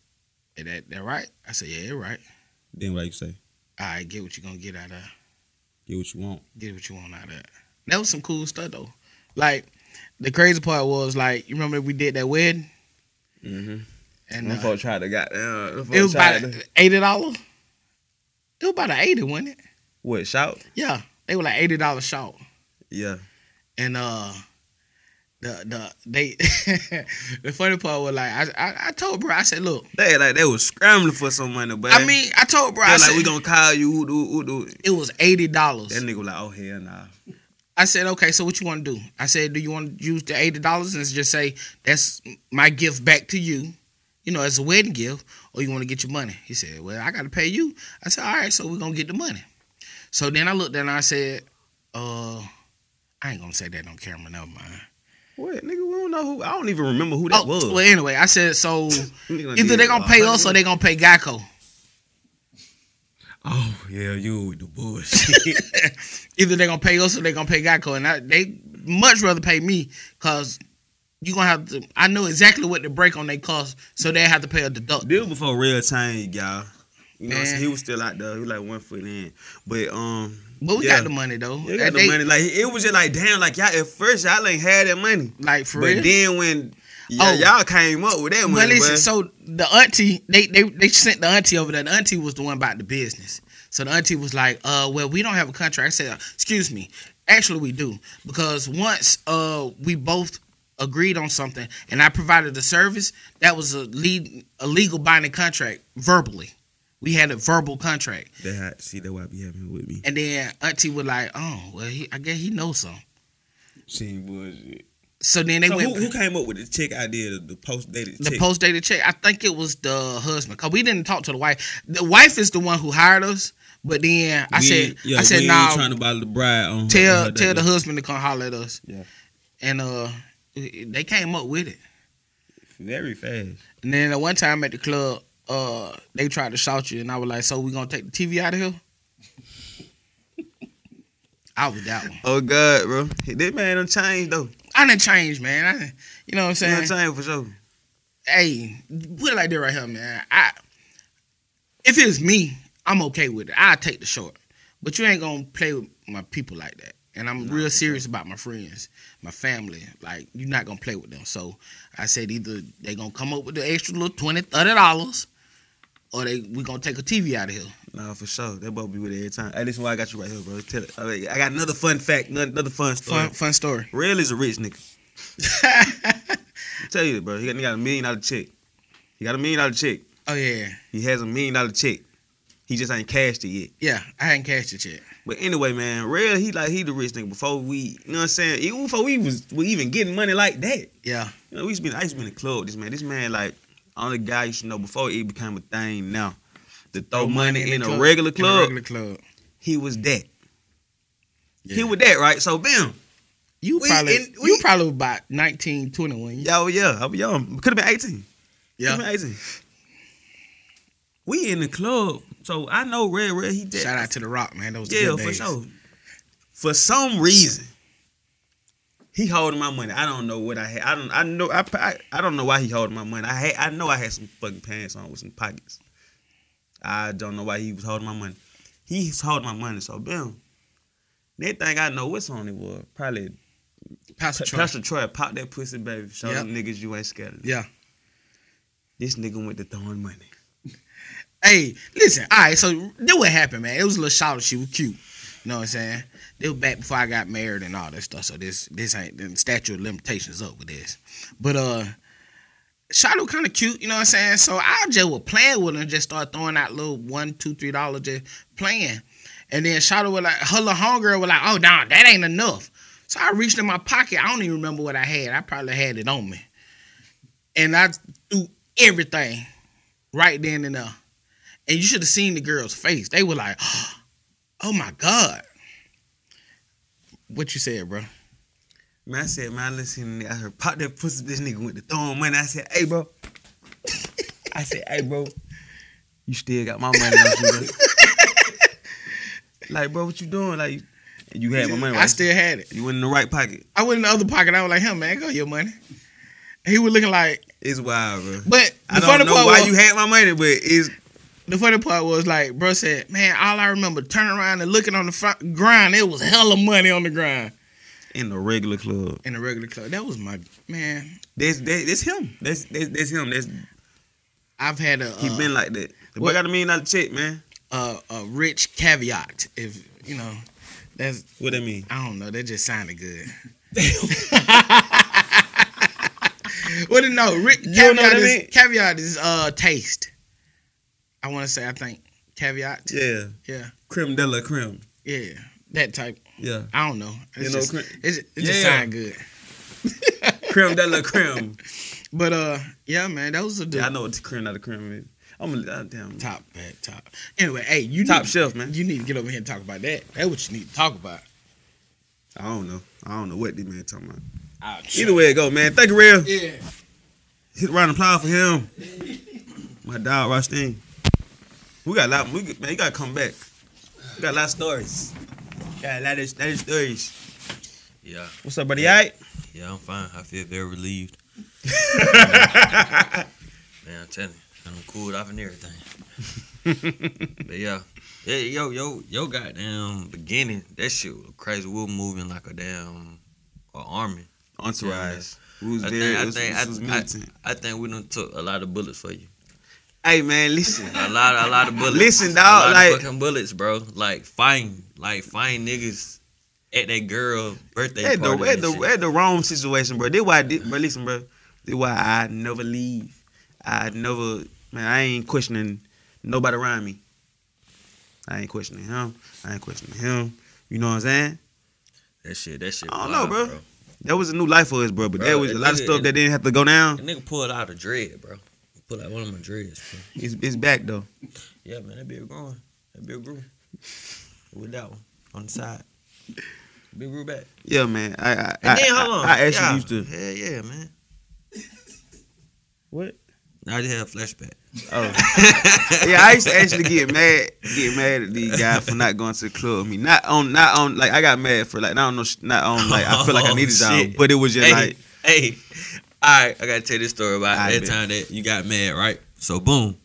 Speaker 6: Is that that right? I said, yeah, it right.
Speaker 3: Then what I used to say?
Speaker 6: All right, get what you gonna get out of. that.
Speaker 3: Get what you want.
Speaker 6: Get what you want out of. that. That was some cool stuff though. Like the crazy part was like, you remember we did that wedding
Speaker 3: Mm-hmm.
Speaker 6: and
Speaker 3: Them
Speaker 6: uh,
Speaker 3: folks tried to got. Uh, them
Speaker 6: it
Speaker 3: folks
Speaker 6: was
Speaker 3: tried
Speaker 6: about
Speaker 3: to,
Speaker 6: eighty dollars. It was about an eighty, wasn't it?
Speaker 3: what shout?
Speaker 6: Yeah, they were like eighty dollars short.
Speaker 3: Yeah.
Speaker 6: and uh the the they the funny part was like I, I I told bro I said look
Speaker 3: They like they was scrambling for some money, but
Speaker 6: I mean I told bro I
Speaker 3: like
Speaker 6: said
Speaker 3: we gonna call you. Ooh, ooh, ooh, ooh.
Speaker 6: it was eighty
Speaker 3: That
Speaker 6: dollars
Speaker 3: nigga was like, oh hell nah.
Speaker 6: I said okay so what you want to do I said do you want to use the eighty dollars and just say that's my gift back to you you know as a wedding gift or you want to get your money he said well I got to pay you I said all right so we're gonna get the money so then I looked at him and I said uh I ain't gonna say that on camera never mind
Speaker 3: What nigga? We don't know who. I don't even remember who that
Speaker 6: oh
Speaker 3: was.
Speaker 6: well anyway I said so.
Speaker 3: Nigga done
Speaker 6: Either
Speaker 3: did
Speaker 6: they gonna
Speaker 3: a
Speaker 6: pay
Speaker 3: hundred
Speaker 6: us or they gonna pay Geico.
Speaker 3: Oh yeah, you with the bullshit.
Speaker 6: Either they gonna pay us or they gonna pay Geico, and I, they much rather pay me because you gonna have to. I know exactly what to break on their cost, so they have to pay a deductible.
Speaker 3: this was before real time, y'all. You know, what I'm
Speaker 6: Man.
Speaker 3: saying? he was still out there. He was like one foot in, but um.
Speaker 6: But we
Speaker 3: yeah.
Speaker 6: got the money though.
Speaker 3: They got
Speaker 6: That
Speaker 3: the
Speaker 6: they-
Speaker 3: money. Like it was just like damn. Like y'all at first y'all ain't had that money,
Speaker 6: Like for
Speaker 3: but
Speaker 6: real.
Speaker 3: then when y'all-
Speaker 6: Oh.
Speaker 3: y'all came up with that money,
Speaker 6: Well, listen.
Speaker 3: bruh.
Speaker 6: So the auntie, they, they they sent the auntie over there. The auntie was the one about the business. So the auntie was like, "Uh, well, we don't have a contract." I said, "Excuse me, actually we do because once uh we both agreed on something and I provided the service, that was a lead a legal binding contract verbally. We had a verbal contract,
Speaker 3: That how- see that why I be having it with me.
Speaker 6: and then auntie was like, "Oh, well, he, I guess he knows something."
Speaker 3: She ain't bullshit.
Speaker 6: So then they
Speaker 3: So
Speaker 6: went.
Speaker 3: who, who came up with the check idea, the, the post dated
Speaker 6: the
Speaker 3: check?
Speaker 6: post dated check. I think it was the husband because we didn't talk to the wife. The wife is the one who hired us. But then I
Speaker 3: We
Speaker 6: said,
Speaker 3: ain't- yeah,
Speaker 6: I said,
Speaker 3: we
Speaker 6: no.
Speaker 3: ain't trying to bother the bride on her-
Speaker 6: tell
Speaker 3: on her
Speaker 6: tell
Speaker 3: day.
Speaker 6: the husband to come holler at us.
Speaker 3: Yeah.
Speaker 6: And uh, they came up with it.
Speaker 3: very fast.
Speaker 6: And then at one time at the club, uh, they tried to shout you, and I was like, so we gonna take the TV out of here? I was that one.
Speaker 3: Oh God, bro, this man done changed though.
Speaker 6: I didn't change, man. I done, you know what I'm
Speaker 3: He
Speaker 6: saying?
Speaker 3: done changed for sure.
Speaker 6: hey, put it like that right here, man. I if it was me, I'm okay with it. I take the short. But you ain't gonna play with my people like that. And I'm real serious about my friends, my family. Like you're not gonna play with them. So I said either they gonna come up with the extra little 20 30 dollars or they we gonna take a TV out of here.
Speaker 3: Nah, for sure. That boy be with it every time. Hey, this is why I got you right here, bro. Tell it. I, mean, I got another fun fact, another another fun story.
Speaker 6: Fun fun story.
Speaker 3: Real is a rich nigga. Tell you, bro. He got, he got a million dollar check. He got a million dollar check.
Speaker 6: Oh yeah.
Speaker 3: He has a million dollar check. He just ain't cashed it yet.
Speaker 6: Yeah, I hadn't cashed it yet.
Speaker 3: But anyway, man, real he like he the rich nigga before we, you know what I'm saying? Even before we was we even getting money like that.
Speaker 6: Yeah.
Speaker 3: You know, we used to be I used to be in the club. with This man, this man like only guy you should know before it became a thing. Now to throw money, in,
Speaker 6: the
Speaker 3: a
Speaker 6: club.
Speaker 3: regular
Speaker 6: In a
Speaker 3: club,
Speaker 6: regular club.
Speaker 3: he was that. He
Speaker 6: Yeah.
Speaker 3: was that, right? So bam,
Speaker 6: You
Speaker 3: We
Speaker 6: probably
Speaker 3: in-
Speaker 6: you
Speaker 3: we-
Speaker 6: probably about 19, 20 when you
Speaker 3: yo, yeah, I was young. Could have been eighteen. Could
Speaker 6: Yeah.
Speaker 3: have been eighteen. We in the club, so I know Red Red. He that.
Speaker 6: Shout out to The Rock, man. Those
Speaker 3: yeah,
Speaker 6: yeah,
Speaker 3: for sure. For some reason, he holding my money. I don't know what I had. I don't. I know. I. I, I don't know why he holding my money. I had. I know I had some fucking pants on with some pockets. I don't know why he was holding my money. He's holding my money. So bam. Next thing I know, what's on it was probably
Speaker 6: Pastor
Speaker 3: Pastor
Speaker 6: Troy.
Speaker 3: Troy. pop that pussy, baby. Show them niggas you ain't scared. of.
Speaker 6: Yeah.
Speaker 3: This nigga went to throwing money.
Speaker 6: Hey, listen. All right, so that what happened, man. It was a little shout out. She was cute. You know what I'm saying? They were back before I got married and all that stuff. So this this ain't the statute of limitations up with this. But uh Shiloh kind of cute, you know what I'm saying? So I just was playing with her and just start throwing out little one, two, three dollars just playing. And then Shiloh was like, her little homegirl was like, oh, nah, that ain't enough. So I reached in my pocket. I don't even remember what I had. I probably had it on me. And I threw everything right then and there. And you should have seen the girl's face. They were like, oh my God. What you said, bro?
Speaker 3: Man, I said, man, listen, I heard pop that pussy. This nigga went to throw him money. I said, hey, bro. I said, hey, bro. You still got my money, don't you? bro?" like, bro, what you doing? Like, you had my money.
Speaker 6: I
Speaker 3: Right?
Speaker 6: still had it.
Speaker 3: you went in the right pocket.
Speaker 6: I went in the other pocket. I was like, him, man, go your money. And he was looking like,
Speaker 3: It's wild, bro.
Speaker 6: but
Speaker 3: I
Speaker 6: the
Speaker 3: don't
Speaker 6: funny
Speaker 3: know
Speaker 6: part
Speaker 3: why
Speaker 6: was,
Speaker 3: you had my money, but it's
Speaker 6: the funny part was like, bro said, man, all I remember turning around and looking on the front ground, it was hella money on the ground
Speaker 3: in the regular club.
Speaker 6: in the regular club. That was my man.
Speaker 3: That's that, that's him. That's that's, that's him. That's he
Speaker 6: I've had a uh,
Speaker 3: been like that. The
Speaker 6: what-
Speaker 3: boy got a million dollar check, man.
Speaker 6: a, a rich caveat. If you know, that's
Speaker 3: What that mean?
Speaker 6: I don't know. That just sounded good. well, then, no, rich
Speaker 3: don't
Speaker 6: caveat,
Speaker 3: know what I
Speaker 6: is,
Speaker 3: mean?
Speaker 6: caveat is uh taste. I want to say I think caveat.
Speaker 3: Yeah,
Speaker 6: Yeah,
Speaker 3: creme de la creme.
Speaker 6: yeah, that type.
Speaker 3: Yeah,
Speaker 6: I don't know. It's
Speaker 3: You know,
Speaker 6: just,
Speaker 3: cr-
Speaker 6: it's, it just
Speaker 3: Yeah.
Speaker 6: sound good.
Speaker 3: creme de la creme.
Speaker 6: But uh, yeah, man, those are the
Speaker 3: Yeah, I know what the creme de la creme is. I'm a uh, damn.
Speaker 6: top man, top. Anyway, hey, you
Speaker 3: Top
Speaker 6: need,
Speaker 3: shelf, man.
Speaker 6: You need to get over here and talk about that. That's what you need to talk about.
Speaker 3: I don't know. I don't know what this man talking about.
Speaker 6: Ah,
Speaker 3: Either way it go, man. Thank you, real.
Speaker 5: Yeah.
Speaker 3: Hit a round of applause for him. My dog, Rasteen. We got a lot. We got- man, you gotta come back. We got a lot of stories. Got a lot of, lot of stories.
Speaker 2: Yeah,
Speaker 3: What's up, buddy? All right.
Speaker 2: yeah, I'm fine. I feel very relieved. man, I'm telling you, I'm cooled off and everything. but yeah, yeah, yo, yo, yo, goddamn beginning, that shit was crazy. We were moving like a damn a army.
Speaker 3: Entourage. We was
Speaker 2: I
Speaker 3: very.
Speaker 2: think, I,
Speaker 3: it was-
Speaker 2: think,
Speaker 3: it was
Speaker 2: I-
Speaker 3: militant.
Speaker 2: I, I think we done took a lot of bullets for you.
Speaker 3: Hey man, listen.
Speaker 2: A lot, a lot of bullets.
Speaker 3: Listen, dawg,
Speaker 2: a lot
Speaker 3: like-
Speaker 2: of fucking bullets, bro. Like fine, like fine niggas at that girl birthday
Speaker 3: At the,
Speaker 2: party.
Speaker 3: at,
Speaker 2: and
Speaker 3: the,
Speaker 2: shit.
Speaker 3: at the wrong situation, bro. That's why. I did, bro, listen, bro. That's why I never leave. I never. Man, I ain't questioning nobody around me. I ain't questioning him. I ain't questioning him. You know what I'm saying?
Speaker 2: that shit, that shit.
Speaker 3: I don't know,
Speaker 2: wild,
Speaker 3: bro. That was a new life for us, bro. But
Speaker 2: Bro,
Speaker 3: that was a
Speaker 2: that
Speaker 3: lot of
Speaker 2: nigga-
Speaker 3: stuff that didn't have to go down.
Speaker 2: That nigga pulled out a dread, bro. He Pulled out one of my dreads, bro.
Speaker 3: It's, it's back though.
Speaker 2: Yeah, man, that be a growing. That be a grew. With that one on the side. Big grew back.
Speaker 3: Yeah, man. I I,
Speaker 2: And
Speaker 3: I,
Speaker 2: then hold on.
Speaker 3: I, I actually
Speaker 2: yeah.
Speaker 3: used to.
Speaker 2: Hell yeah, man.
Speaker 3: What?
Speaker 2: Now I just had a flashback.
Speaker 3: Yeah, I used to actually get mad, get mad at these guys for not going to the club. with Me not on, not on. Like I got mad for like not on, no, sh- not on. Like I feel like I
Speaker 2: Oh,
Speaker 3: needed y'all,
Speaker 2: shit.
Speaker 3: but it was just
Speaker 2: hey,
Speaker 3: like
Speaker 2: hey, all right, I gotta tell this story about
Speaker 3: I
Speaker 2: that
Speaker 3: bet.
Speaker 2: time that you got mad, right? So boom,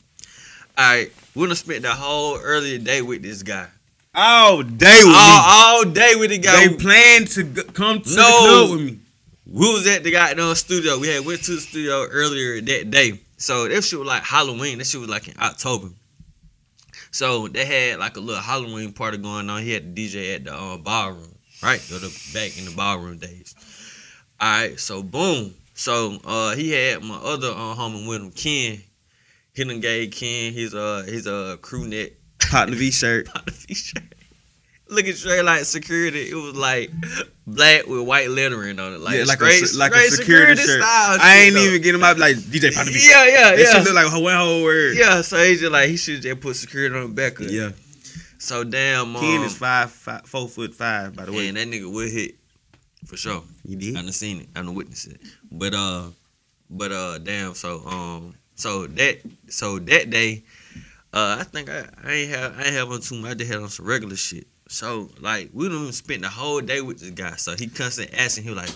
Speaker 2: all right, we done spent the whole earlier day with this guy,
Speaker 3: all day
Speaker 6: Oh.
Speaker 3: with
Speaker 2: all, all day with the guy.
Speaker 3: me. They planned to g- come to
Speaker 2: No.
Speaker 3: the club with me.
Speaker 2: we was at the goddamn studio. We had went to the studio earlier that day. So that shit was like Halloween. That shit was like in October. So they had like a little Halloween party going on. He had the DJ at the uh, ballroom, right? Or the back in the ballroom days. All right, so boom. So uh, he had my other uh, homie with him, Ken. He done gave Ken his uh his uh crew neck
Speaker 3: Partner V shirt.
Speaker 2: on the t-shirt. Looking straight like security, it was like black with white lettering on it, like
Speaker 3: yeah, like
Speaker 2: straight,
Speaker 3: a se- like a
Speaker 2: straight
Speaker 3: security, shirt.
Speaker 2: style.
Speaker 3: I
Speaker 2: shit,
Speaker 3: ain't
Speaker 2: though.
Speaker 3: even getting my like DJ Partner V. shirt.
Speaker 2: Yeah, yeah,
Speaker 3: That shit
Speaker 2: yeah.
Speaker 3: look like a one whole word.
Speaker 2: yeah, so he's just like he should just put security on the back of it.
Speaker 3: yeah.
Speaker 2: So damn, um,
Speaker 3: Ken is five, five, four foot five, by the way.
Speaker 2: and that nigga would hit for sure.
Speaker 3: You did?
Speaker 2: I done seen it. I done witnessed it. But uh, but uh, damn. So um, so that so that day, uh, I think I, I ain't have I ain't have on too much. I just had on some regular shit. So like we done spent the whole day with this guy. So he constantly asking. He was like.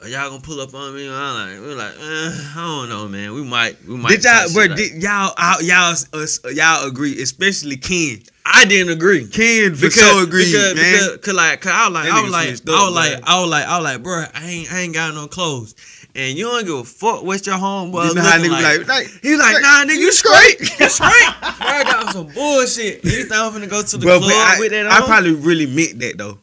Speaker 2: Are y'all gonna pull up on me? And I'm like, we we're like, uh, I don't know, man. We might, we might.
Speaker 3: Did
Speaker 2: try
Speaker 3: y'all,
Speaker 2: shit
Speaker 3: but
Speaker 2: out."
Speaker 3: did y'all, out- y'all, us, y'all agree, especially Ken.
Speaker 2: I didn't agree.
Speaker 3: Ken for sure agreed,
Speaker 2: because,
Speaker 3: man.
Speaker 2: Because, cause like, cause I was like,
Speaker 3: That
Speaker 2: I
Speaker 3: nigga
Speaker 2: was like,
Speaker 3: switched
Speaker 2: I
Speaker 3: up,
Speaker 2: was like,
Speaker 3: man.
Speaker 2: I was like, I was like, bro, I ain't, I ain't got no clothes, and you don't give a fuck what your homeboy
Speaker 3: you know how
Speaker 2: looking like.
Speaker 3: niggas like, like,
Speaker 2: He was like, nah, nigga, you straight, you straight. bro, I got some bullshit. You think I'm finna go to the
Speaker 3: bro, but
Speaker 2: club
Speaker 3: I,
Speaker 2: with that
Speaker 3: I
Speaker 2: on?
Speaker 3: probably really meant that though.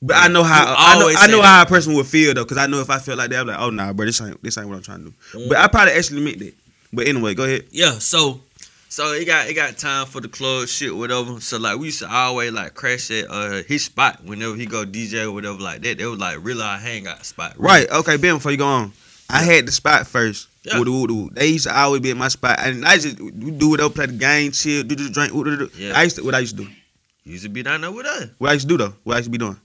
Speaker 3: But I know
Speaker 2: You
Speaker 3: how I know,
Speaker 2: always
Speaker 3: I
Speaker 2: say
Speaker 3: know
Speaker 2: that.
Speaker 3: how a person would feel though, because I know if I feel like that, I'm like, oh nah, bro, this ain't this ain't what I'm trying to do. But
Speaker 2: Mm.
Speaker 3: I probably actually meant that. But anyway, go ahead.
Speaker 2: yeah, so so it got it got time for the club shit, whatever. So like we used to always like crash at uh his spot whenever he go DJ or whatever like that. That was like really our hangout spot. really.
Speaker 3: Right, okay, Ben, before you go on, I had the spot first.
Speaker 2: Yeah.
Speaker 3: Woo-doo, woo-doo. They used to always be in my spot, and I just we do it up, play the game, chill, do the drink. woo-doo-doo.
Speaker 2: Yeah.
Speaker 3: I used to what I used to do.
Speaker 2: You used to be down there with us.
Speaker 3: What I used to do though. What I used to be doing.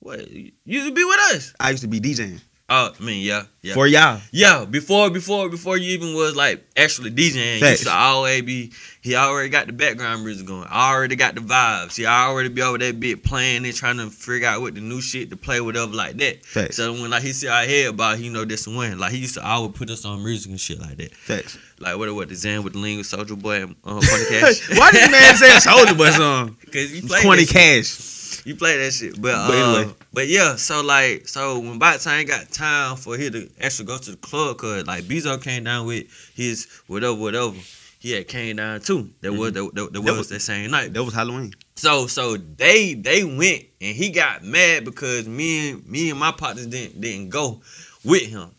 Speaker 2: What? You used to be with us.
Speaker 3: I used to be DJing
Speaker 2: Oh, I mean, yeah, yeah.
Speaker 3: for y'all.
Speaker 2: Yeah, before before before you even was like actually DJing, you
Speaker 3: Facts.
Speaker 2: used to always be he already got the background music going. I already got the vibes. He already be over that bit playing and trying to figure out what the new shit to play whatever like that.
Speaker 3: Facts.
Speaker 2: So when like he see our head about you know this and when like he used to always put us on music and shit like that.
Speaker 3: Facts.
Speaker 2: Like what what the Zan with the Ling with Soldier Boy and uh, Corny Cash.
Speaker 3: Why did man say Soldier Boy song?
Speaker 2: Because you
Speaker 3: It's
Speaker 2: played
Speaker 3: Corny
Speaker 2: that shit.
Speaker 3: Cash.
Speaker 2: You play that shit, but
Speaker 3: But
Speaker 2: uh,
Speaker 3: anyway.
Speaker 2: but yeah. So like, so when Bots ain't got time for him to actually go to the club, cause like Bezo came down with his whatever, whatever. He had came down too. That was that, that, that was
Speaker 3: was-
Speaker 2: that same night.
Speaker 3: Mm-hmm. That was Halloween.
Speaker 2: So so they they went and he got mad because me and me and my partners didn't didn't go with him.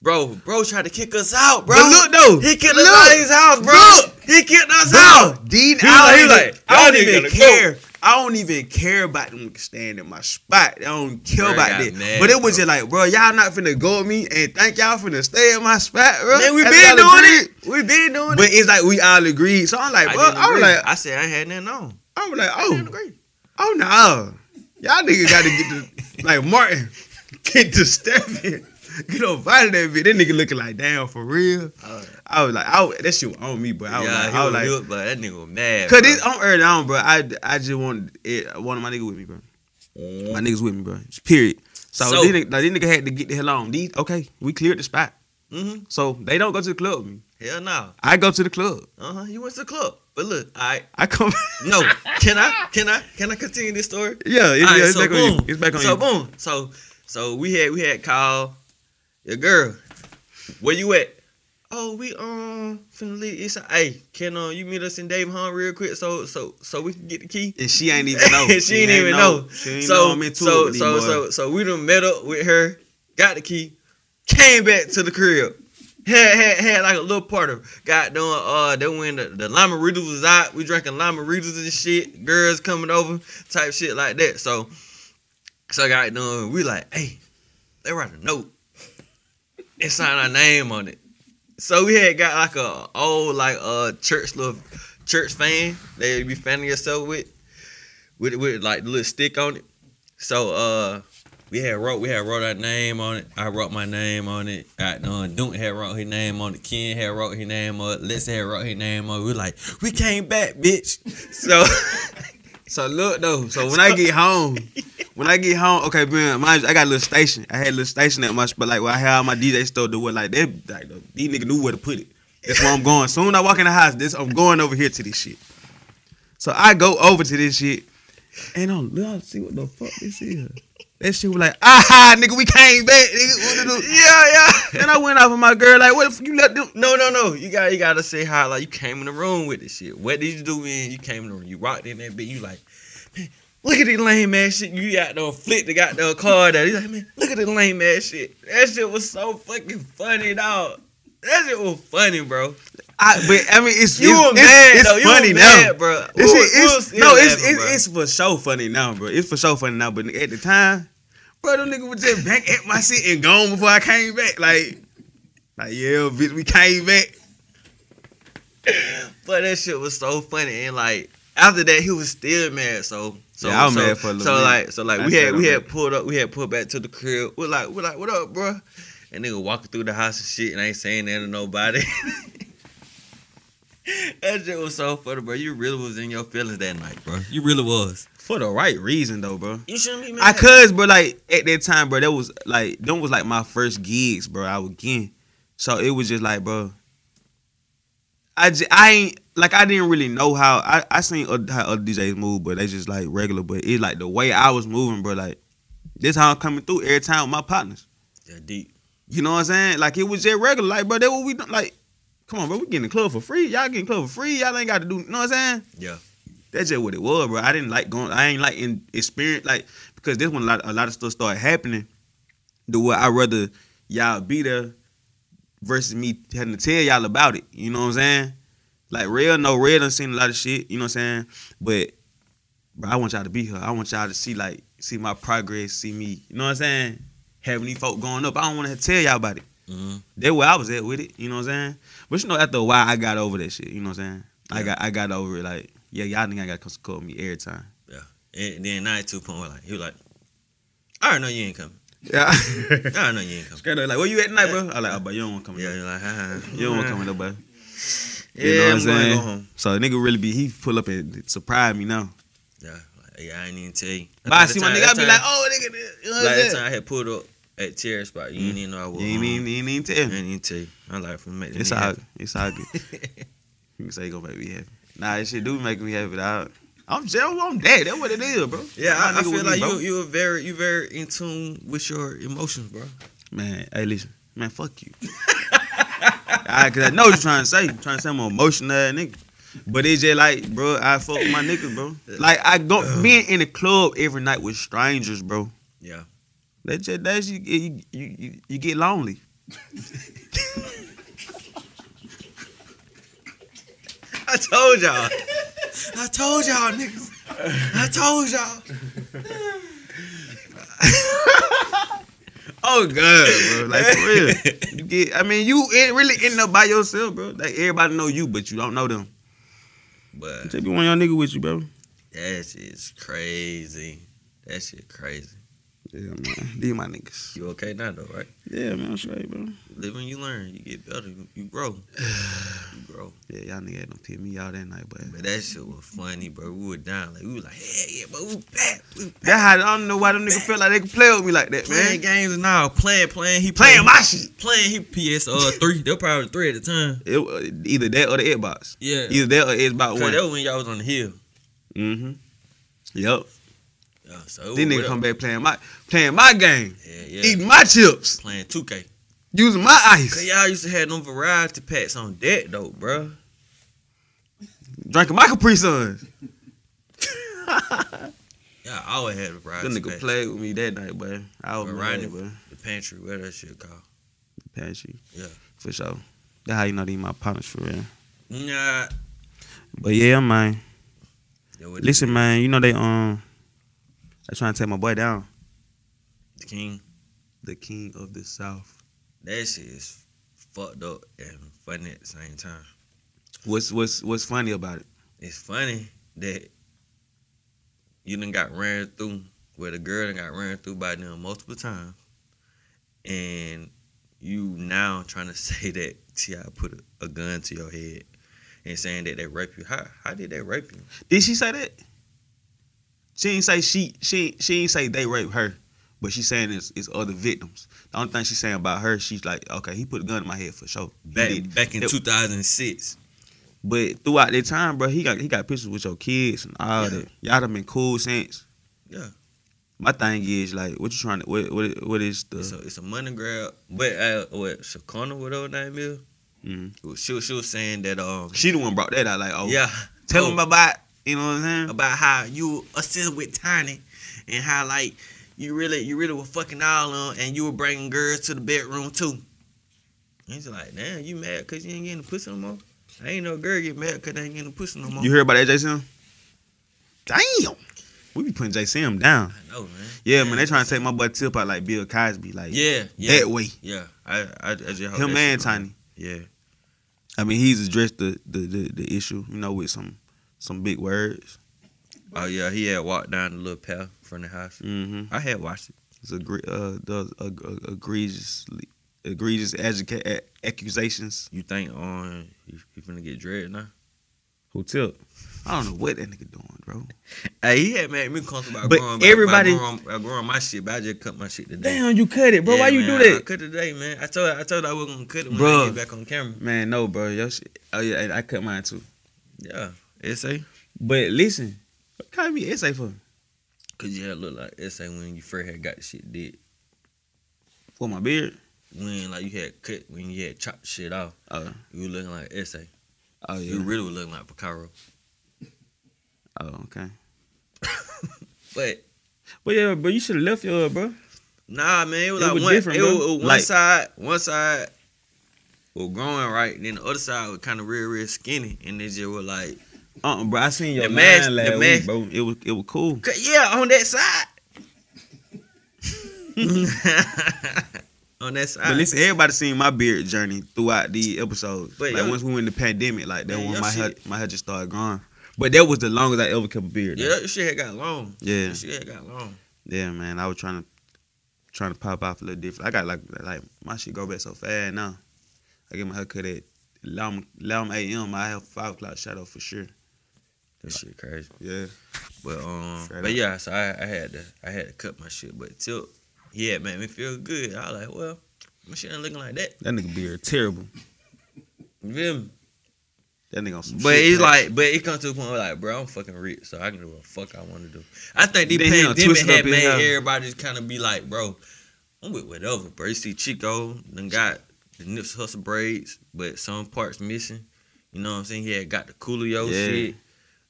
Speaker 2: Bro, bro tried to kick us out, bro.
Speaker 3: But look, though.
Speaker 2: He kicked us
Speaker 3: Look.
Speaker 2: out of his house, bro.
Speaker 3: Look.
Speaker 2: He kicked us
Speaker 3: Bro,
Speaker 2: out.
Speaker 3: D-
Speaker 2: was like- he was like,
Speaker 3: I
Speaker 2: y'all
Speaker 3: don't even
Speaker 2: niggas gotta
Speaker 3: care. I don't even care about them staying in my spot. I don't care
Speaker 2: Bro,
Speaker 3: about
Speaker 2: got
Speaker 3: that.
Speaker 2: mad,
Speaker 3: but it was
Speaker 2: bro.
Speaker 3: just like, bro, y'all not finna go at me and think y'all finna stay in my spot, bro.
Speaker 2: Man, we
Speaker 3: That's
Speaker 2: been
Speaker 3: y'all
Speaker 2: doing
Speaker 3: agreed.
Speaker 2: it. We been doing
Speaker 3: But
Speaker 2: it.
Speaker 3: it's like we all agreed. So I'm like,
Speaker 2: I,
Speaker 3: bro,
Speaker 2: didn't
Speaker 3: I was
Speaker 2: agree.
Speaker 3: like,
Speaker 2: I said I ain't had nothing on.
Speaker 3: I was like,
Speaker 2: I didn't
Speaker 3: oh,
Speaker 2: agree.
Speaker 3: oh no, y'all niggas got to get the like Martin, get to stepping, get up out of that bitch. That nigga looking like damn for real. I was like, I was, that shit was on me, but I was
Speaker 2: Uh, yeah,
Speaker 3: like,
Speaker 2: he
Speaker 3: I
Speaker 2: would
Speaker 3: was
Speaker 2: do
Speaker 3: like,
Speaker 2: it, but that nigga was mad.
Speaker 3: cause
Speaker 2: bro.
Speaker 3: this on early on, bro. I I just want it, one of my niggas with me, bro. My niggas with me, bro. Just period. So,
Speaker 2: So-
Speaker 3: this, nigga, like, this nigga had to get the hell on. These okay, we cleared the spot.
Speaker 2: Mhm.
Speaker 3: So they don't go to the club. with me.
Speaker 2: Hell no.
Speaker 3: I go to the club.
Speaker 2: Uh huh. You went to the club, but look, I
Speaker 3: I come.
Speaker 2: no. Can I? Can I? Can I continue this story?
Speaker 3: yeah, it's,
Speaker 2: All right,
Speaker 3: yeah, it's
Speaker 2: so
Speaker 3: back on you.
Speaker 2: boom.
Speaker 3: It's back on
Speaker 2: so
Speaker 3: you.
Speaker 2: boom. So so we had we had call your girl. Where you at? Oh, we um finna leave. It's hey, can uh, you meet us in Dave Hunt real quick so so so we can get the key.
Speaker 3: And she ain't even know.
Speaker 2: she, didn't even know.
Speaker 3: She ain't
Speaker 2: so,
Speaker 3: know I'm into it
Speaker 2: so,
Speaker 3: with
Speaker 2: so,
Speaker 3: these boys.
Speaker 2: so, so we done met up with her, got the key, came back to the crib. Had, had, had like a little part of got doing uh then when the, the lima riddles was out, we drinking lima riddles and shit, girls coming over, type shit like that. So so I got done, we like, hey, they write a note and sign our name on it. So we had got like a old like uh church little church fan that you be fanning yourself with with with like the little stick on it. So uh we had wrote we had wrote our name on it. I wrote my name on it. I done Duke had wrote his name on it. Ken had wrote his name on it. Let's had wrote his name on it. We like, we came back, bitch. So
Speaker 3: So look though, so when I get home, when I get home, okay, man, mind you, I got a little station. I had a little station at my spot, like where I had all my DJ stuff to what like that like the- these niggas knew where to put it. That's where I'm going. Soon I walk in the house, this I'm going over here to this shit. So I go over to this shit and I'm look, I see what the fuck this is. That shit was like, aha, nigga, we came back. Nigga. Yeah, yeah. And I went off with my girl, like, what if you let them?
Speaker 2: no no no. You got you gotta say how like you came in the room with this shit. What did you do when you came in the room? You rocked in that bitch, you like "Man, Look at this lame ass shit. You got the flick the goddamn card out. He's like, man, look at this lame ass shit. That shit was so fucking funny, dog. That shit was funny, bro.
Speaker 3: I, but I mean, it's
Speaker 2: You
Speaker 3: it's,
Speaker 2: were
Speaker 3: it's,
Speaker 2: mad
Speaker 3: it's
Speaker 2: though. You
Speaker 3: funny
Speaker 2: were
Speaker 3: now.
Speaker 2: mad, bro.
Speaker 3: This
Speaker 2: We was-
Speaker 3: shit
Speaker 2: we was
Speaker 3: is
Speaker 2: still
Speaker 3: no, it's
Speaker 2: laughing,
Speaker 3: it's,
Speaker 2: bro.
Speaker 3: it's for sure funny now, bro. It's for sure funny now, but at the time, bro, them nigga was just back at my seat and gone before I came back. Like, like yeah, bitch, we came back.
Speaker 2: But that shit was so funny, and like after that, he was still mad. So, so
Speaker 3: Yeah, I was
Speaker 2: so,
Speaker 3: mad for a little
Speaker 2: So
Speaker 3: minute.
Speaker 2: like, so like
Speaker 3: I
Speaker 2: we
Speaker 3: said
Speaker 2: had
Speaker 3: I'm
Speaker 2: we had
Speaker 3: mad.
Speaker 2: pulled up, we had pulled back to the crib. We're like, we're like, what up, bro? And nigga walking through the house and shit, and I ain't saying that to nobody. that shit was so funny, bro. You really was in your feelings that night, bro. You really was.
Speaker 3: For the right reason though, bro.
Speaker 2: You shouldn't be mad.
Speaker 3: I cuz, bro, like at that time, bro, that was like them was like my first gigs, bro. I was getting. So it was just like, bro. I just, I ain't like I didn't really know how I, I seen other, how other DJs move, but they just like regular. But it's like the way I was moving, bro, like this how I'm coming through every time with my partners.
Speaker 2: Yeah, deep.
Speaker 3: You know what I'm saying? Like it was just regular. Like, bro, that what we done- like, come on, bro, we getting the club for free. Y'all getting club for free. Y'all ain't gotta do, you know what I'm saying?
Speaker 2: Yeah.
Speaker 3: That's just what it was, bro. I didn't like going. I ain't like in experience like because this when a lot, a lot of stuff started happening. The way I rather y'all be there versus me having to tell y'all about it. You know what I'm saying? Like real, no real. Done seen a lot of shit. You know what I'm saying? But bro, I want y'all to be here. I want y'all to see like see my progress. See me. You know what I'm saying? Having these folk going up. I don't want to tell y'all about it.
Speaker 2: Mhm.
Speaker 3: That where I was at with it, you know what I'm saying? But you know, after a while, I got over that shit. You know what I'm saying? I got I got over it. Like, yeah, y'all think I got to call me every time.
Speaker 2: And then now at two point, like he was like, I already know you ain't coming.
Speaker 3: Yeah.
Speaker 2: I already know you ain't coming.
Speaker 3: Straight up, like, where you at tonight, bro? I like, oh, but you don't want to come.
Speaker 2: Yeah,
Speaker 3: Yeah,
Speaker 2: you're like, ha ha.
Speaker 3: you don't want to come with nobody.
Speaker 2: You know what I'm saying? Go home.
Speaker 3: So a nigga really be he pull up and surprise me now.
Speaker 2: Yeah, like, yeah, I ain't even tell you.
Speaker 3: But I see my nigga, I be like, oh nigga, you
Speaker 2: like
Speaker 3: know what I'm
Speaker 2: that
Speaker 3: saying?
Speaker 2: time I had pulled up at Terry spot. You didn't even know I was.
Speaker 3: You ain't
Speaker 2: home.
Speaker 3: even, you ain't even tell
Speaker 2: I
Speaker 3: me.
Speaker 2: didn't even tell you. I like for make
Speaker 3: It's
Speaker 2: nigga
Speaker 3: all
Speaker 2: happy.
Speaker 3: it's all good. you can say you gonna make me happy. Nah, that shit do make me happy. dawg. I'm jail, I'm dead. That's what it is, bro.
Speaker 2: Yeah,
Speaker 3: My
Speaker 2: I, I
Speaker 3: nigga with
Speaker 2: feel
Speaker 3: me,
Speaker 2: like you
Speaker 3: bro.
Speaker 2: you are very you very in tune with your emotions, bro.
Speaker 3: Man, hey, listen, man, fuck you. I, cause I know what you're trying to say. You're trying to say I'm an emotional ass nigga. But it's just like, bro, I fuck with my niggas, bro. Like I go being in the club every night with strangers, bro.
Speaker 2: Yeah.
Speaker 3: That just that's you you you, you, you get lonely.
Speaker 2: I told y'all. I told y'all, niggas. I told y'all.
Speaker 3: Oh god, bro. Like for real. You get I mean, you it really end up by yourself, bro. Like everybody know you, but you don't know them.
Speaker 2: But
Speaker 3: Take me one of y'all nigga with you, bro.
Speaker 2: that shit's crazy. That shit crazy.
Speaker 3: Yeah, man. These my niggas.
Speaker 2: You okay now though, right?
Speaker 3: Yeah, man, I'm straight, bro.
Speaker 2: You Live and you learn. You get better. You, you grow. You grow.
Speaker 3: Yeah, y'all nigga had done pick me out that night, but
Speaker 2: But that shit was funny, bro. We were down. Like we was like, hell yeah, but we back. We back.
Speaker 3: That how I don't know why them niggas feel like they can play with me like that,
Speaker 2: Playing
Speaker 3: man.
Speaker 2: games and all. Playing, playing. He
Speaker 3: Playing my shit.
Speaker 2: Playing. He PS uh three. They were probably three at the time.
Speaker 3: It, wa- either that or the Xbox.
Speaker 2: Yeah.
Speaker 3: Either that or Xbox
Speaker 2: 'Cause
Speaker 3: One.
Speaker 2: that was when y'all was on the hill.
Speaker 3: Mm-hmm. Yep.
Speaker 2: Yeah, so
Speaker 3: These
Speaker 2: it was
Speaker 3: niggas
Speaker 2: what
Speaker 3: come
Speaker 2: up.
Speaker 3: back playing my playing my game,
Speaker 2: Yeah, yeah.
Speaker 3: eating my chips,
Speaker 2: Playing 2K.
Speaker 3: using my
Speaker 2: Cause
Speaker 3: ice,
Speaker 2: y'all used to have them variety packs on deck though, bruh.
Speaker 3: drinking my Capri Suns.
Speaker 2: Y'all always had a
Speaker 3: Them
Speaker 2: variety
Speaker 3: nigga
Speaker 2: pack.
Speaker 3: played with me that night, boy. I was
Speaker 2: But
Speaker 3: mad,
Speaker 2: Rodney-
Speaker 3: boy.
Speaker 2: The pantry, where that shit called.
Speaker 3: Pantry.
Speaker 2: Yeah.
Speaker 3: For sure. That how you know they my partners for real.
Speaker 2: Nah.
Speaker 3: But yeah, man.
Speaker 2: That what
Speaker 3: Listen, man. You know they um, they trying to take my boy down.
Speaker 2: the king.
Speaker 3: The king of the south.
Speaker 2: That shit is fucked up and funny at the same time.
Speaker 3: What's what's what's funny about it?
Speaker 2: It's funny that you done got ran through where the girl done got ran through by them multiple times. And you now trying to say that T.I. put a, a gun to your head and saying that they rape you. How how did they rape you?
Speaker 3: Did she say that? She ain't say she she she ain't say they raped her, but she saying it's, it's other victims. The only thing she's saying about her, she's like, okay, he put a gun in my head for sure. He
Speaker 2: Back
Speaker 3: did.
Speaker 2: back in
Speaker 3: It-
Speaker 2: two thousand six.
Speaker 3: But throughout that time, bro, he got he got pictures with your kids and all
Speaker 2: Yeah.
Speaker 3: that. Y'all done been cool since.
Speaker 2: Yeah.
Speaker 3: My thing is like, what you trying to what what, what is the
Speaker 2: It's a it's a money grab. But uh what Shakona whatever her name is.
Speaker 3: Mhm.
Speaker 2: Well, She was, she was saying that um
Speaker 3: she the one brought that out like oh
Speaker 2: yeah
Speaker 3: tell
Speaker 2: oh,
Speaker 3: him about you know what I'm saying
Speaker 2: about how you assist with Tiny and how like you really you really were fucking all on and you were bringing girls to the bedroom too. And He's like, damn, you mad cause you ain't getting the pussy no more. I ain't no girl get mad cause they ain't getting the pussy no more.
Speaker 3: you hear about that Jason damn we be putting JCM down
Speaker 2: I know, man.
Speaker 3: yeah man they trying to take my boy Tip out like Bill Cosby like
Speaker 2: Yeah, yeah,
Speaker 3: that way
Speaker 2: yeah. I, I, I just hope
Speaker 3: him
Speaker 2: that
Speaker 3: and
Speaker 2: shit-
Speaker 3: Tiny
Speaker 2: Yeah,
Speaker 3: I mean he's addressed the the, the the issue you know with some some big words
Speaker 2: Oh yeah, he had walked down the little path from the house.
Speaker 3: mm-hmm
Speaker 2: I had watched it.
Speaker 3: it's agre- uh the uh, uh, egregious egregious educa- a- accusations
Speaker 2: You think
Speaker 3: oh,
Speaker 2: on you, you finna get dread now?
Speaker 3: who Tip I don't know what that nigga doing bro
Speaker 2: Hey, he had made me comfortable about
Speaker 3: But
Speaker 2: growing,
Speaker 3: everybody-
Speaker 2: about growing, about growing my shit, but I just cut my shit today.
Speaker 3: you cut it
Speaker 2: Yeah, man, I cut it today, man. I told I told I wasn't gonna cut it when I
Speaker 3: Bruh.
Speaker 2: get back on camera.
Speaker 3: Man, no, bro. Your shit. Oh yeah, I- I cut mine too.
Speaker 2: Yeah, essay.
Speaker 3: But listen, what kind of be essay for?
Speaker 2: Cause you had look like essay when you first had got the shit did.
Speaker 3: For my beard?
Speaker 2: When like you had cut, when you had chopped shit off,
Speaker 3: Oh,
Speaker 2: you were looking like essay.
Speaker 3: oh
Speaker 2: You
Speaker 3: yeah.
Speaker 2: really were looking like Picaro.
Speaker 3: Oh okay.
Speaker 2: But
Speaker 3: But yeah, bro, you should have left your bro.
Speaker 2: Nah, man, it was
Speaker 3: It
Speaker 2: like
Speaker 3: was
Speaker 2: one,
Speaker 3: different,
Speaker 2: it
Speaker 3: bro.
Speaker 2: was, it was one
Speaker 3: Like-
Speaker 2: side, one side was growing right, and then the other side was kind of real, real skinny, and they just were like,
Speaker 3: Uh, uh bro, I seen
Speaker 2: The
Speaker 3: your line
Speaker 2: mask-
Speaker 3: last
Speaker 2: the
Speaker 3: week,
Speaker 2: mask-
Speaker 3: bro. It was it was cool.
Speaker 2: "C- yeah, on that side. on that side.
Speaker 3: But listen, everybody seen my beard journey throughout the episodes.
Speaker 2: But
Speaker 3: like
Speaker 2: y'all-
Speaker 3: once we went in the pandemic, like that
Speaker 2: Yeah,
Speaker 3: when
Speaker 2: y'all
Speaker 3: my
Speaker 2: see
Speaker 3: hair,
Speaker 2: it.
Speaker 3: my hair just started growing. But that was the longest I ever kept a beard.
Speaker 2: yeah, your shit had got long.
Speaker 3: Yeah.
Speaker 2: Your shit had got long.
Speaker 3: Yeah, man. I was trying to trying to pop off a little different. I got like like my shit go back so fast now. I get my haircut at 11, 11 a.m. I have five o'clock shadow for sure.
Speaker 2: That shit crazy.
Speaker 3: Yeah.
Speaker 2: But um,
Speaker 3: Straight
Speaker 2: but
Speaker 3: up.
Speaker 2: yeah, so I, I had to I had to cut my shit. But Tilt, yeah, it made me feel good. I was like, well, my shit ain't looking like that.
Speaker 3: That nigga beard terrible.
Speaker 2: You feel me?
Speaker 3: That nigga on some
Speaker 2: But
Speaker 3: shit,
Speaker 2: it's
Speaker 3: man.
Speaker 2: like, but it comes to a point where like, bro, I'm fucking rich, so I can do what the fuck I want to do. I think the
Speaker 3: Then he done
Speaker 2: pandemic
Speaker 3: twisted up
Speaker 2: had
Speaker 3: his
Speaker 2: made
Speaker 3: house.
Speaker 2: everybody just kind of be like, bro, I'm with whatever, bro. You see Chico, then got the Nips Hustle braids, but some parts missing. You know what I'm saying? He had got the Coolio
Speaker 3: Yeah.
Speaker 2: shit.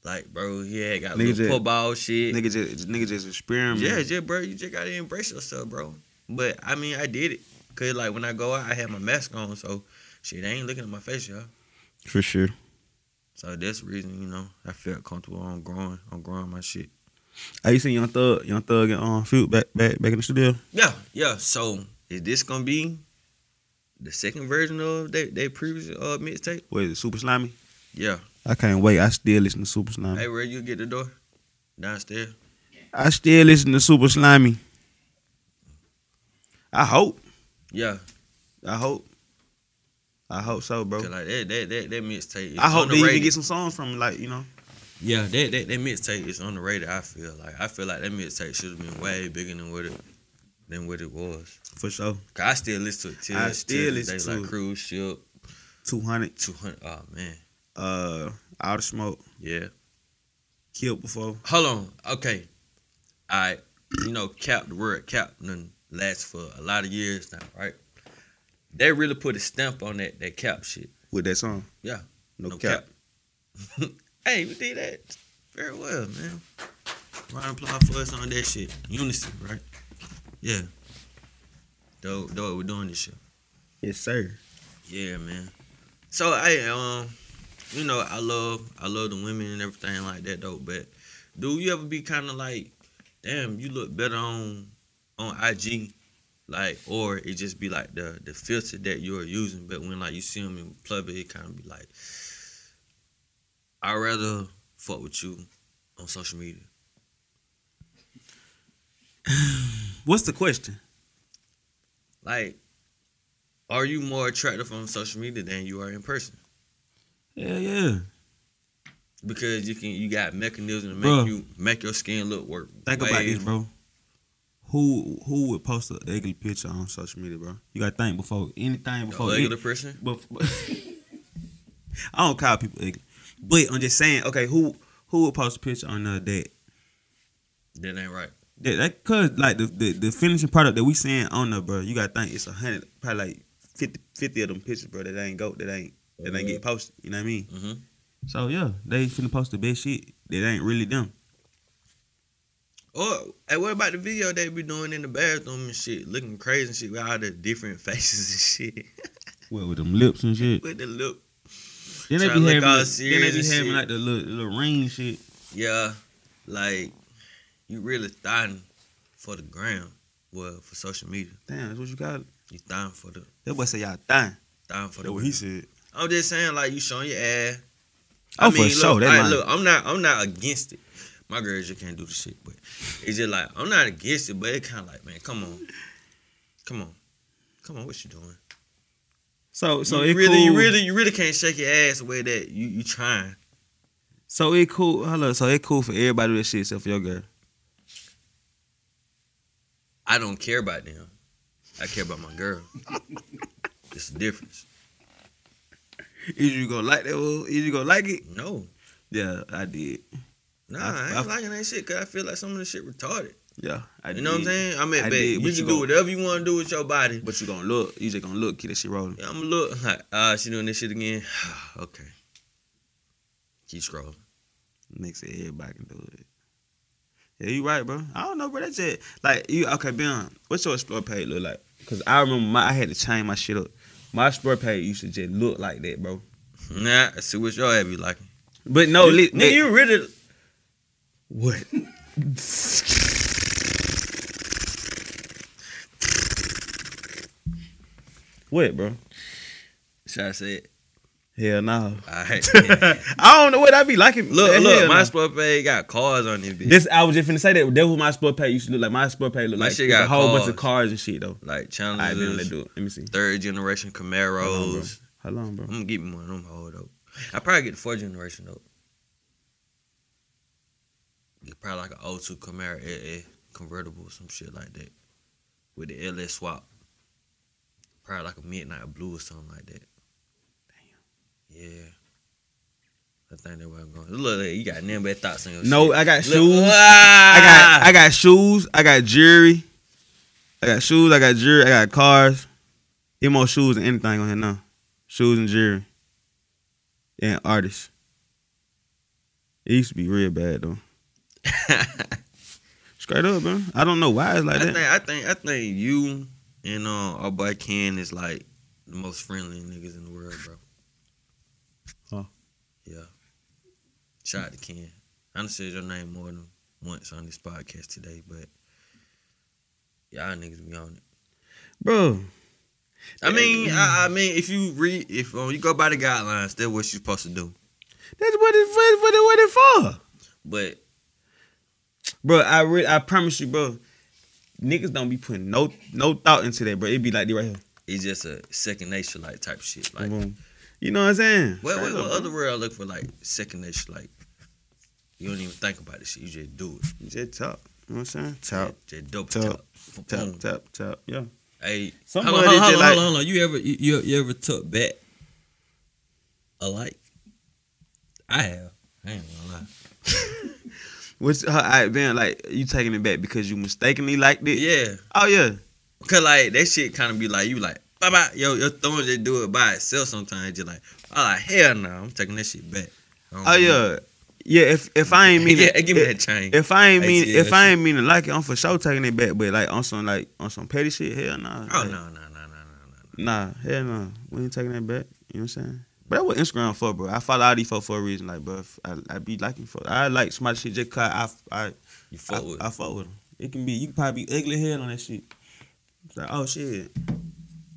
Speaker 2: Like, bro, he had got
Speaker 3: Nigga
Speaker 2: little
Speaker 3: just-
Speaker 2: football shit.
Speaker 3: nigga just nigga just experiment.
Speaker 2: Yeah, yeah, bro. You just gotta embrace yourself, bro. But I mean, I did it. Cause like when I go out, I have my mask on, so shit, they ain't looking at my face, y'all.
Speaker 3: for sure.
Speaker 2: So that's the reason, you know, I felt comfortable on growing, on growing my shit.
Speaker 3: Have you seen Young Thug, Young Thug and um, Fruit back back back in the studio?
Speaker 2: Yeah, yeah. So is this gonna be the second version of they they previous uh mixtape?
Speaker 3: What is it, Super Slimy?
Speaker 2: Yeah.
Speaker 3: I can't wait. I still listen to Super Slimy.
Speaker 2: Hey, where you get the door downstairs?
Speaker 3: I still listen to Super Slimy. I hope.
Speaker 2: Yeah,
Speaker 3: I hope. I hope so, bro.
Speaker 2: 'cause, like that that that that mixtape. is
Speaker 3: I hope they even
Speaker 2: underrated.
Speaker 3: get some songs from it, like you know.
Speaker 2: Yeah, that that, that mixtape is underrated. I feel like I feel like that mixtape should have been way bigger than what it than what it was.
Speaker 3: For sure.
Speaker 2: Cause I still listen to it. Till,
Speaker 3: I still
Speaker 2: this day,
Speaker 3: listen to
Speaker 2: like
Speaker 3: it.
Speaker 2: cruise ship
Speaker 3: Two hundred.
Speaker 2: two hundred. Oh man,
Speaker 3: Uh, out of smoke.
Speaker 2: yeah.
Speaker 3: Killed before.
Speaker 2: Hold on. Okay, I you know cap the word cap done lasts for a lot of years now, right? They really put a stamp on that that cap shit.
Speaker 3: With that song.
Speaker 2: Yeah.
Speaker 3: No, cap.
Speaker 2: hey, we did that very well, man. Round of applause for us on that shit. Unison, right? Yeah. Though, though we're doing this shit.
Speaker 3: Yes, sir.
Speaker 2: Yeah, man. So I um, you know, I love I love the women and everything like that though. But do you ever be kind of like, damn, you look better on on IG, like, or it just be like the the filter that you're using. But when like you see them in public, it kind of be like, I would rather fuck with you on social media.
Speaker 3: What's the question?
Speaker 2: Like, are you more attractive on social media than you are in person?
Speaker 3: Yeah, yeah.
Speaker 2: because you can you got mechanism to make
Speaker 3: Bruh.
Speaker 2: you make your skin look work.
Speaker 3: Think
Speaker 2: way-
Speaker 3: about this, bro. Who who would post an ugly picture on social media, bro? You gotta think before anything
Speaker 2: a
Speaker 3: before
Speaker 2: Regular person.
Speaker 3: But, but- I don't call people ugly. But I'm just saying, okay, who who would post a picture on uh, that?
Speaker 2: That ain't right.
Speaker 3: That that cause like the, the the finishing product that we seeing on there, bro. You gotta think it's a hundred, probably like 50, 50 of them pictures, bro. That ain't go, that ain't that ain't get posted. You know what I mean?
Speaker 2: Mhm.
Speaker 3: So yeah, they finna post the best shit that ain't really them.
Speaker 2: Or hey, what about the video they be doing in the bathroom and shit, looking crazy and shit with all the different faces and shit
Speaker 3: What with them lips and shit.
Speaker 2: with the look.
Speaker 3: Then they
Speaker 2: Tryna
Speaker 3: be
Speaker 2: look
Speaker 3: having,
Speaker 2: all
Speaker 3: like- then they
Speaker 2: serious
Speaker 3: be
Speaker 2: and
Speaker 3: having
Speaker 2: shit.
Speaker 3: like the little, little ring shit.
Speaker 2: Yeah, like you really thotting for the gram, well for social media.
Speaker 3: Damn, that's what you got.
Speaker 2: You thotting for the
Speaker 3: That boy say y'all dying.
Speaker 2: thotting for the.
Speaker 3: That's Oh, what
Speaker 2: gram.
Speaker 3: he said.
Speaker 2: I'm just saying, like you showing your ass.
Speaker 3: Oh, for sure,
Speaker 2: Look,
Speaker 3: that
Speaker 2: like,
Speaker 3: line.
Speaker 2: look, I'm not, I'm not against it. My girls just can't do the shit, but it's just like I'm not against it, but it kind of like, man, come on, come on, come on, what you doing?
Speaker 3: So so
Speaker 2: you
Speaker 3: it
Speaker 2: really,
Speaker 3: cool.
Speaker 2: you really, you really can't shake your ass the way that you you trying.
Speaker 3: So it cool. Hello. So it cool for everybody with shit except for your girl.
Speaker 2: I don't care about them. I care about my girl. it's the difference.
Speaker 3: Is you gonna like that? Will? Is you gonna like it?
Speaker 2: No,
Speaker 3: Yeah, I did.
Speaker 2: nah,
Speaker 3: I-
Speaker 2: I, ain't
Speaker 3: I-
Speaker 2: liking that shit because I feel like some of the shit retarded.
Speaker 3: Yeah, I
Speaker 2: You know what I'm saying? I mean, babe,
Speaker 3: I did,
Speaker 2: you
Speaker 3: but
Speaker 2: can
Speaker 3: you
Speaker 2: do
Speaker 3: gon-
Speaker 2: whatever you want to do with your body.
Speaker 3: But you gonna look. You just gonna look. Keep that shit rolling.
Speaker 2: I'm gonna look like, ah, she doing this shit again. okay. Keep scrolling.
Speaker 3: Next to everybody can do it. Yeah, you right, bro. I don't know, bro. That's it. Like you, okay, Ben. What's your explore page look like? Cause I remember my, I had to change my shit up. My explore page used to just look like that, bro.
Speaker 2: Nah, I see what y'all have you like.
Speaker 3: But no, li-
Speaker 2: Nigga, you really
Speaker 3: what? What, bro?
Speaker 2: Should I say it?
Speaker 3: Hell no.
Speaker 2: All right.
Speaker 3: I don't know what I be liking.
Speaker 2: Look,
Speaker 3: Hell
Speaker 2: look,
Speaker 3: no.
Speaker 2: my sport page got cars on it, bitch.
Speaker 3: This I was just finna say that. That was my sport page. Used to look like my sport page. Look
Speaker 2: My
Speaker 3: like
Speaker 2: shit
Speaker 3: it's a
Speaker 2: got
Speaker 3: whole bunch
Speaker 2: cars.
Speaker 3: of cars and shit though.
Speaker 2: like
Speaker 3: All right, then let's do
Speaker 2: challenges,
Speaker 3: it. Let me see.
Speaker 2: third generation Camaros.
Speaker 3: How long, bro?
Speaker 2: I'm gonna get me one of them hold up. I probably get the fourth generation though. It's probably like an 02 Camaro LA convertible, or some shit like that, with the LS swap. Probably like a midnight blue or something like that. Damn. Yeah. I think that's where I'm going. Look, look, you got nimble thoughts on your
Speaker 3: No,
Speaker 2: shit.
Speaker 3: I got
Speaker 2: Look-
Speaker 3: shoes. I
Speaker 2: Ah!
Speaker 3: got I got shoes. I got jewelry. I got shoes. I got jewelry. I got cars. Get more shoes than anything on here now. Shoes and jewelry. And artists. It used to be real bad though. Straight up, bro. I don't know why it's like
Speaker 2: I
Speaker 3: that.
Speaker 2: think I think I think you and uh, our boy Ken is like the most friendly niggas in the world, bro.
Speaker 3: Huh.
Speaker 2: Yeah. Shout out to Ken. I done said your name more than once on this podcast today, but y'all niggas be on it.
Speaker 3: Bro,
Speaker 2: I mean, I, I mean, if you read, if uh, you go by the guidelines, that's what you supposed to do.
Speaker 3: that's what it what, what, it- what it for.
Speaker 2: But
Speaker 3: Bro, I re- I promise you, bro. Niggas don't be putting no no thought into that, bro. It be like this right here.
Speaker 2: it's just a second nature like type shit. Like,
Speaker 3: Boom. You know what I'm saying?
Speaker 2: what,
Speaker 3: Mm-hmm. Straight
Speaker 2: what, what
Speaker 3: up, bro.
Speaker 2: other world I look for like second nature? Like, you don't even think about this shit. You just do it.
Speaker 3: Just top. You know what I'm saying? Top.
Speaker 2: Just dope
Speaker 3: Tap,
Speaker 2: top.
Speaker 3: Top,
Speaker 2: Mm.
Speaker 3: top, top. Yeah.
Speaker 2: Hey,
Speaker 3: Somebody
Speaker 2: hold on, hold on,
Speaker 3: just
Speaker 2: hold on,
Speaker 3: like-
Speaker 2: hold on. You ever you, you, you ever took back a like? I have. I ain't gonna lie.
Speaker 3: What's her I been like you taking it back because you mistakenly liked it?
Speaker 2: Yeah,
Speaker 3: Oh yeah.
Speaker 2: cause like that shit kind of be like you like bye bye. Yo, your thumb just do it by itself sometimes. Just like oh like hell no, I'm taking that shit back. I don't
Speaker 3: Oh yeah. Yeah, if if I ain't mean
Speaker 2: yeah,
Speaker 3: it,
Speaker 2: give me
Speaker 3: if-
Speaker 2: that chain.
Speaker 3: If I ain't
Speaker 2: Hey,
Speaker 3: mean
Speaker 2: yeah,
Speaker 3: if I
Speaker 2: shit.
Speaker 3: ain't mean to like it, I'm for sure taking it back. But like on some like on some petty shit, hell nah.
Speaker 2: oh
Speaker 3: Like,
Speaker 2: no no no no no no.
Speaker 3: Nah, hell nah. We ain't taking that back. You know what I'm saying? But that what Instagram for, bro. I follow all these folks for a reason. Like, bro, if I, I be liking for. I like smart shit just cause I I
Speaker 2: You fuck
Speaker 3: I,
Speaker 2: with.
Speaker 3: I fuck with them. It can be you can probably be ugly head on that shit. It's like, oh shit.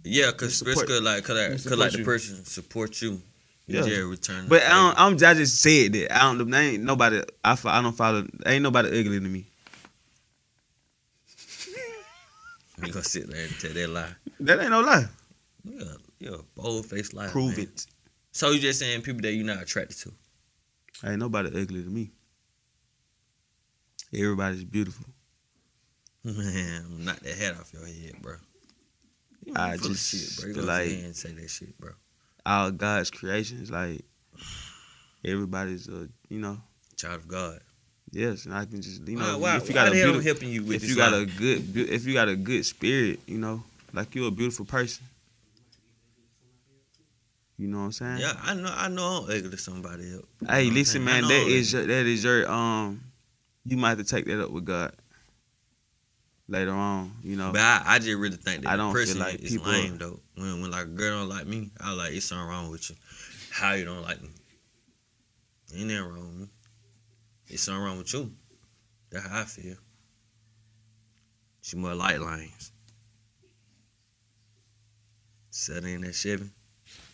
Speaker 2: yeah, cause
Speaker 3: support-
Speaker 2: Chris could like cause, like,
Speaker 3: they
Speaker 2: cause
Speaker 3: support
Speaker 2: like the
Speaker 3: you.
Speaker 2: person support you.
Speaker 3: Yeah.
Speaker 2: Yeah, return. the
Speaker 3: But I don't,
Speaker 2: favor.
Speaker 3: I'm I just said that. I don't. There ain't nobody. I, fo- I don't follow. Ain't nobody ugly to me.
Speaker 2: You gonna sit there and tell that lie?
Speaker 3: That ain't no lie.
Speaker 2: Yeah, yeah, bold faced lie.
Speaker 3: Prove
Speaker 2: man.
Speaker 3: it.
Speaker 2: So you just saying people that you're not attracted to?
Speaker 3: Ain't nobody ugly to me. Everybody's beautiful.
Speaker 2: Man, I'm knock that hat off your head, bro. You
Speaker 3: I
Speaker 2: full of
Speaker 3: just
Speaker 2: You gonna
Speaker 3: feel
Speaker 2: sit
Speaker 3: like-
Speaker 2: here and say that shit, bro.
Speaker 3: All God's creations. Like everybody's. Uh, you know.
Speaker 2: Child of God.
Speaker 3: Yes, and I can just you
Speaker 2: You
Speaker 3: know
Speaker 2: know, why,
Speaker 3: if you got a
Speaker 2: the hell I'm
Speaker 3: beautiful,
Speaker 2: helping you with
Speaker 3: if
Speaker 2: this?
Speaker 3: you got
Speaker 2: lie?
Speaker 3: a good beau- if you got a good spirit, you know, like you're a beautiful person. You know what I'm saying?
Speaker 2: yeah, I know, I know, I'm ugly to somebody else.
Speaker 3: Hey,
Speaker 2: know what
Speaker 3: listen,
Speaker 2: I'm
Speaker 3: man,
Speaker 2: saying? I
Speaker 3: that
Speaker 2: know
Speaker 3: is your, that is your um. You might have to take that up with God later on. You know,
Speaker 2: But I, I just really think that
Speaker 3: Oh. I don't feel
Speaker 2: depression
Speaker 3: like
Speaker 2: is
Speaker 3: people-
Speaker 2: lame though. When when like a girl don't like me, I like it's something wrong with you. How you don't like me? Ain't nothing wrong with me. It's something wrong with you. That's how I feel. She more light lines. Set in that Chevy.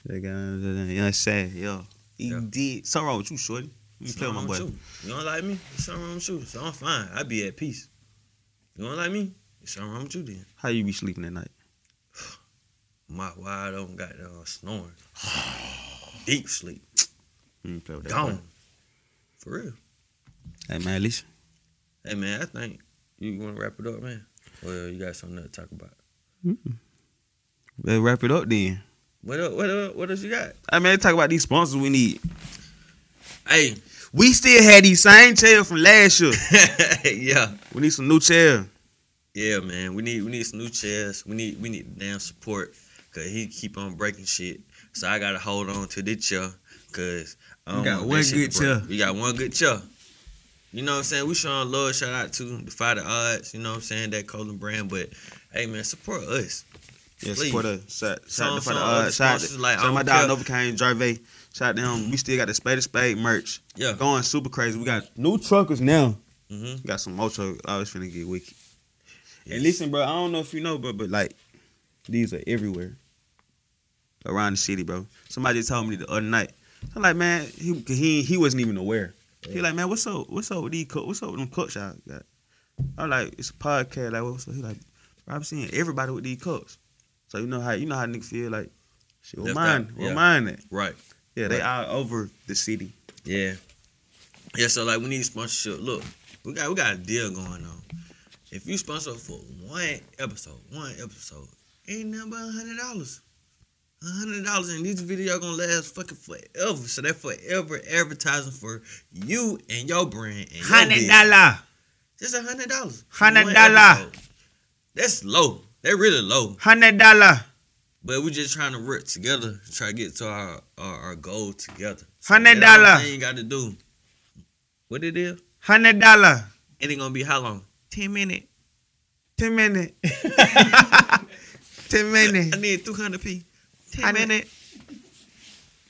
Speaker 3: that guy, uh, you know, sad, yo. He
Speaker 2: Yeah.
Speaker 3: did something wrong with you, shorty. You
Speaker 2: Something
Speaker 3: play with my
Speaker 2: wrong
Speaker 3: boy.
Speaker 2: with you. You don't like me? It's something wrong with you. So I'm fine. I be at peace. You don't like me? It's something wrong with you then.
Speaker 3: How you be sleeping at night?
Speaker 2: My why I don't got uh, snoring. Deep sleep.
Speaker 3: You play with that boy.
Speaker 2: Gone. For real.
Speaker 3: Hey man, listen.
Speaker 2: Hey man, I think you wanna wrap it up, man. Well, you got something to talk about.
Speaker 3: Let's wrap it up then.
Speaker 2: What el- what el- what else you got?
Speaker 3: I mean, let's talk about these sponsors we need.
Speaker 2: Hey,
Speaker 3: We still had these same chair from last year.
Speaker 2: yeah,
Speaker 3: We need some new chair.
Speaker 2: yeah, man. We need we need some new chairs. We need we need damn support, cause he keep on breaking shit. So I gotta hold on to this chair, cause I don't
Speaker 3: We got
Speaker 2: want that
Speaker 3: one
Speaker 2: shit to
Speaker 3: good
Speaker 2: break.
Speaker 3: chair.
Speaker 2: We got one good chair. You know what I'm saying? We showing love. Shout out to Defy the Odds. You know what I'm saying? That Colin brand, but hey man, support us.
Speaker 3: Yeah,
Speaker 2: Please.
Speaker 3: support us. Shout, shout
Speaker 2: Some-
Speaker 3: out to for the
Speaker 2: some
Speaker 3: uh,
Speaker 2: other
Speaker 3: shout out to-
Speaker 2: sponsors, like,
Speaker 3: shout out
Speaker 2: I
Speaker 3: my dog
Speaker 2: don't
Speaker 3: Novocaine, Jarvey. Shout out to him. We still got the Spade to Spade merch.
Speaker 2: Yeah.
Speaker 3: Going super crazy. We got new truckers now.
Speaker 2: Mm-hmm.
Speaker 3: We got some more truckers. Oh, it's finna get wicked.
Speaker 2: Yes.
Speaker 3: And listen, bro, I don't know if you know, but but like these are everywhere. around the city, bro. Somebody just told me the other night. I'm like, man, he he, he wasn't even aware. He like, man, what's up? What's up with these? cu- What's up with them cups y'all got? I'm like, it's a podcast. Like, what's up? He like, bro, I'm seeing everybody with these cups. So you know how you know how nigga feel like, shit,
Speaker 2: Left
Speaker 3: what mine?
Speaker 2: out,
Speaker 3: What
Speaker 2: yeah.
Speaker 3: mine at?
Speaker 2: Right.
Speaker 3: Yeah, they all over the city.
Speaker 2: Yeah. Yeah, so like we need sponsorship. Look, we got we got a deal going on. If you sponsor for one episode, one episode, ain't nothing but hundred dollars. hundred dollars and this video gonna last fucking forever. So that forever advertising for you and your brand and hundred dollars.
Speaker 3: dollar.
Speaker 2: Just a hundred dollars.
Speaker 3: $100.
Speaker 2: One episode. That's low. That really low.
Speaker 3: Hundred dollar.
Speaker 2: But we just trying to work together, try to get to our our, our goal together.
Speaker 3: Hundred
Speaker 2: That all
Speaker 3: dollar.
Speaker 2: thing got to do. What it is?
Speaker 3: Hundred dollar.
Speaker 2: And it gonna be how long? Ten minutes.
Speaker 3: Ten minutes. Ten minutes.
Speaker 2: I need two hundred p.
Speaker 3: I
Speaker 2: Ten
Speaker 3: need-
Speaker 2: minutes.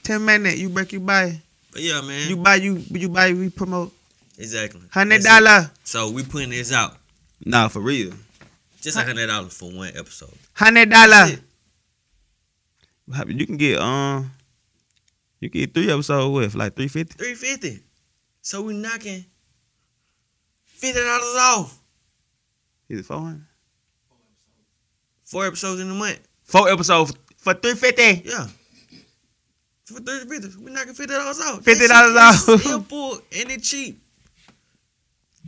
Speaker 3: Ten minutes. You break. You buy.
Speaker 2: But yeah, man.
Speaker 3: You buy. You you buy. We promote.
Speaker 2: exactly.
Speaker 3: Hundred
Speaker 2: That's it.
Speaker 3: dollar.
Speaker 2: So we putting this out.
Speaker 3: Nah, for real.
Speaker 2: Just a hundred dollars for one episode.
Speaker 3: Hundred dollar. You can get um. You can get three episodes with like three fifty.
Speaker 2: Three fifty. So we knocking fifty dollars off.
Speaker 3: Is it four hundred?
Speaker 2: Four episodes in a month.
Speaker 3: Four episodes for three fifty.
Speaker 2: Yeah. For thirty fifty, we knocking fifty dollars off.
Speaker 3: $50 off.
Speaker 2: Still full and it cheap.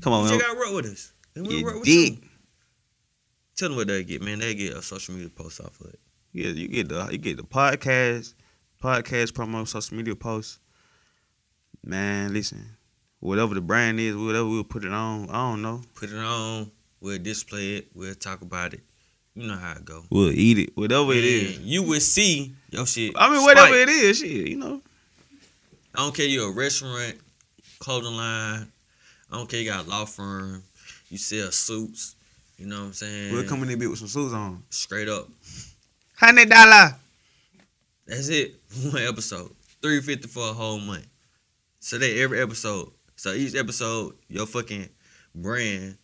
Speaker 3: Come on,
Speaker 2: You
Speaker 3: man.
Speaker 2: just gotta work with us. And we
Speaker 3: You
Speaker 2: work with
Speaker 3: dick.
Speaker 2: you. Tell them what they get, man. They get a social media post off of it.
Speaker 3: Yeah, you get the you get the podcast, podcast promo, social media posts. Man, listen, whatever the brand is, whatever we'll put it on. I don't know.
Speaker 2: Put it on. We'll display it. We'll talk about it. You know how it go.
Speaker 3: We'll eat it, whatever it is.
Speaker 2: And You will see your shit.
Speaker 3: I mean, whatever
Speaker 2: spike.
Speaker 3: it is, shit, you know.
Speaker 2: I don't care. You're a restaurant, clothing line. I don't care. You got a law firm. You sell suits. You know what I'm saying?
Speaker 3: We'll come in there bit with some shoes on.
Speaker 2: straight up.
Speaker 3: Hundred dollar.
Speaker 2: That's it. One episode. Three fifty for a whole month. So that every episode. So each episode, your fucking brand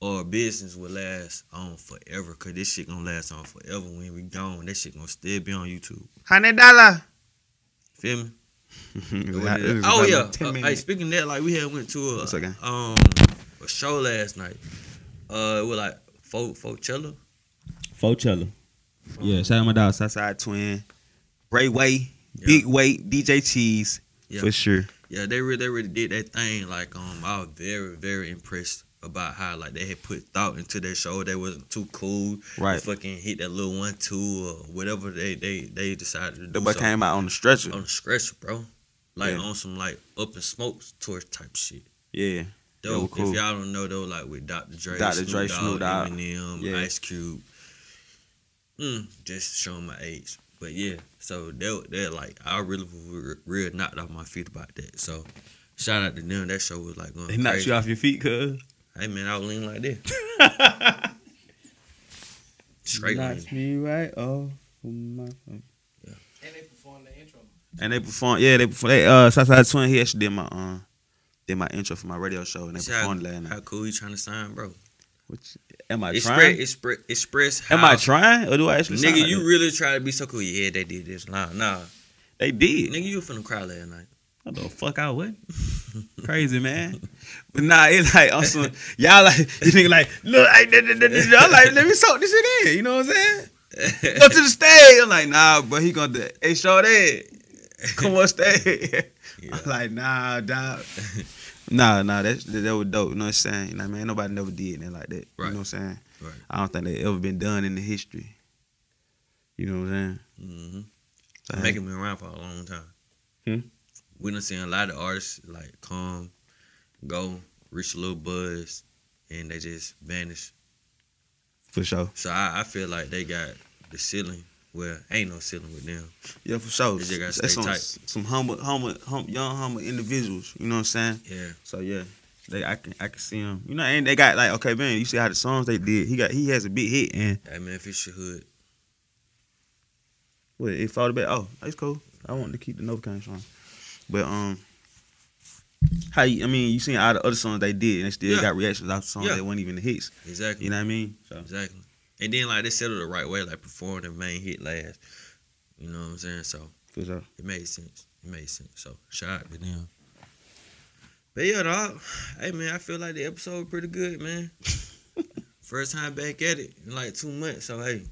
Speaker 2: or business will last on forever. Cause this shit gonna last on forever when we gone. That shit gonna still be on YouTube.
Speaker 3: Hundred dollar.
Speaker 2: Feel me? Oh yeah. Uh, hey, speaking of that, like we had went to a
Speaker 3: It's okay.
Speaker 2: um a show last night. Uh, it was like Fo Fochella.
Speaker 3: Focella. Yeah, shout out my dog Southside Twin, Bray Way,
Speaker 2: Yeah.
Speaker 3: Big Weight, DJ Cheese
Speaker 2: Yeah.
Speaker 3: for sure.
Speaker 2: Yeah, they really they really did that thing. Like um, I was very very impressed about how like they had put thought into their show. They wasn't too cool.
Speaker 3: Right.
Speaker 2: They fucking hit that little one two or whatever they they they decided to do.
Speaker 3: The boy
Speaker 2: So,
Speaker 3: came out on the stretcher.
Speaker 2: on the stretch, bro. Like
Speaker 3: Yeah.
Speaker 2: on some like up and smokes tour type shit.
Speaker 3: Yeah. They
Speaker 2: Though,
Speaker 3: were cool.
Speaker 2: if y'all don't know though, like with Dr. Dre,
Speaker 3: Dr.
Speaker 2: Snoop
Speaker 3: Dre,
Speaker 2: Dogg,
Speaker 3: Snoop Dogg.
Speaker 2: Eminem,
Speaker 3: Yeah.
Speaker 2: Ice Cube. Mm, just showing my age, but yeah. So they they're like, I really was real knocked off my feet about that. So shout out to them. That show was like going
Speaker 3: They
Speaker 2: crazy.
Speaker 3: knocked you off your feet, cuz.
Speaker 2: Hey man, I was leaning like this. Straight lean.
Speaker 3: me right off my
Speaker 5: And they performed the intro.
Speaker 3: And they performed, yeah, they performed. They, uh, Southside Twin, he actually did my uh, did my intro for my radio show, and they
Speaker 2: See how,
Speaker 3: performed last
Speaker 2: how
Speaker 3: night.
Speaker 2: cool you trying to sign, bro?
Speaker 3: Which, am I
Speaker 2: Express,
Speaker 3: trying?
Speaker 2: express, express. How,
Speaker 3: Am I trying, or do I actually?
Speaker 2: Nigga,
Speaker 3: sound
Speaker 2: you
Speaker 3: like
Speaker 2: really try to be so cool. Yeah, they did this. Nah, nah.
Speaker 3: that? they did.
Speaker 2: Nigga, you finna cry last night.
Speaker 3: What the fuck I would? Crazy man. But nah, it's like on some y'all like you think like look, I, da, da, da, da, da. I'm like let me soak this shit in. You know what I'm saying? Go to the stage. I'm like nah, bro. He gonna do it. hey show that. Come on stage. I'm like nah, dog. nah, nah. That's that, that was dope. You know what I'm saying? Like man, nobody never did nothing like that.
Speaker 2: Right.
Speaker 3: You know what I'm saying?
Speaker 2: Right.
Speaker 3: I don't think they ever been done in the history. You know what I'm
Speaker 2: Mm-hmm.
Speaker 3: saying?
Speaker 2: Making me around for a long time.
Speaker 3: Hmm?
Speaker 2: We done seen a lot of artists like come, go, reach a little buzz, and they just vanish.
Speaker 3: for sure.
Speaker 2: So I, I feel like they got the ceiling. Well, ain't no ceiling with them.
Speaker 3: Yeah, for sure.
Speaker 2: They just gotta
Speaker 3: That's
Speaker 2: stay
Speaker 3: some,
Speaker 2: tight.
Speaker 3: some humble, humble, hum, young, humble individuals. You know what I'm saying?
Speaker 2: Yeah.
Speaker 3: So yeah, they I can I can see them. You know, and they got like okay, man. You see how the songs they did. He got he has a big hit and
Speaker 2: That Memphis shit hood.
Speaker 3: what it fought back. Oh, that's cool. I want to keep the Novocaine song, but um, how you, I mean, you seen all the other songs they did and they still
Speaker 2: Yeah.
Speaker 3: got reactions off the songs
Speaker 2: Yeah.
Speaker 3: that weren't even the hits.
Speaker 2: Exactly.
Speaker 3: You know what I mean? So
Speaker 2: Exactly. And then like they settled the right way, like performed the main hit last. You know what I'm saying? So
Speaker 3: For sure.
Speaker 2: it made sense. It made sense. So shout out to them. But yeah, dog. Hey man, I feel like the episode pretty good, man. First time back at it in like two months. So hey,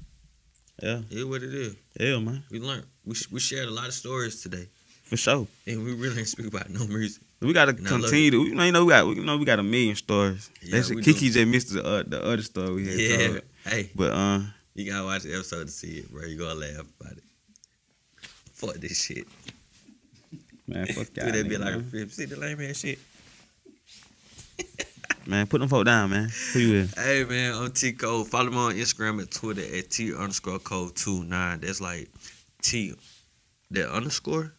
Speaker 3: Yeah.
Speaker 2: it what it is.
Speaker 3: Yeah, man.
Speaker 2: We learned. We sh- we shared a lot of stories today,
Speaker 3: For sure.
Speaker 2: and we really didn't speak about no music.
Speaker 3: We gotta
Speaker 2: And I love
Speaker 3: continue. To, you know, you know, we got, you know, we got a million stories.
Speaker 2: Yeah,
Speaker 3: That's
Speaker 2: we
Speaker 3: Kiki just missed the, uh, the other story we had.
Speaker 2: Yeah.
Speaker 3: told.
Speaker 2: Hey,
Speaker 3: But uh,
Speaker 2: you gotta watch the episode to see it, bro. You gonna laugh about it. Fuck this shit.
Speaker 3: man, fuck
Speaker 2: Dude, that be
Speaker 3: that.
Speaker 2: like a
Speaker 3: Like
Speaker 2: flip. See the lame ass shit.
Speaker 3: man, put them folk down, man. Who you with?
Speaker 2: Hey man, I'm T Code. Follow me on Instagram and Twitter at T underscore code two nine. That's like T that underscore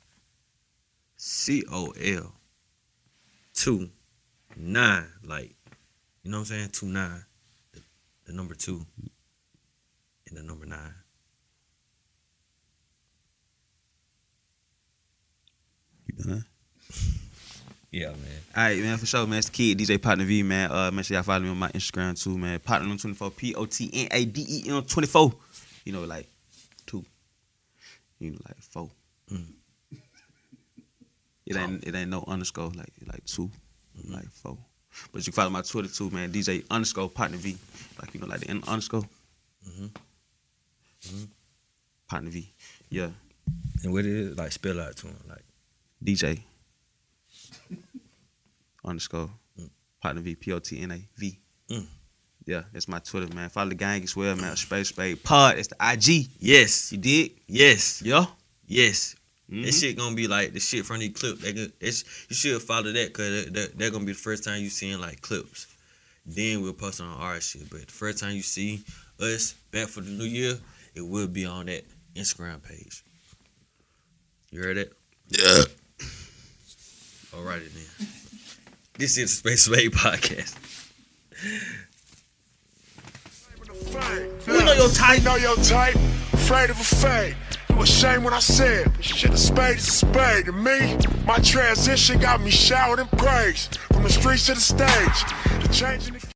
Speaker 2: C O L two nine. Like you know what I'm saying? Two nine. The, the number two and the number nine.
Speaker 3: You done?
Speaker 2: Yeah, man.
Speaker 3: All right, man, for sure, man. It's the kid, DJ Partner V, man. Uh, make sure y'all follow me on my Instagram too, man. Partner twenty four, P O T N A D E M twenty four. You know, like two. You know, like four.
Speaker 2: Mm.
Speaker 3: It ain't it ain't no underscore like like 2 like four. But you can follow my Twitter too, man. DJ underscore Partner V, like you know, like the un- underscore. Partner V, yeah.
Speaker 2: And what it is, like spell out to him. Like
Speaker 3: DJ underscore partner V P O T N A V.
Speaker 2: Mm.
Speaker 3: Yeah, that's my Twitter, man. Follow the gang as well, man. Space Spade Pod. That's the IG.
Speaker 2: Yes,
Speaker 3: You did?
Speaker 2: yes,
Speaker 3: Yeah.
Speaker 2: yes. That
Speaker 3: Mm-hmm.
Speaker 2: shit gonna be like the shit from the clip. They gon- it's, you should follow that because that, that, that gonna be the first time you seeing like clips. Then we'll post on our shit. But the first time you see us back for the new year, it will be on that Instagram page. You heard that? Yeah. Alrighty then. This is the Space Spade Podcast.
Speaker 1: We know your type. know your type. Afraid of a fade. You ashamed when I said it. shit. A spade is a spade to me. My transition got me showered in praise from the streets to the stage. The change in the